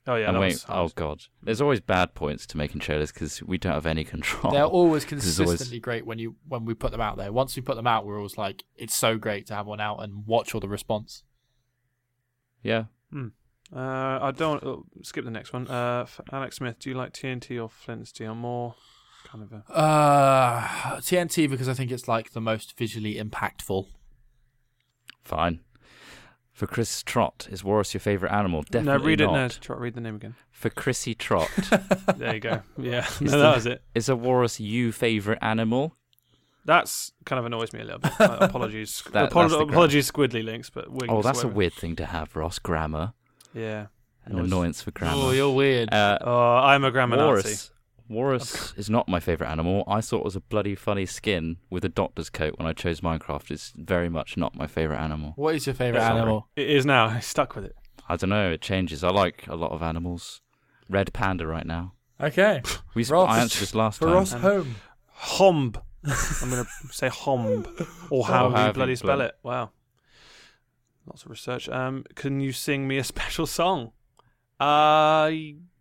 Speaker 1: Oh yeah,
Speaker 3: And
Speaker 1: that
Speaker 3: wait-
Speaker 1: was hard.
Speaker 3: oh god, there's always bad points to making trailers because we don't have any *laughs* control.
Speaker 2: They're
Speaker 3: *laughs*
Speaker 2: always
Speaker 3: is always-
Speaker 2: consistently great when you when we put them out there. Once we put them out, we're always like, it's so great to have one out and watch all the response.
Speaker 3: yeah,
Speaker 1: Uh, I don't oh, skip the next one. Uh, f- Alex Smith, do you like TNT or Flint Steel more? Kind of a
Speaker 2: Uh, TNT because I think it's like the most visually impactful.
Speaker 3: fine. For Chris Trot, is Warus your favorite animal? Definitely
Speaker 1: no. Read
Speaker 3: not.
Speaker 1: it. No, try, read the name
Speaker 3: *laughs*
Speaker 1: again.
Speaker 3: For Chrissy Trot,
Speaker 2: *laughs*
Speaker 1: There you go. yeah, *laughs*
Speaker 3: Is
Speaker 1: no,
Speaker 3: the-
Speaker 1: that was it.
Speaker 3: is a Warus you favorite animal?
Speaker 1: That's kind of annoys me a little bit.
Speaker 3: *laughs*
Speaker 1: Uh, apologies,
Speaker 3: That-
Speaker 1: Apolo-
Speaker 3: that's the gra-
Speaker 1: apologies, Squiddly Links, but Winks.
Speaker 3: Oh, that's a
Speaker 1: whatever.
Speaker 3: weird thing to have, Ross. Grammar,
Speaker 1: Yeah.
Speaker 3: an
Speaker 1: Annoys-
Speaker 3: annoyance for grammar.
Speaker 2: Oh, you're weird.
Speaker 3: Uh,
Speaker 1: Oh, I'm a grammar Nazi.
Speaker 3: Walrus. Walrus is not my favourite animal. I thought it was a bloody funny skin with a doctor's coat when I chose Minecraft. It's very much not my favourite animal.
Speaker 2: what is your favorite
Speaker 3: sorry.
Speaker 2: animal?
Speaker 1: It is now. I stuck with it.
Speaker 3: I don't know, it changes. I like a lot of animals. Red panda right now.
Speaker 2: Okay,
Speaker 3: We sp-
Speaker 2: Ross.
Speaker 3: I answered this last
Speaker 2: for
Speaker 3: time.
Speaker 2: Ross Home.
Speaker 1: Homb. I'm going to say
Speaker 2: *laughs*
Speaker 3: um,
Speaker 1: homb, or however
Speaker 3: however
Speaker 1: you
Speaker 3: you
Speaker 1: bloody spell
Speaker 3: bloody-
Speaker 1: it. Wow, lots of research. Um, can you sing me a *laughs* special song? Uh,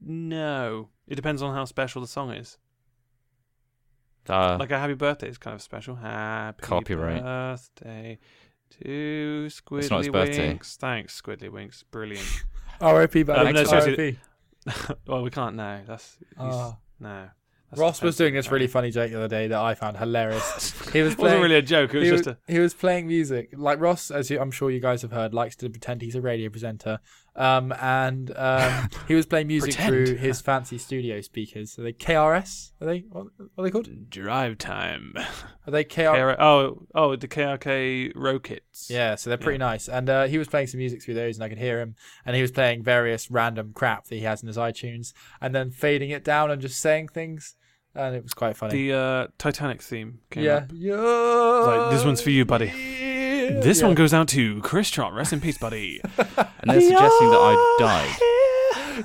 Speaker 1: no. It depends on how special the song is.
Speaker 3: Uh,
Speaker 1: Like a happy birthday is kind of special. Happy
Speaker 3: Copyright.
Speaker 1: birthday to Squiddly
Speaker 3: not his birthday.
Speaker 1: Winks. Thanks, Squiddly Winks.
Speaker 2: *laughs*
Speaker 1: Brilliant. *laughs*
Speaker 2: R.I.P.
Speaker 1: Um, no,
Speaker 2: Alex,
Speaker 1: seriously, well, we can't now. That's he's,
Speaker 2: Ah.
Speaker 1: no. That's
Speaker 2: Ross was
Speaker 1: offensive,
Speaker 2: doing this
Speaker 1: apparently.
Speaker 2: really funny joke the other day that I found hilarious. *laughs* He
Speaker 1: *laughs*
Speaker 2: was
Speaker 1: It wasn't
Speaker 2: playing.
Speaker 1: really a joke. It was
Speaker 2: he,
Speaker 1: just
Speaker 2: was,
Speaker 1: a.
Speaker 2: he was playing music. Like Ross, as you, I'm sure you guys have heard, likes to pretend he's a radio presenter. Um, and um, he was playing music
Speaker 3: Pretend.
Speaker 2: through his fancy studio speakers. Are they KRS? Are they what are they called?
Speaker 1: Drive time.
Speaker 2: Are they KR?
Speaker 1: KR- oh, oh, the KRK row kits.
Speaker 2: Yeah, so they're pretty nice. And uh, he was playing some music through those, and I could hear him. And he was playing various random crap that he has in his iTunes, and then fading it down and just saying things. And it was quite funny.
Speaker 1: The uh, Titanic theme came
Speaker 2: yeah.
Speaker 1: up.
Speaker 2: yeah.
Speaker 1: like, this one's for you, buddy. This one goes out to Chris Trot. Rest in peace,
Speaker 3: *laughs*
Speaker 1: buddy.
Speaker 3: and they're suggesting
Speaker 2: *laughs*
Speaker 3: that I died.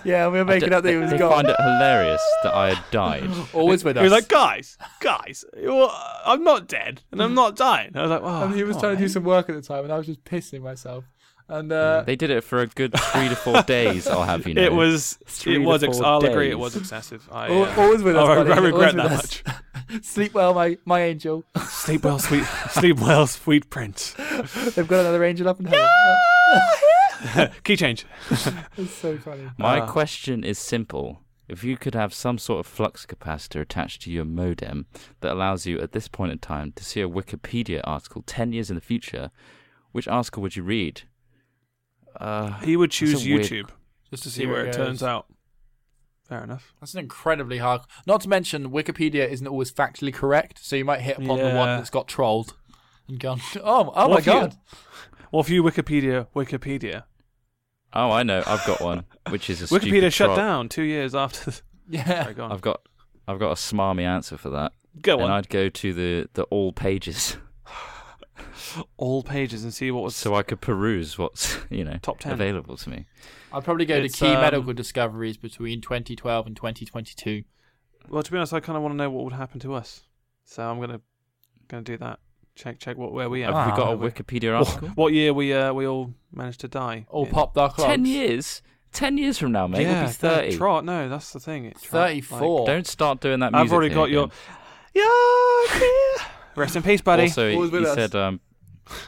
Speaker 2: Yeah, we were making up that
Speaker 3: they
Speaker 2: he was
Speaker 3: they
Speaker 2: gone.
Speaker 3: find it hilarious that I had died.
Speaker 1: *laughs*
Speaker 2: Always with
Speaker 1: He
Speaker 2: us.
Speaker 1: was like, guys, guys, you're- I'm not dead and I'm not dying. I was
Speaker 2: *laughs*
Speaker 1: like, "Oh, wow.
Speaker 2: and he was trying to do some work at the time, and I was just pissing myself. And uh,
Speaker 3: They did it for a good three to four days, I'll have you know.
Speaker 1: It was.
Speaker 3: Three
Speaker 1: It
Speaker 3: to
Speaker 1: was. Ex-
Speaker 3: four
Speaker 1: I'll agree.
Speaker 3: days.
Speaker 1: It was
Speaker 2: *laughs*
Speaker 1: excessive. I,
Speaker 2: al-
Speaker 1: uh,
Speaker 2: Oh, always with us.
Speaker 1: I, I
Speaker 2: buddy,
Speaker 1: regret
Speaker 2: always
Speaker 1: that
Speaker 2: with
Speaker 1: much.
Speaker 2: much. Sleep well, my my angel.
Speaker 1: sleep well, sweet. Sleep well, sweet prince. *laughs*
Speaker 2: They've got another angel up in heaven.
Speaker 1: Key change.
Speaker 2: It's so funny.
Speaker 3: My
Speaker 1: Ah.
Speaker 3: question is simple. If you could have some sort of flux capacitor attached to your modem that allows you at this point in time to see a Wikipedia article 10 years in the future, which article would you read? Uh,
Speaker 1: He would
Speaker 3: a
Speaker 1: choose
Speaker 3: weird-
Speaker 1: YouTube just to see where it
Speaker 2: goes.
Speaker 1: turns out. Fair enough.
Speaker 2: That's an incredibly hard. Not to mention, Wikipedia isn't always factually correct, so you might hit upon the one
Speaker 1: Yeah.
Speaker 2: that's got trolled and gone, *laughs* oh, oh
Speaker 1: What
Speaker 2: my
Speaker 1: if you-
Speaker 2: god.
Speaker 1: Well, if you Wikipedia, Wikipedia,
Speaker 3: oh, I know. I've got one, which is a
Speaker 1: Wikipedia
Speaker 3: stupid
Speaker 1: shut
Speaker 3: troll.
Speaker 1: down two years after.
Speaker 3: *laughs*
Speaker 1: The...
Speaker 2: Yeah.
Speaker 1: Sorry, go on.
Speaker 3: I've got, I've got a smarmy answer for that,
Speaker 1: Go
Speaker 3: and
Speaker 1: on.
Speaker 3: I'd go to the the all pages *laughs*
Speaker 1: All pages and see what was.
Speaker 3: so I could peruse what's *laughs* you know
Speaker 1: Top 10.
Speaker 3: available to me.
Speaker 2: I'll probably go
Speaker 1: It's,
Speaker 2: to key
Speaker 1: um,
Speaker 2: medical discoveries between 2012 and 2022.
Speaker 1: well, to be honest, I kind of want to know what would happen to us. So I'm gonna gonna do that. Check check what where we Oh, are.
Speaker 3: Have we
Speaker 2: Ah.
Speaker 3: got a Wikipedia
Speaker 1: *laughs* What,
Speaker 3: article?
Speaker 1: what year we uh, we all managed to die?
Speaker 2: All
Speaker 1: in.
Speaker 2: popped our clogs.
Speaker 3: Ten years. 10 years from now, mate,
Speaker 1: yeah,
Speaker 3: we'll be 30.
Speaker 1: Trot, no, that's the thing. It's trot, like-
Speaker 2: 34.
Speaker 3: Don't start doing that music.
Speaker 1: I've already
Speaker 3: thing
Speaker 1: got your.
Speaker 3: again.
Speaker 1: Yeah, yeah. Rest in peace, buddy.
Speaker 3: Also, he,
Speaker 2: Always with
Speaker 3: he
Speaker 2: us.
Speaker 3: said, um,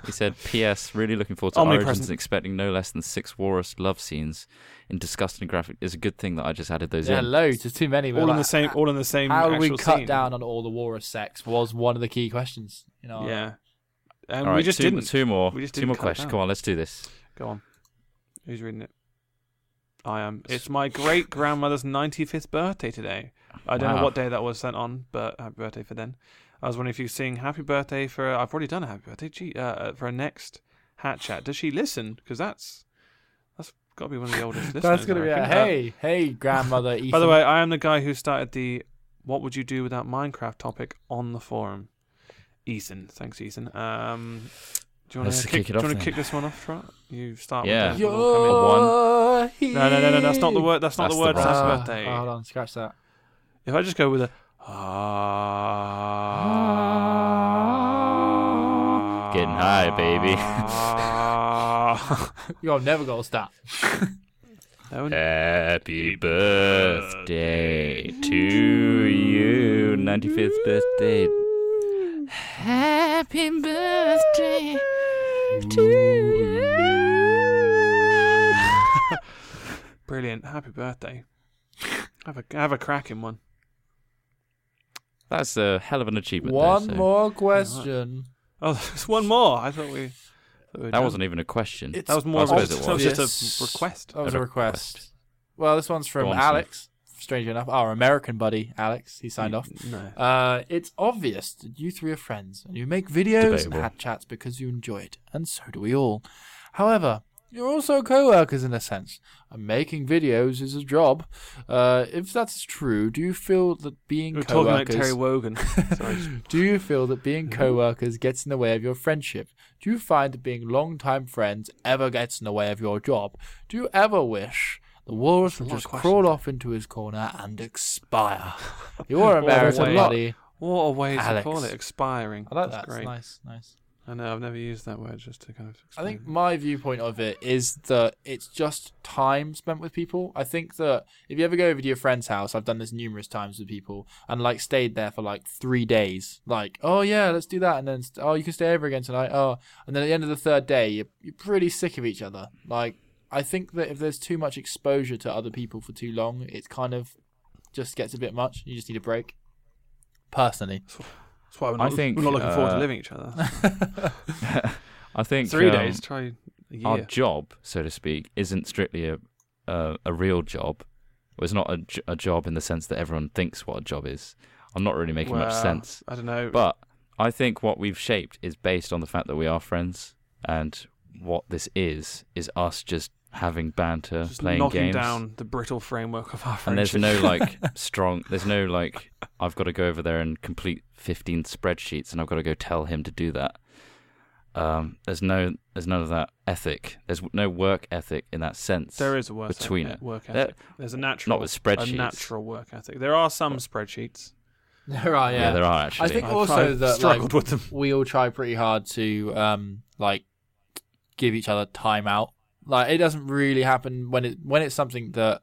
Speaker 3: he said, P.S. Really looking forward to
Speaker 1: Omnipresent.
Speaker 3: Origins and expecting no less than six Warus love scenes in disgusting graphic. It's a good thing that I just added those
Speaker 2: yeah,
Speaker 3: in.
Speaker 2: loads. There's too many.
Speaker 1: all in the same. All in the same.
Speaker 2: How do
Speaker 1: actual
Speaker 2: we cut
Speaker 1: scene.
Speaker 2: down on all the war of sex was one of the key questions. You know,
Speaker 1: Yeah, and
Speaker 3: All right,
Speaker 1: we just
Speaker 3: two,
Speaker 1: didn't.
Speaker 3: Two more.
Speaker 1: We just
Speaker 3: two
Speaker 1: didn't
Speaker 3: more
Speaker 1: cut it
Speaker 3: questions.
Speaker 1: down.
Speaker 3: Come on, let's do this.
Speaker 1: Go on. Who's reading it? I am. It's my great grandmother's 95th birthday today. I don't know
Speaker 3: Wow.
Speaker 1: what day that was sent on, but happy birthday for then. I was wondering if you sing happy birthday for. I've already done a happy birthday. Gee, uh, uh, for her next hat chat. Does she listen? Because that's that's got to be one of the oldest listeners.
Speaker 2: that's
Speaker 1: I
Speaker 2: gonna be a
Speaker 1: reckon. Uh,
Speaker 2: hey, hey, *laughs* grandmother. Ethan.
Speaker 1: by the way, I am the guy who started the "What would you do without Minecraft" topic on the forum. Ethan, thanks, Ethan. Um, do you want
Speaker 3: Let's
Speaker 1: to
Speaker 3: kick
Speaker 1: kick, do
Speaker 3: it
Speaker 1: you
Speaker 3: off
Speaker 1: want
Speaker 3: then.
Speaker 1: to kick this one off, Trot? You start.
Speaker 3: Yeah.
Speaker 1: With that,
Speaker 2: You're
Speaker 1: and we'll come in. No, no, no, no. That's not the
Speaker 2: here.
Speaker 1: word. That's not
Speaker 3: That's
Speaker 1: the
Speaker 3: the
Speaker 1: word. for
Speaker 3: wrong
Speaker 1: Happy
Speaker 2: Ah,
Speaker 1: birthday.
Speaker 2: hold on, scratch that. *laughs*
Speaker 1: If I just go with a ah,
Speaker 3: Getting high,
Speaker 1: *laughs*
Speaker 3: baby.
Speaker 1: ah.
Speaker 2: You're never gonna stop.
Speaker 1: No one-
Speaker 3: Happy birthday to you. 95th birthday. Happy birthday
Speaker 1: *laughs*
Speaker 3: to you.
Speaker 1: Brilliant. Happy birthday. Have a have a cracking one.
Speaker 3: That's a hell of an achievement.
Speaker 2: One
Speaker 3: though, so-
Speaker 2: more question.
Speaker 1: Oh, *laughs* there's one more. I thought we. thought we were
Speaker 3: That
Speaker 1: done.
Speaker 3: wasn't even a question.
Speaker 2: It's
Speaker 1: That was more.
Speaker 3: I
Speaker 1: of
Speaker 3: suppose
Speaker 1: a-
Speaker 3: it
Speaker 1: that was
Speaker 2: Yes.
Speaker 1: just a request.
Speaker 2: That was
Speaker 3: A
Speaker 2: a
Speaker 3: request.
Speaker 2: request. Well, this onene's from
Speaker 3: Go on, Sam.
Speaker 2: Alex. Strangely enough, our American buddy Alex. He
Speaker 1: Hmm.
Speaker 2: signed off.
Speaker 1: No.
Speaker 2: Uh, it's obvious that you three are friends and you make videos
Speaker 3: Debatable.
Speaker 2: and had chats because you enjoy it, and so do we all. However, you're also co workers in a sense, and making videos is a job. Uh, if that's true, do you feel that being
Speaker 1: We're
Speaker 2: co
Speaker 1: talking like Terry
Speaker 2: workers.
Speaker 3: *laughs*
Speaker 1: Wogan. Sorry.
Speaker 2: do you feel that being co workers gets in the way of your friendship? Do you find that being long time friends ever gets in the way of your job? Do you ever wish the walrus would
Speaker 1: lot of
Speaker 2: just
Speaker 1: questions.
Speaker 2: crawl off into his corner and
Speaker 1: *laughs*
Speaker 2: expire? You're
Speaker 1: What a
Speaker 2: American
Speaker 1: way.
Speaker 2: buddy.
Speaker 1: What a way to
Speaker 2: Alex.
Speaker 1: call it expiring.
Speaker 2: I like
Speaker 1: That's
Speaker 2: that.
Speaker 1: great.
Speaker 2: It's nice, nice.
Speaker 1: I know I've never used that word just to kind of.
Speaker 2: I
Speaker 1: Explain
Speaker 2: think my viewpoint of it is that it's just time spent with people. I think that if you ever go over to your friend's house, I've done this numerous times with people and like stayed there for like three days. Like, oh yeah, let's do that, and then st- oh you can stay over again tonight. Oh, and then at the end of the third day, you're, you're pretty sick of each other. Like, I think that if there's too much exposure to other people for too long, it kind of just gets a bit much. You just need a break. Personally,
Speaker 1: *laughs* That's why we're
Speaker 3: I
Speaker 1: not,
Speaker 3: think,
Speaker 1: we're not looking forward
Speaker 3: uh,
Speaker 1: to living each other.
Speaker 3: I think
Speaker 1: Three
Speaker 3: um,
Speaker 1: days, try a year.
Speaker 3: Our job, so to speak, isn't strictly a a, a real job. Well, it's not a, j- a job in the sense that everyone thinks what a job is. I'm not really making much
Speaker 1: Well,
Speaker 3: sense.
Speaker 1: I don't know.
Speaker 3: But I think what we've shaped is based on the fact that we are friends, and what this is is us just having banter,
Speaker 1: just
Speaker 3: uh, playing
Speaker 1: knocking
Speaker 3: games,
Speaker 1: down the brittle framework of our
Speaker 3: and there's
Speaker 1: friendship.
Speaker 3: no like
Speaker 2: *laughs*
Speaker 3: strong. There's no like I've got to go over there and complete 15 spreadsheets, and I've got to go tell him to do that. Um, there's no, there's none of that ethic. There's no work ethic in that
Speaker 1: *laughs*
Speaker 3: sense.
Speaker 1: there is a work
Speaker 3: between
Speaker 1: ethic,
Speaker 3: it.
Speaker 1: work
Speaker 3: There-
Speaker 1: ethic. There's a natural,
Speaker 3: not with
Speaker 1: a
Speaker 3: spreadsheets.
Speaker 1: natural work ethic. There are some spreadsheets.
Speaker 2: there are
Speaker 3: yeah. there are actually.
Speaker 2: I think
Speaker 1: I've
Speaker 2: also
Speaker 1: tried-
Speaker 2: that like,
Speaker 1: struggled with them.
Speaker 2: we all try pretty hard to um like give each other time out. Like it doesn't really happen when it when it's something that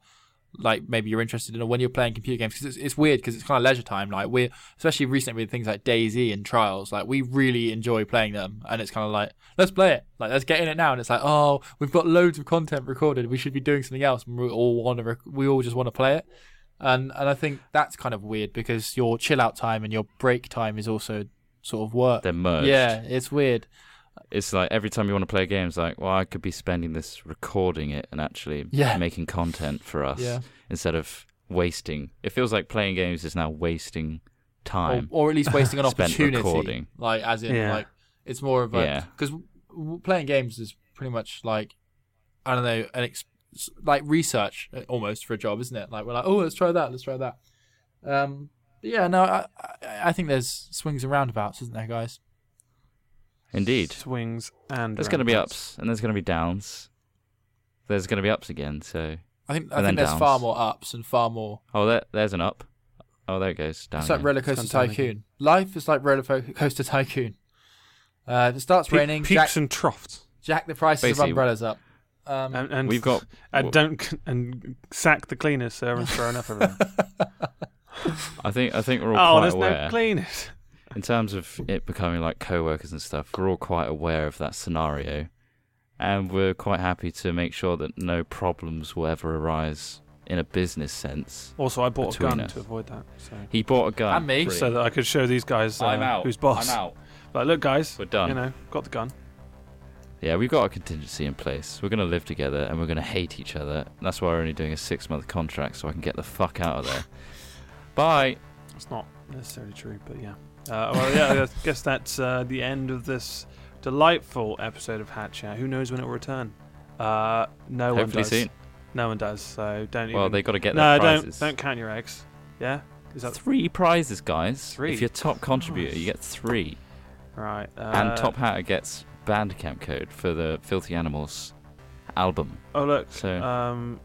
Speaker 2: like maybe you're interested in or when you're playing computer games because it's, it's weird because it's kind of leisure time. Like we're especially recently with things like Daisy and Trials, like we really enjoy playing them, and it's kind of like let's play it, like let's get in it now, and it's like oh we've got loads of content recorded, we should be doing something else, and we all want to rec- we all just want to play it. And and I think that's kind of weird because your chill out time and your break time is also sort of work.
Speaker 3: They're merged.
Speaker 2: Yeah, it's weird.
Speaker 3: It's like every time you want to play a game, it's like, well, I could be spending this recording it and actually
Speaker 2: Yeah.
Speaker 3: making content for us
Speaker 2: Yeah.
Speaker 3: instead of wasting. It feels like playing games is now wasting
Speaker 2: Or,
Speaker 3: time.
Speaker 2: or at least wasting an
Speaker 3: *laughs* Spent
Speaker 2: opportunity.
Speaker 3: recording.
Speaker 2: Like as in
Speaker 1: Yeah.
Speaker 2: like it's more of
Speaker 3: Yeah.
Speaker 2: a because w w- playing games is pretty much like I don't know an ex- s- like research uh, almost for a job, isn't it? Like we're like oh let's try that, let's try that. Um, but yeah, no, I, I I think there's swings and roundabouts, isn't there, guys?
Speaker 3: Indeed.
Speaker 1: swings and
Speaker 3: There's going to be
Speaker 1: roundabouts.
Speaker 3: ups and there's going to be downs. There's going to be ups again. So,
Speaker 2: I think I
Speaker 3: And
Speaker 2: think
Speaker 3: then
Speaker 2: there's
Speaker 3: downs.
Speaker 2: far more ups and far more
Speaker 3: oh, there, there's an up. Oh, there it goes. Down.
Speaker 2: It's like
Speaker 3: again.
Speaker 2: roller coaster
Speaker 1: It's gone down
Speaker 2: tycoon. Life is like roller fo- coaster tycoon. Uh, if it starts
Speaker 1: Pe-
Speaker 2: raining,
Speaker 1: peaks
Speaker 2: jack,
Speaker 1: and troughs.
Speaker 2: jack the prices
Speaker 3: Basically-
Speaker 2: of umbrellas up. Um,
Speaker 1: And, and
Speaker 3: We've got-
Speaker 1: and don't and sack the cleaners so everyone's throwing up everywhere.
Speaker 3: I think I think *laughs* we're
Speaker 1: oh,
Speaker 3: all quite
Speaker 1: there's
Speaker 3: aware
Speaker 1: no cleaners.
Speaker 3: in terms of it becoming like co-workers and stuff. We're all quite aware of that scenario, and we're quite happy to make sure that no problems will ever arise in a business sense.
Speaker 1: Also, I bought a
Speaker 3: Between
Speaker 1: gun
Speaker 3: us.
Speaker 1: to avoid that, so,
Speaker 3: He bought a gun.
Speaker 2: And me.
Speaker 3: Brilliant.
Speaker 1: so that I could show these guys uh,
Speaker 3: I'm out.
Speaker 1: who's boss.
Speaker 3: I'm out.
Speaker 1: Like, look, guys,
Speaker 3: We're done.
Speaker 1: You know, got the gun.
Speaker 3: Yeah, we've got a contingency in place. We're gonna live together and we're gonna hate each other. That's why we're only doing a six month contract so I can get the fuck out of there. Bye.
Speaker 1: It's not necessarily true, but yeah.
Speaker 3: *laughs*
Speaker 1: Uh, well, yeah, I guess that's uh, the end of this delightful episode of Hatch Out. Who knows when it will return? Uh, no one
Speaker 3: Hopefully
Speaker 1: does.
Speaker 3: soon.
Speaker 1: No one does. So don't.
Speaker 3: Well,
Speaker 1: even...
Speaker 3: they gotta get
Speaker 1: no,
Speaker 3: their prizes.
Speaker 1: don't don't count your eggs. Yeah, is that
Speaker 3: Three prizes, guys.
Speaker 1: Three.
Speaker 3: If you're top contributor, you
Speaker 1: Nice.
Speaker 3: get three.
Speaker 1: right? Uh,
Speaker 3: and Top Hatter gets Bandcamp code for the Filthy Animals album.
Speaker 1: Oh look,
Speaker 3: So
Speaker 1: um,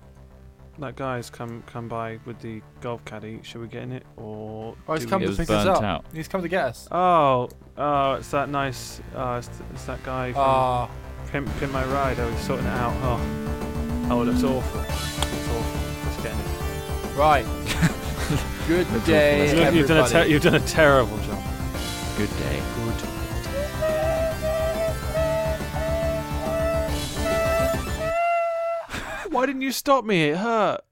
Speaker 1: that guy's come come by with the golf caddy. Should we get in it or?
Speaker 2: Oh, he's
Speaker 1: do we-
Speaker 2: come
Speaker 3: it
Speaker 2: to
Speaker 3: was
Speaker 2: pick
Speaker 3: burnt
Speaker 2: us up.
Speaker 3: out.
Speaker 2: He's come to get us.
Speaker 1: Oh, oh, it's that nice. Oh, it's, it's that guy from
Speaker 2: Ah,
Speaker 1: Pimp, Pimp My Ride. Oh, he's sorting it out. Oh, oh, it looks awful. It's awful. Let's get in it.
Speaker 2: *laughs* right. Good day,
Speaker 1: Look, you've done a ter-
Speaker 2: everybody.
Speaker 1: you've done a terrible
Speaker 2: *laughs*
Speaker 1: job.
Speaker 3: Good day.
Speaker 1: Why didn't you stop me? It hurt.